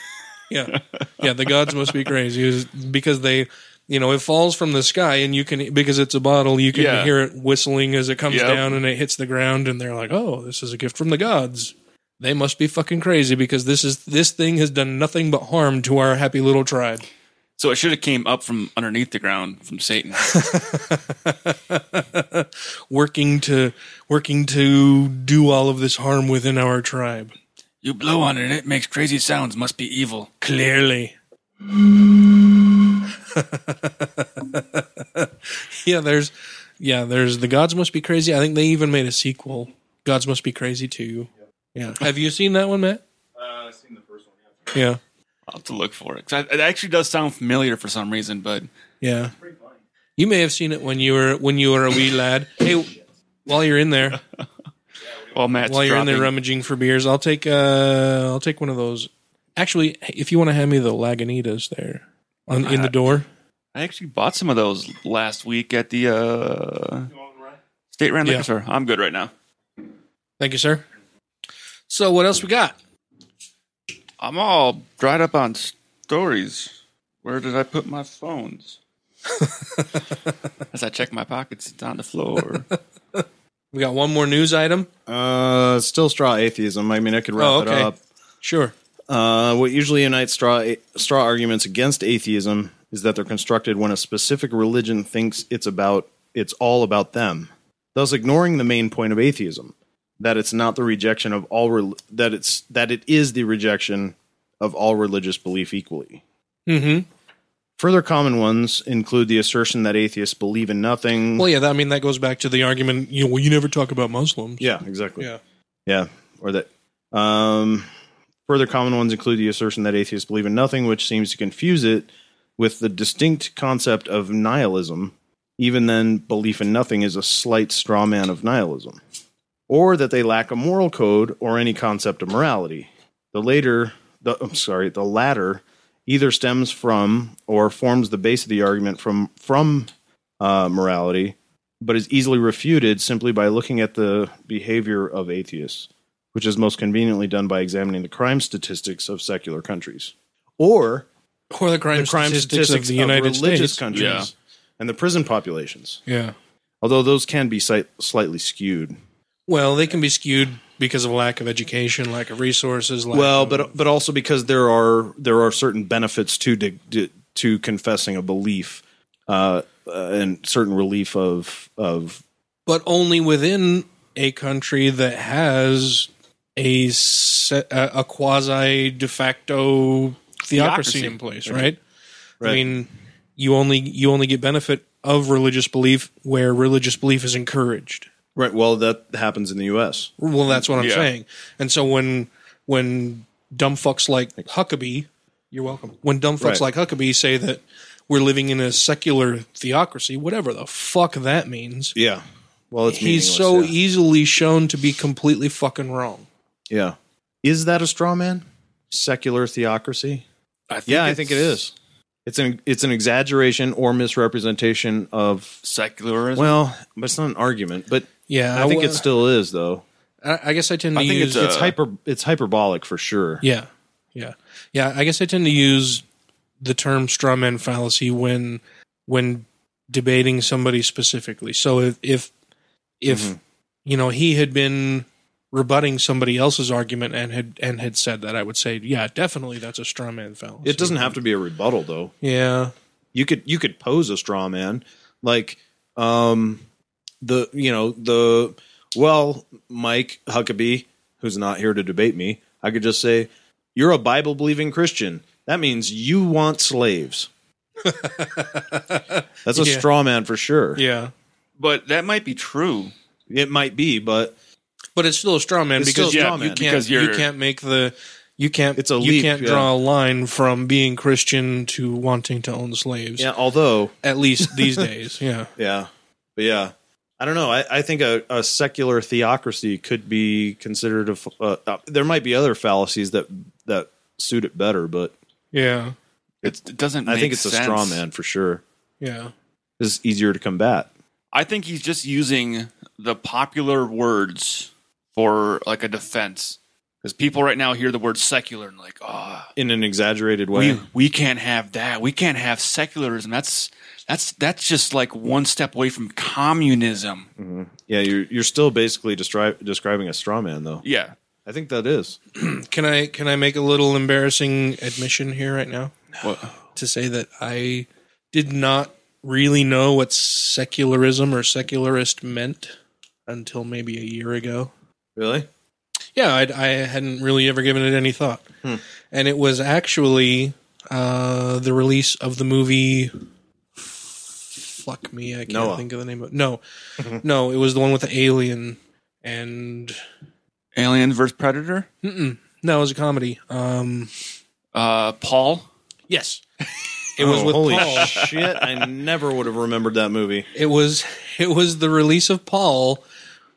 S4: Yeah. Yeah, the gods must be crazy is- because they you know, it falls from the sky and you can because it's a bottle, you can
S2: Yeah.
S4: hear it whistling as it comes
S2: Yep.
S4: down and it hits the ground and they're like, "Oh, this is a gift from the gods." They must be fucking crazy because this is this thing has done nothing but harm to our happy little tribe.
S2: So it should have came up from underneath the ground from Satan.
S4: working to working to do all of this harm within our tribe.
S2: you blow on it and it makes crazy sounds. Must be evil.
S4: Clearly. yeah, there's yeah, there's the gods must be crazy. I think they even made a sequel. Gods must be crazy too. Yeah. Have you seen that one, Matt?
S3: Uh, I've seen the first one.
S4: Yeah.
S2: I'll have to look for it. 'Cause I- it actually does sound familiar for some reason, but
S4: Yeah. You may have seen it when you were when you were a wee lad. Hey, while you're in there,
S2: well, Matt's
S4: while you're in there
S2: dropping-
S4: rummaging for beers, I'll take uh I'll take one of those. Actually, if you want to hand me the Lagunitas there on in the
S3: Uh,
S4: door,
S2: I actually bought some of those last week at the uh, State Rand
S4: Yeah.
S2: Liquor Store. I'm good right now.
S4: thank you, sir. So what else we got?
S2: I'm all dried up on stories. Where did I put my phones? As I check my pockets, it's on the floor.
S4: We got one more news item.
S3: Uh, still straw atheism. I mean, I could wrap
S4: Oh, okay.
S3: it up.
S4: Sure.
S3: Uh, what usually unites straw straw arguments against atheism is that they're constructed when a specific religion thinks it's about it's all about them, thus ignoring the main point of atheism, that it's not the rejection of all rel that it's that it is the rejection of all religious belief equally.
S4: Mm-hmm.
S3: Further common ones include the assertion that atheists believe in nothing.
S4: Well, yeah. That, I mean, that goes back to the argument. You know, well, you never talk about Muslims.
S3: yeah, exactly.
S4: Yeah.
S3: Yeah, or that. Um, further common ones include the assertion that atheists believe in nothing, which seems to confuse it with the distinct concept of nihilism. Even then, belief in nothing is a slight straw man of nihilism, or that they lack a moral code or any concept of morality. The later, the I'm sorry, the latter either stems from or forms the base of the argument from from uh, morality, but is easily refuted simply by looking at the behavior of atheists, which is most conveniently done by examining the crime statistics of secular countries or
S4: Or the crime,
S3: the crime
S4: statistics, of the United
S3: religious
S4: States.
S3: countries
S2: Yeah.
S3: and the prison populations.
S4: Yeah.
S3: Although those can be slight, slightly skewed.
S4: Well, they can be skewed because of lack of education, lack of resources. Lack
S3: Well,
S4: of-
S3: but but also because there are there are certain benefits to de, de- to confessing a belief uh, uh, and certain relief of of
S4: but only within a country that has a se- a, a quasi de facto theocracy,
S2: Theocracy.
S4: in place, right? I mean, you only you only get benefit of religious belief where religious belief is encouraged.
S3: right. Well, that happens in the U.S.
S4: Well, that's what I'm
S2: Yeah.
S4: saying. And so when when dumb fucks like Huckabee, you're welcome. When dumb fucks
S3: Right.
S4: like Huckabee say that we're living in a secular theocracy, whatever the fuck that means,
S3: Yeah. Well, it's
S4: he's
S3: meaningless,
S4: so
S3: yeah.
S4: easily shown to be completely fucking wrong.
S3: Yeah. Is that a straw man? Secular theocracy?
S2: I think
S3: Yeah, I
S2: it's
S3: think it is. It's an it's an exaggeration or misrepresentation of
S2: Secularism.
S3: well, but it's not an argument, but
S4: Yeah,
S3: I think
S4: wa-
S3: it still is though.
S4: I I guess I tend to
S2: I think it's
S4: use.
S3: Uh, It's
S2: Uh,
S3: hyper it's hyperbolic for sure.
S4: yeah, yeah, yeah. I guess I tend to use the term straw man fallacy when when debating somebody specifically. So if if if
S3: Mm-hmm.
S4: you know he had been rebutting somebody else's argument and had and had said that, I would say, yeah, definitely that's a straw man fallacy.
S3: It doesn't have to be a rebuttal though.
S4: Yeah.
S3: You could you could pose a straw man like um the you know the well Mike Huckabee who's not here to debate me. I could just say you're a Bible believing Christian. That means you want slaves. That's a
S4: Yeah.
S3: straw man for sure.
S4: Yeah.
S2: But that might be true.
S3: It might be, but
S4: But it's still a straw man
S3: It's
S4: because
S3: still a
S4: you-
S3: straw
S4: you,
S3: man.
S4: can't
S2: Because
S4: you
S2: you're-
S4: can't make the you can't
S3: It's a
S4: you
S3: leap,
S4: can't
S3: yeah.
S4: draw a line from being Christian to wanting to own slaves.
S3: yeah, although
S4: At least these days. Yeah.
S3: yeah. But yeah. I don't know. I, I think a, a secular theocracy could be considered a. f- Uh, uh, there might be other fallacies that that suit it better, but
S4: Yeah.
S2: It, it doesn't.
S3: I
S2: make
S3: think it's a straw
S2: sense.
S3: man for sure.
S4: Yeah.
S3: It's easier to combat.
S2: I think he's just using the popular words for like a defense. Because people right now hear the word secular and like, oh,
S3: in an exaggerated way.
S2: we, we can't have that. We can't have secularism. That's that's that's just like one step away from communism.
S3: yeah, you're you're still basically destri- describing a straw man, though.
S2: Yeah.
S3: I think that is.
S4: Can I can I make a little embarrassing admission here right now? to say that I did not really know what secularism or secularist meant until maybe a year ago.
S3: Really?
S4: Yeah, I'd, I hadn't really ever given it any thought.
S3: Hmm.
S4: And it was actually uh, the release of the movie. Fuck me, I can't
S3: Noah. Mm-hmm.
S4: think of the name of it. No, no, it was the one with the alien and.
S2: Alien versus Predator.
S4: Mm-mm. No, it was a comedy. Um,
S2: Uh, Paul.
S4: yes. It was
S3: Oh,
S4: with
S3: holy
S4: Paul.
S3: shit. I never would have remembered that movie.
S4: It was it was the release of Paul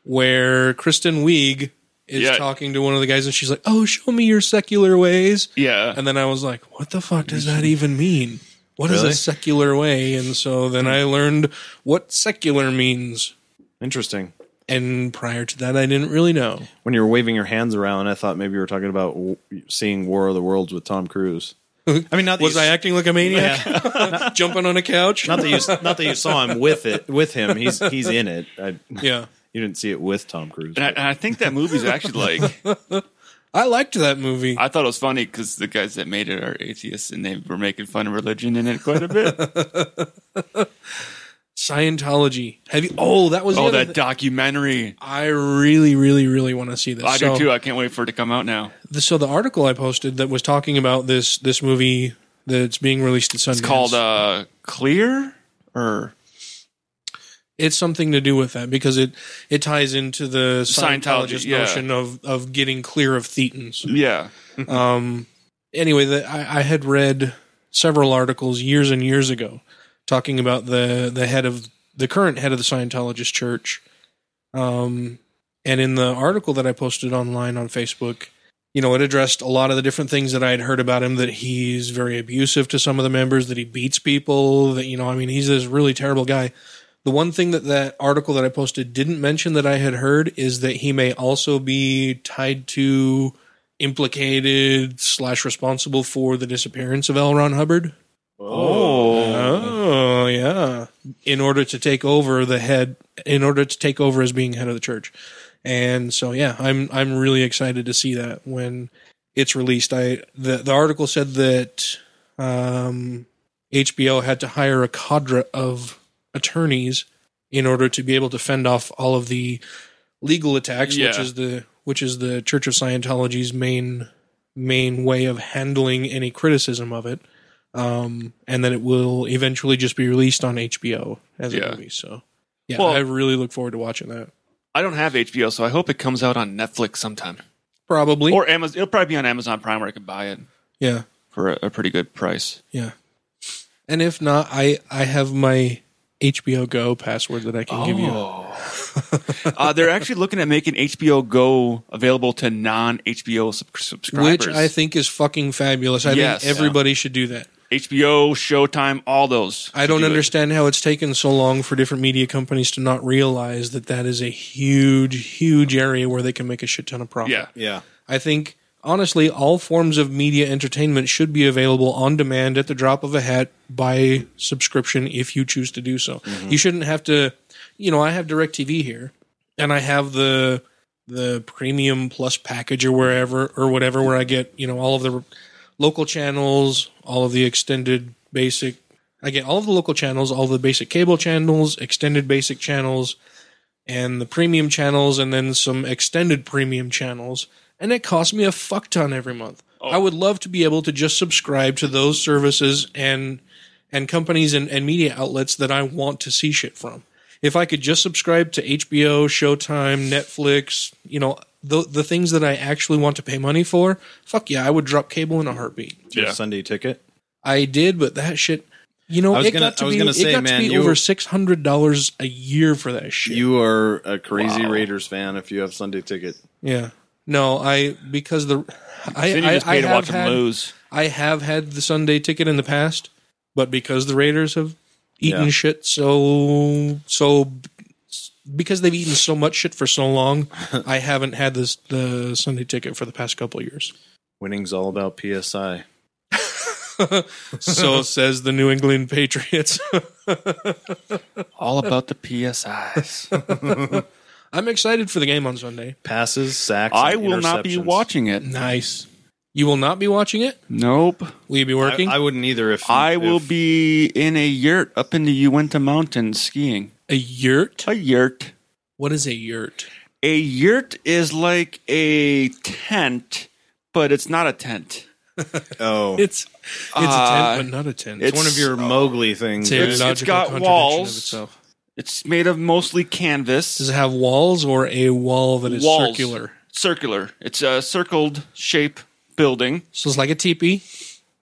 S4: where Kristen Wiig is
S2: Yeah.
S4: talking to one of the guys and she's like, "Oh, show me your secular ways."
S2: Yeah.
S4: And then I was like, "What the fuck does that even mean? What is
S3: Really?
S4: a secular way?" And so then I learned what secular means.
S3: Interesting.
S4: And prior to that, I didn't really know.
S3: When you were waving your hands around, I thought maybe you were talking about w- seeing War of the Worlds with Tom Cruise. I mean, not that
S4: Was
S3: you,
S4: I acting like a maniac,
S3: Yeah.
S4: jumping on a couch?
S3: not that you not that you saw him with it with him. He's he's in it. I,
S4: yeah,
S3: you didn't see it with Tom Cruise.
S2: And I, and I think that movie's actually like
S4: I liked that movie.
S2: I thought it was funny because the guys that made it are atheists and they were making fun of religion in it quite a bit.
S4: Scientology. Have you? Oh, that was the
S2: oh,
S4: other
S2: that
S4: thi-
S2: documentary!
S4: I really, really, really want to see this.
S2: I
S4: So-
S2: do too. I can't wait for it to come out now.
S4: the- so the article I posted that was talking about this this movie that's being released at Sundance.
S2: It's called uh, Clear or
S4: It's something to do with that because it it ties into the
S2: Scientology,
S4: Scientologist
S2: yeah.
S4: notion of of getting clear of thetans.
S2: yeah.
S4: Um, anyway, the, I, I had read several articles years and years ago talking about the the head of the current head of the Scientologist Church. Um, and in the article that I posted online on Facebook, you know, it addressed a lot of the different things that I had heard about him. That he's very abusive to some of the members. That he beats people. That you know, I mean, he's this really terrible guy. The one thing that that article that I posted didn't mention that I had heard is that he may also be tied to implicated slash responsible for the disappearance of L. Ron Hubbard. Oh, yeah. In order to take over the head, in order to take over as being head of the church, and so yeah, I'm I'm really excited to see that when it's released. I the the article said that um, HBO had to hire a cadre of attorneys in order to be able to fend off all of the legal attacks, which
S2: Yeah.
S4: is the which is the Church of Scientology's main main way of handling any criticism of it. Um, and then it will eventually just be released on HBO as a
S2: Yeah.
S4: movie. So, yeah,
S2: Well-
S4: I really look forward to watching that.
S2: I don't have HBO, so I hope it comes out on Netflix sometime
S4: Probably,
S2: or Amazon. It'll probably be on Amazon Prime where I can buy it
S4: yeah.
S2: for a, a pretty good price.
S4: Yeah. And if not, I I have my HBO Go password that I can give you.
S2: Oh, uh, they're actually looking at making HBO Go available to non HBO subscribers.
S4: Which I think is fucking fabulous. I
S2: Yes.
S4: think everybody should do that.
S2: HBO, Showtime, all those.
S4: I don't
S2: do it.
S4: understand how it's taken so long for different media companies to not realize that that is a huge, huge area where they can make a shit ton of profit.
S2: Yeah.
S3: yeah.
S4: I think honestly, all forms of media entertainment should be available on demand at the drop of a hat by subscription if you choose to do so. You shouldn't have to, you know, I have DirecTV here and I have the the premium plus package or wherever or whatever where I get, you know, all of the local channels, all of the extended basic I get all of the local channels, all the basic cable channels, extended basic channels, and the premium channels and then some extended premium channels and it costs me a fuck ton every month
S3: Oh.
S4: i would love to be able to just subscribe to those services and and companies and, and media outlets that i want to see shit from if i could just subscribe to hbo showtime netflix you know the, the things that i actually want to pay money for fuck yeah i would drop cable in a heartbeat
S3: Do you have
S2: Yeah.
S3: a Sunday ticket.
S4: i did but that shit you know
S3: I was
S4: it
S3: gonna-
S4: got to
S3: I was
S4: be,
S3: gonna
S4: it
S3: say,
S4: got to
S3: man,
S4: be
S3: you-
S4: over $600 a year for that shit
S3: You are a crazy Raiders fan if you have Sunday ticket.
S4: Yeah. No, I because the I
S2: Then you
S4: I,
S2: just
S4: I
S2: pay to
S4: have
S2: watch
S4: had,
S2: them lose.
S4: I have had the Sunday ticket in the past, but because the Raiders have eaten
S3: Yeah.
S4: shit so so because they've eaten so much shit for so long, I haven't had this the Sunday ticket for the past couple of years.
S3: Winning's all about PSI.
S4: So says the New England Patriots.
S2: All about the PSIs.
S4: I'm excited for the game on Sunday.
S3: Passes, sacks.
S2: I
S3: and
S2: will not be
S3: interceptions.
S2: watching it.
S4: Nice. You will not be watching it.
S2: Nope.
S4: Will you be working?
S3: I, I wouldn't either if
S2: I will
S3: if-
S2: be in a yurt up in the Uinta Mountains skiing.
S4: a yurt.
S2: A yurt.
S4: What is a yurt?
S2: A yurt is like a tent, but it's not a tent.
S3: Oh, it's,
S4: It's it's
S2: Uh,
S4: a tent, but not a tent.
S2: it's-
S3: one of your Mowgli things.
S4: a
S2: it's- it's
S4: logical
S2: got
S4: contradiction
S2: walls.
S4: Of itself.
S2: It's made of mostly canvas.
S4: Does it have walls or a wall that is
S2: Walls.
S4: circular?
S2: Circular. It's a circled shape building.
S4: So it's like a teepee.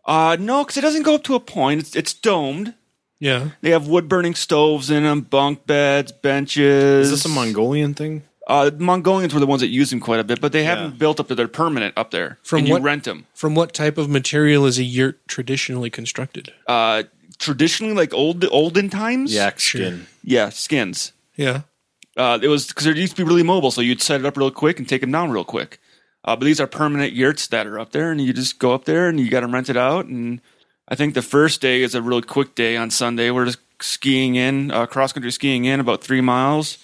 S2: Uh, no, because it doesn't go up to a point. It's, it's domed.
S4: Yeah.
S2: They have wood burning stoves in them, bunk beds, benches.
S3: Is this a Mongolian thing?
S2: Uh, Mongolians were the ones that used them quite a bit, but they haven't
S3: Yeah.
S2: built up to their permanent up there.
S4: From
S2: and you
S4: what-
S2: rent them.
S4: From what type of material is a yurt traditionally constructed?
S2: Uh, traditionally, like old olden times.
S3: Yak
S4: Sure.
S3: skin.
S2: yeah, skins.
S4: Yeah.
S2: Uh, it was because they used to be really mobile, so you'd set it up real quick and take them down real quick. Uh, but these are permanent yurts that are up there, and you just go up there and you got to rent it out. And I think the first day is a really quick day on Sunday. We're just skiing in, uh, cross country skiing in about three miles,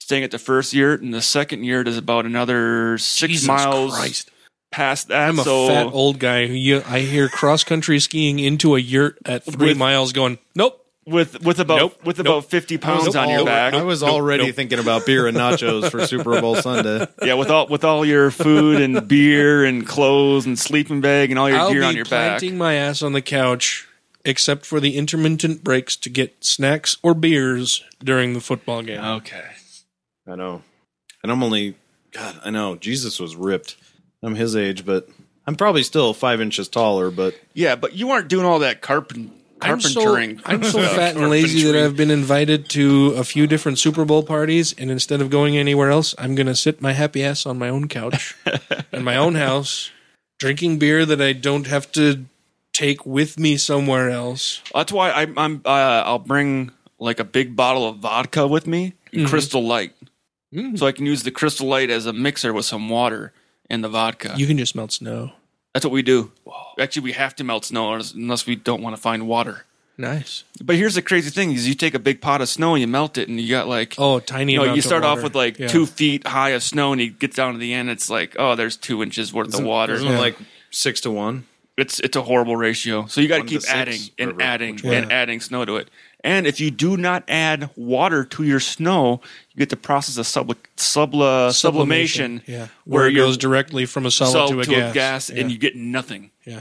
S2: staying at the first yurt, and the second yurt is about another six
S4: Jesus
S2: miles
S4: Christ.
S2: past that.
S4: I'm a
S2: so
S4: fat old guy who you, I hear cross country skiing into a yurt at three
S2: With-
S4: miles, going nope.
S2: with with about
S4: Nope,
S2: with
S4: nope.
S2: about fifty pounds on your
S3: All-
S2: back,
S3: I was already thinking about beer and nachos for Super Bowl Sunday.
S2: yeah, with all with all your food and beer and clothes and sleeping bag and all your
S4: I'll
S2: gear
S4: be
S2: on your back.
S4: planting my ass on the couch, except for the intermittent breaks to get snacks or beers during the football game.
S2: Okay.
S3: I know. And I'm only, God, I know. Jesus was ripped. I'm his age, but I'm probably still five inches taller, but
S2: Yeah, but you aren't doing all that carpen-
S4: I'm so-
S2: carpentering.
S4: I'm so, fat and lazy that I've been invited to a few different Super Bowl parties, and instead of going anywhere else, I'm going to sit my happy ass on my own couch in my own house, drinking beer that I don't have to take with me somewhere else.
S2: That's why I'm. I'm uh, I'll bring like a big bottle of vodka with me,
S4: Mm-hmm.
S2: and Crystal Light,
S4: Mm.
S2: so I can use the Crystal Light as a mixer with some water and the vodka.
S4: You can just melt snow.
S2: That's what we do. Actually, we have to melt snow unless- unless we don't want to find water.
S4: Nice.
S2: But here's the crazy thing: is you take a big pot of snow and you melt it, and you got like
S4: Oh, tiny.
S2: you know,
S4: amount
S2: you
S4: of
S2: start off
S4: water.
S2: with like
S4: Yeah.
S2: two feet high of snow, and you get down to the end, it's like oh, there's two inches worth of water.
S3: isn't it like six to one?
S2: It's it's a horrible ratio. So you got to
S3: One
S2: keep
S3: to six,
S2: adding and
S3: whatever,
S2: adding
S3: which
S2: and
S4: one.
S2: adding snow to it. And if you do not add water to your snow, you get the process of subli- subla- sublimation,
S4: Yeah. Where,
S2: where,
S4: it
S2: your
S4: goes directly from a solid
S2: salt
S4: to a gas. yeah.
S2: and you get nothing.
S4: yeah.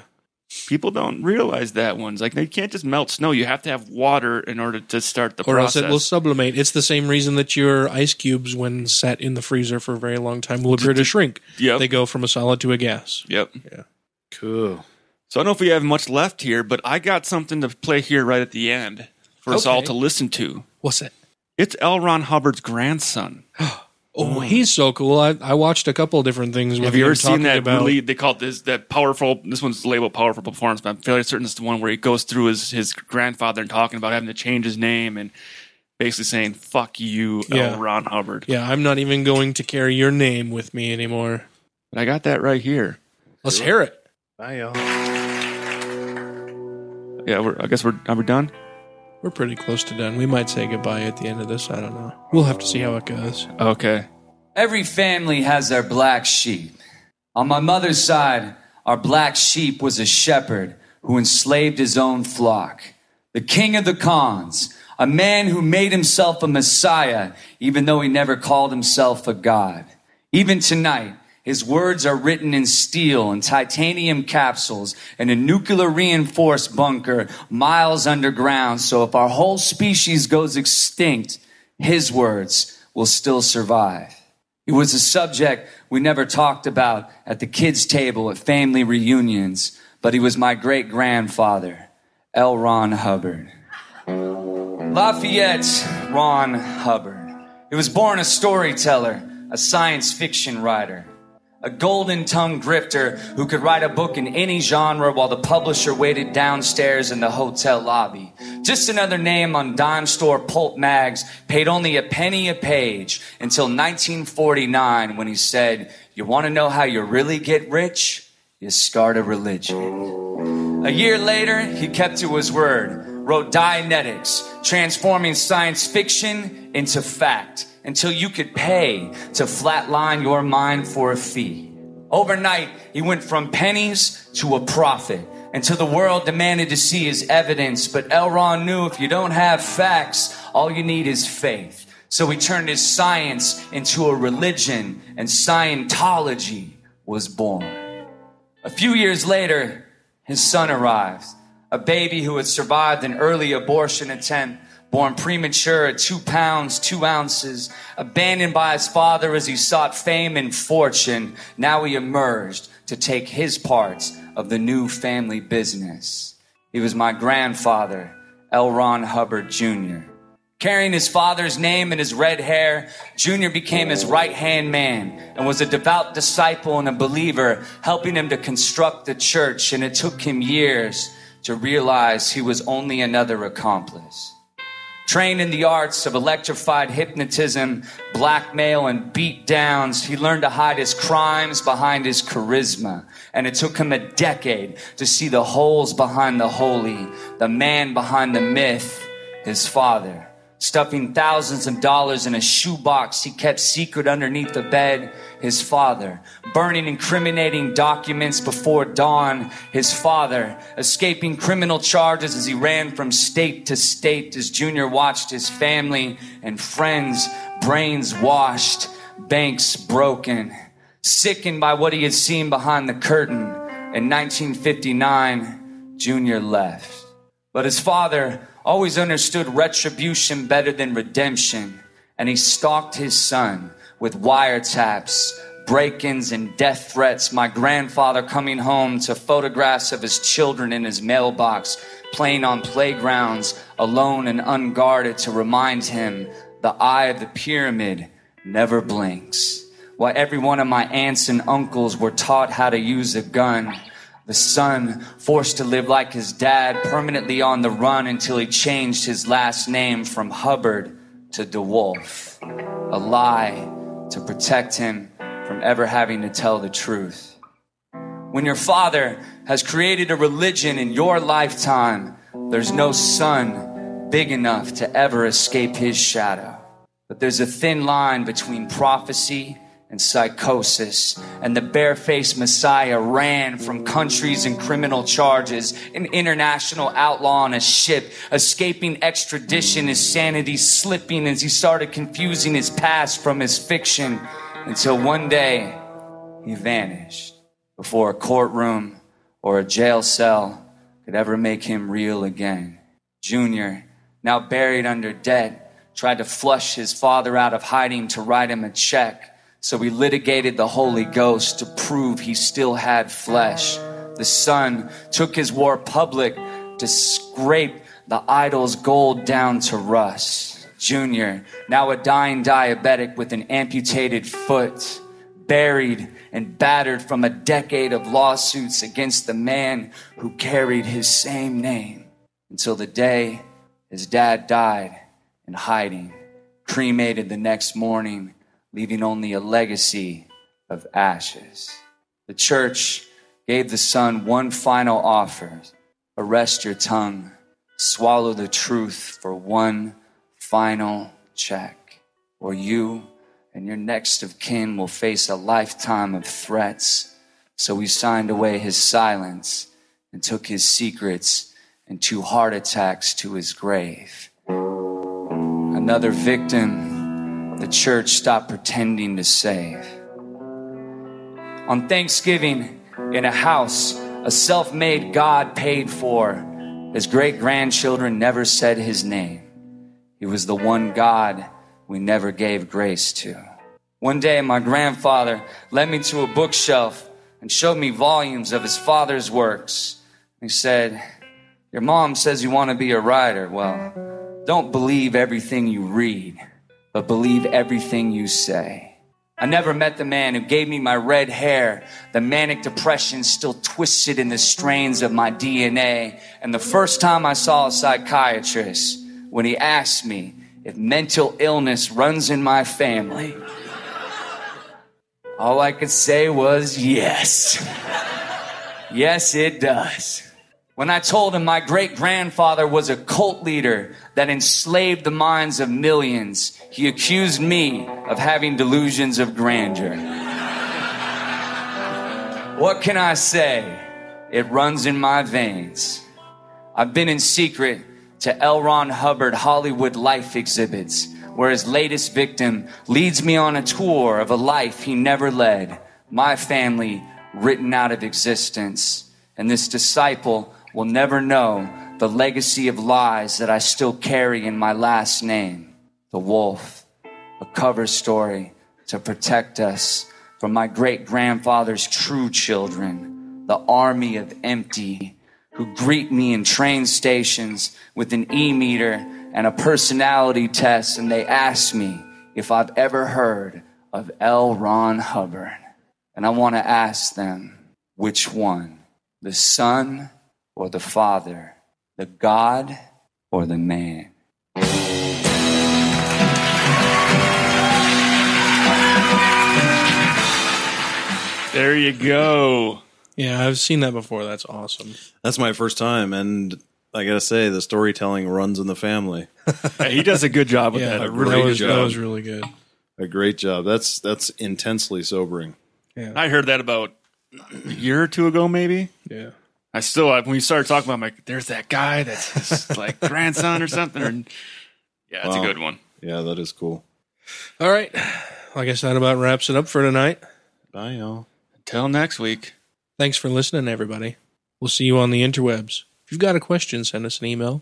S2: People don't realize that one's like you can't just melt snow. You have to have water in order to start the
S4: Or else
S2: process.
S4: it will sublimate. It's the same reason that your ice cubes, when set in the freezer for a very long time, will appear to shrink.
S2: Yep.
S4: They go from a solid to a gas.
S2: yep.
S3: Cool.
S2: So I don't know if we have much left here, but I got something to play here right at the end for us all
S4: Okay.
S2: to listen to.
S4: What's that?
S2: It's L. Ron Hubbard's grandson.
S4: Oh, he's so cool. I, I watched a couple different things. With
S2: Hmm. Have you
S4: him
S2: ever seen
S4: talking
S2: that
S4: about,
S2: really? They call it this that powerful. This one's labeled "Powerful Performance," but I'm fairly certain it's the one where he goes through his his grandfather and talking about having to change his name and basically saying "fuck you,
S4: Yeah.
S2: L. Ron Hubbard."
S4: Yeah, I'm not even going to carry your name with me anymore.
S2: But I got that right here.
S4: Let's hear it.
S3: Bye, y'all.
S2: Yeah, we're, I guess we're are we done.
S4: We're pretty close to done. We might say goodbye at the end of this. I don't know. We'll have to see how it goes.
S2: Okay.
S8: Every family has their black sheep. On my mother's side, our black sheep was a shepherd who enslaved his own flock, the king of the cons, a man who made himself a messiah, even though he never called himself a god. Even tonight, his words are written in steel and titanium capsules in a nuclear reinforced bunker miles underground. So if our whole species goes extinct, his words will still survive. It was a subject we never talked about at the kids' table at family reunions, but he was my great grandfather, L. Ron Hubbard. Lafayette's Ron Hubbard. He was born a storyteller, a science fiction writer, a golden tongued grifter who could write a book in any genre while the publisher waited downstairs in the hotel lobby. Just another name on dime store pulp mags, paid only a penny a page until 1949 when he said, You want to know how you really get rich? You start a religion. A year later, he kept to his word, wrote Dianetics, transforming science fiction into fact until you could pay to flatline your mind for a fee. Overnight, he went from pennies to a profit. And to the world demanded to see his evidence, but Elron knew if you don't have facts, all you need is faith. So he turned his science into a religion, and Scientology was born. A few years later, his son arrives, a baby who had survived an early abortion attempt, born premature at two pounds, two ounces, abandoned by his father as he sought fame and fortune. Now he emerged to take his parts of the new family business. He was my grandfather, L. Ron Hubbard Jr. Carrying his father's name in his red hair, Junior became his right hand man and was a devout disciple and a believer, helping him to construct the church. And it took him years to realize he was only another accomplice. Trained in the arts of electrified hypnotism, blackmail, and beat downs, he learned to hide his crimes behind his charisma. And it took him a decade to see the holes behind the holy, the man behind the myth, his father. Stuffing thousands of dollars in a shoebox he kept secret underneath the bed, his father. Burning incriminating documents before dawn, his father. Escaping criminal charges as he ran from state to state as Junior watched his family and friends, brains washed, banks broken. Sickened by what he had seen behind the curtain, in 1959, Junior left. But his father always understood retribution better than redemption, and he stalked his son with wiretaps, break ins, and death threats. My grandfather coming home to photographs of his children in his mailbox, playing on playgrounds, alone and unguarded, to remind him the eye of the pyramid never blinks. While every one of my aunts and uncles were taught how to use a gun, the son, forced to live like his dad, permanently on the run until he changed his last name from Hubbard to DeWolf. A lie to protect him from ever having to tell the truth. When your father has created a religion in your lifetime, there's no son big enough to ever escape his shadow. But there's a thin line between prophecy and psychosis, and the barefaced Messiah ran from countries and criminal charges, an international outlaw on a ship, escaping extradition, his sanity slipping as he started confusing his past from his fiction, until one day he vanished before a courtroom or a jail cell could ever make him real again. Junior, now buried under debt, tried to flush his father out of hiding to write him a check. So he litigated the Holy Ghost to prove he still had flesh. The Son took his war public to scrape the idol's gold down to rust. Junior, now a dying diabetic with an amputated foot, buried and battered from a decade of lawsuits against the man who carried his same name until the day his dad died in hiding, cremated the next morning leaving only a legacy of ashes. The church gave the son one final offer arrest your tongue, swallow the truth for one final check, or you and your next of kin will face a lifetime of threats. So he signed away his silence and took his secrets and two heart attacks to his grave. Another victim the church stopped pretending to save. On Thanksgiving, in a house a self made God paid for, his great grandchildren never said his name. He was the one God we never gave grace to. One day, my grandfather led me to a bookshelf and showed me volumes of his father's works. He said, Your mom says you want to be a writer. Well, don't believe everything you read but believe everything you say. I never met the man who gave me my red hair, the manic depression still twisted in the strains of my DNA, and the first time I saw a psychiatrist when he asked me if mental illness runs in my family. All I could say was yes. yes, it does. When I told him my great grandfather was a cult leader that enslaved the minds of millions, he accused me of having delusions of grandeur. What can I say? It runs in my veins. I've been in secret to L. Ron Hubbard Hollywood life exhibits, where his latest victim leads me on a tour of a life he never led, my family written out of existence. And this disciple will never know the legacy of lies that I still carry in my last name, the wolf a cover story to protect us from my great grandfather's true children, the army of empty, who greet me in train stations with an e meter and a personality test, and they ask me if I've ever heard of L. Ron Hubbard. And I want to ask them which one, the son or the father, the God or the man?
S2: There you go.
S4: Yeah, I've seen that before. That's awesome.
S3: That's my first time, and I gotta say, the storytelling runs in the family.
S2: Yeah, he does a good job with
S4: Yeah,
S2: that.
S4: that
S2: A
S4: was,
S2: really good job.
S4: that was really good.
S3: A great job. That's that's intensely sobering.
S2: I heard that about a year or two ago, maybe.
S4: Yeah.
S2: I still, I, when we started talking about, it, I'm like, there's that guy that's his, like grandson or something. Or, yeah, it's
S3: Wow.
S2: a good one.
S3: Yeah, that is cool.
S4: All right. I guess that about wraps it up for tonight.
S3: Bye, y'all.
S2: Until next week.
S4: Thanks for listening, everybody. We'll see you on the interwebs. If you've got a question, send us an email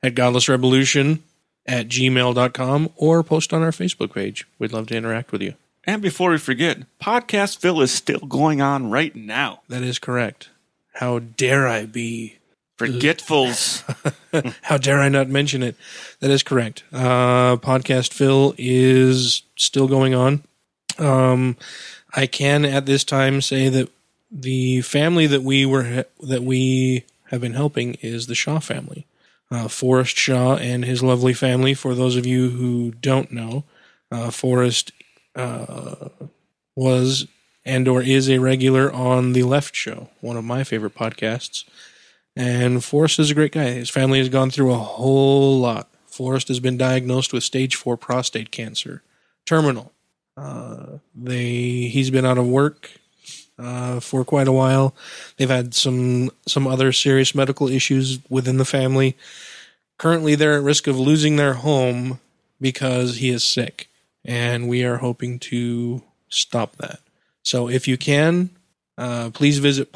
S4: at godlessrevolution at gmail.com or post on our Facebook page. We'd love to interact with you.
S2: And before we forget, Podcast Phil is still going on right now.
S4: That is correct. How dare I be?
S2: Forgetfuls.
S4: How dare I not mention it? That is correct. Uh, Podcast Phil is still going on. Um, I can at this time say that the family that we were that we have been helping is the Shaw family, uh, Forrest Shaw and his lovely family. For those of you who don't know, uh, Forrest uh, was and or is a regular on the Left Show, one of my favorite podcasts. And Forrest is a great guy. His family has gone through a whole lot. Forrest has been diagnosed with stage four prostate cancer, terminal. Uh, they he's been out of work uh, for quite a while. They've had some some other serious medical issues within the family. Currently, they're at risk of losing their home because he is sick, and we are hoping to stop that. So, if you can, uh, please visit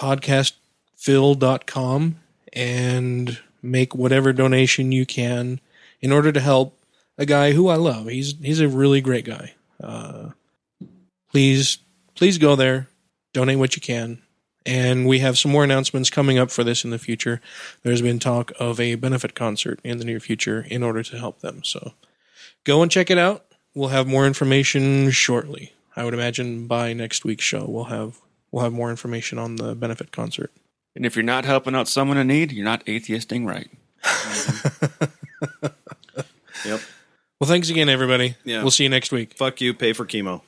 S4: podcastphil.com and make whatever donation you can in order to help a guy who I love. He's he's a really great guy. Uh, please please go there, donate what you can. And we have some more announcements coming up for this in the future. There's been talk of a benefit concert in the near future in order to help them. So go and check it out. We'll have more information shortly. I would imagine by next week's show we'll have we'll have more information on the benefit concert.
S2: and if you're not helping out someone in need, you're not atheisting right.
S3: Yep.
S4: Well, thanks again, everybody.
S3: Yeah.
S4: We'll see you next week.
S3: Fuck you. Pay for chemo.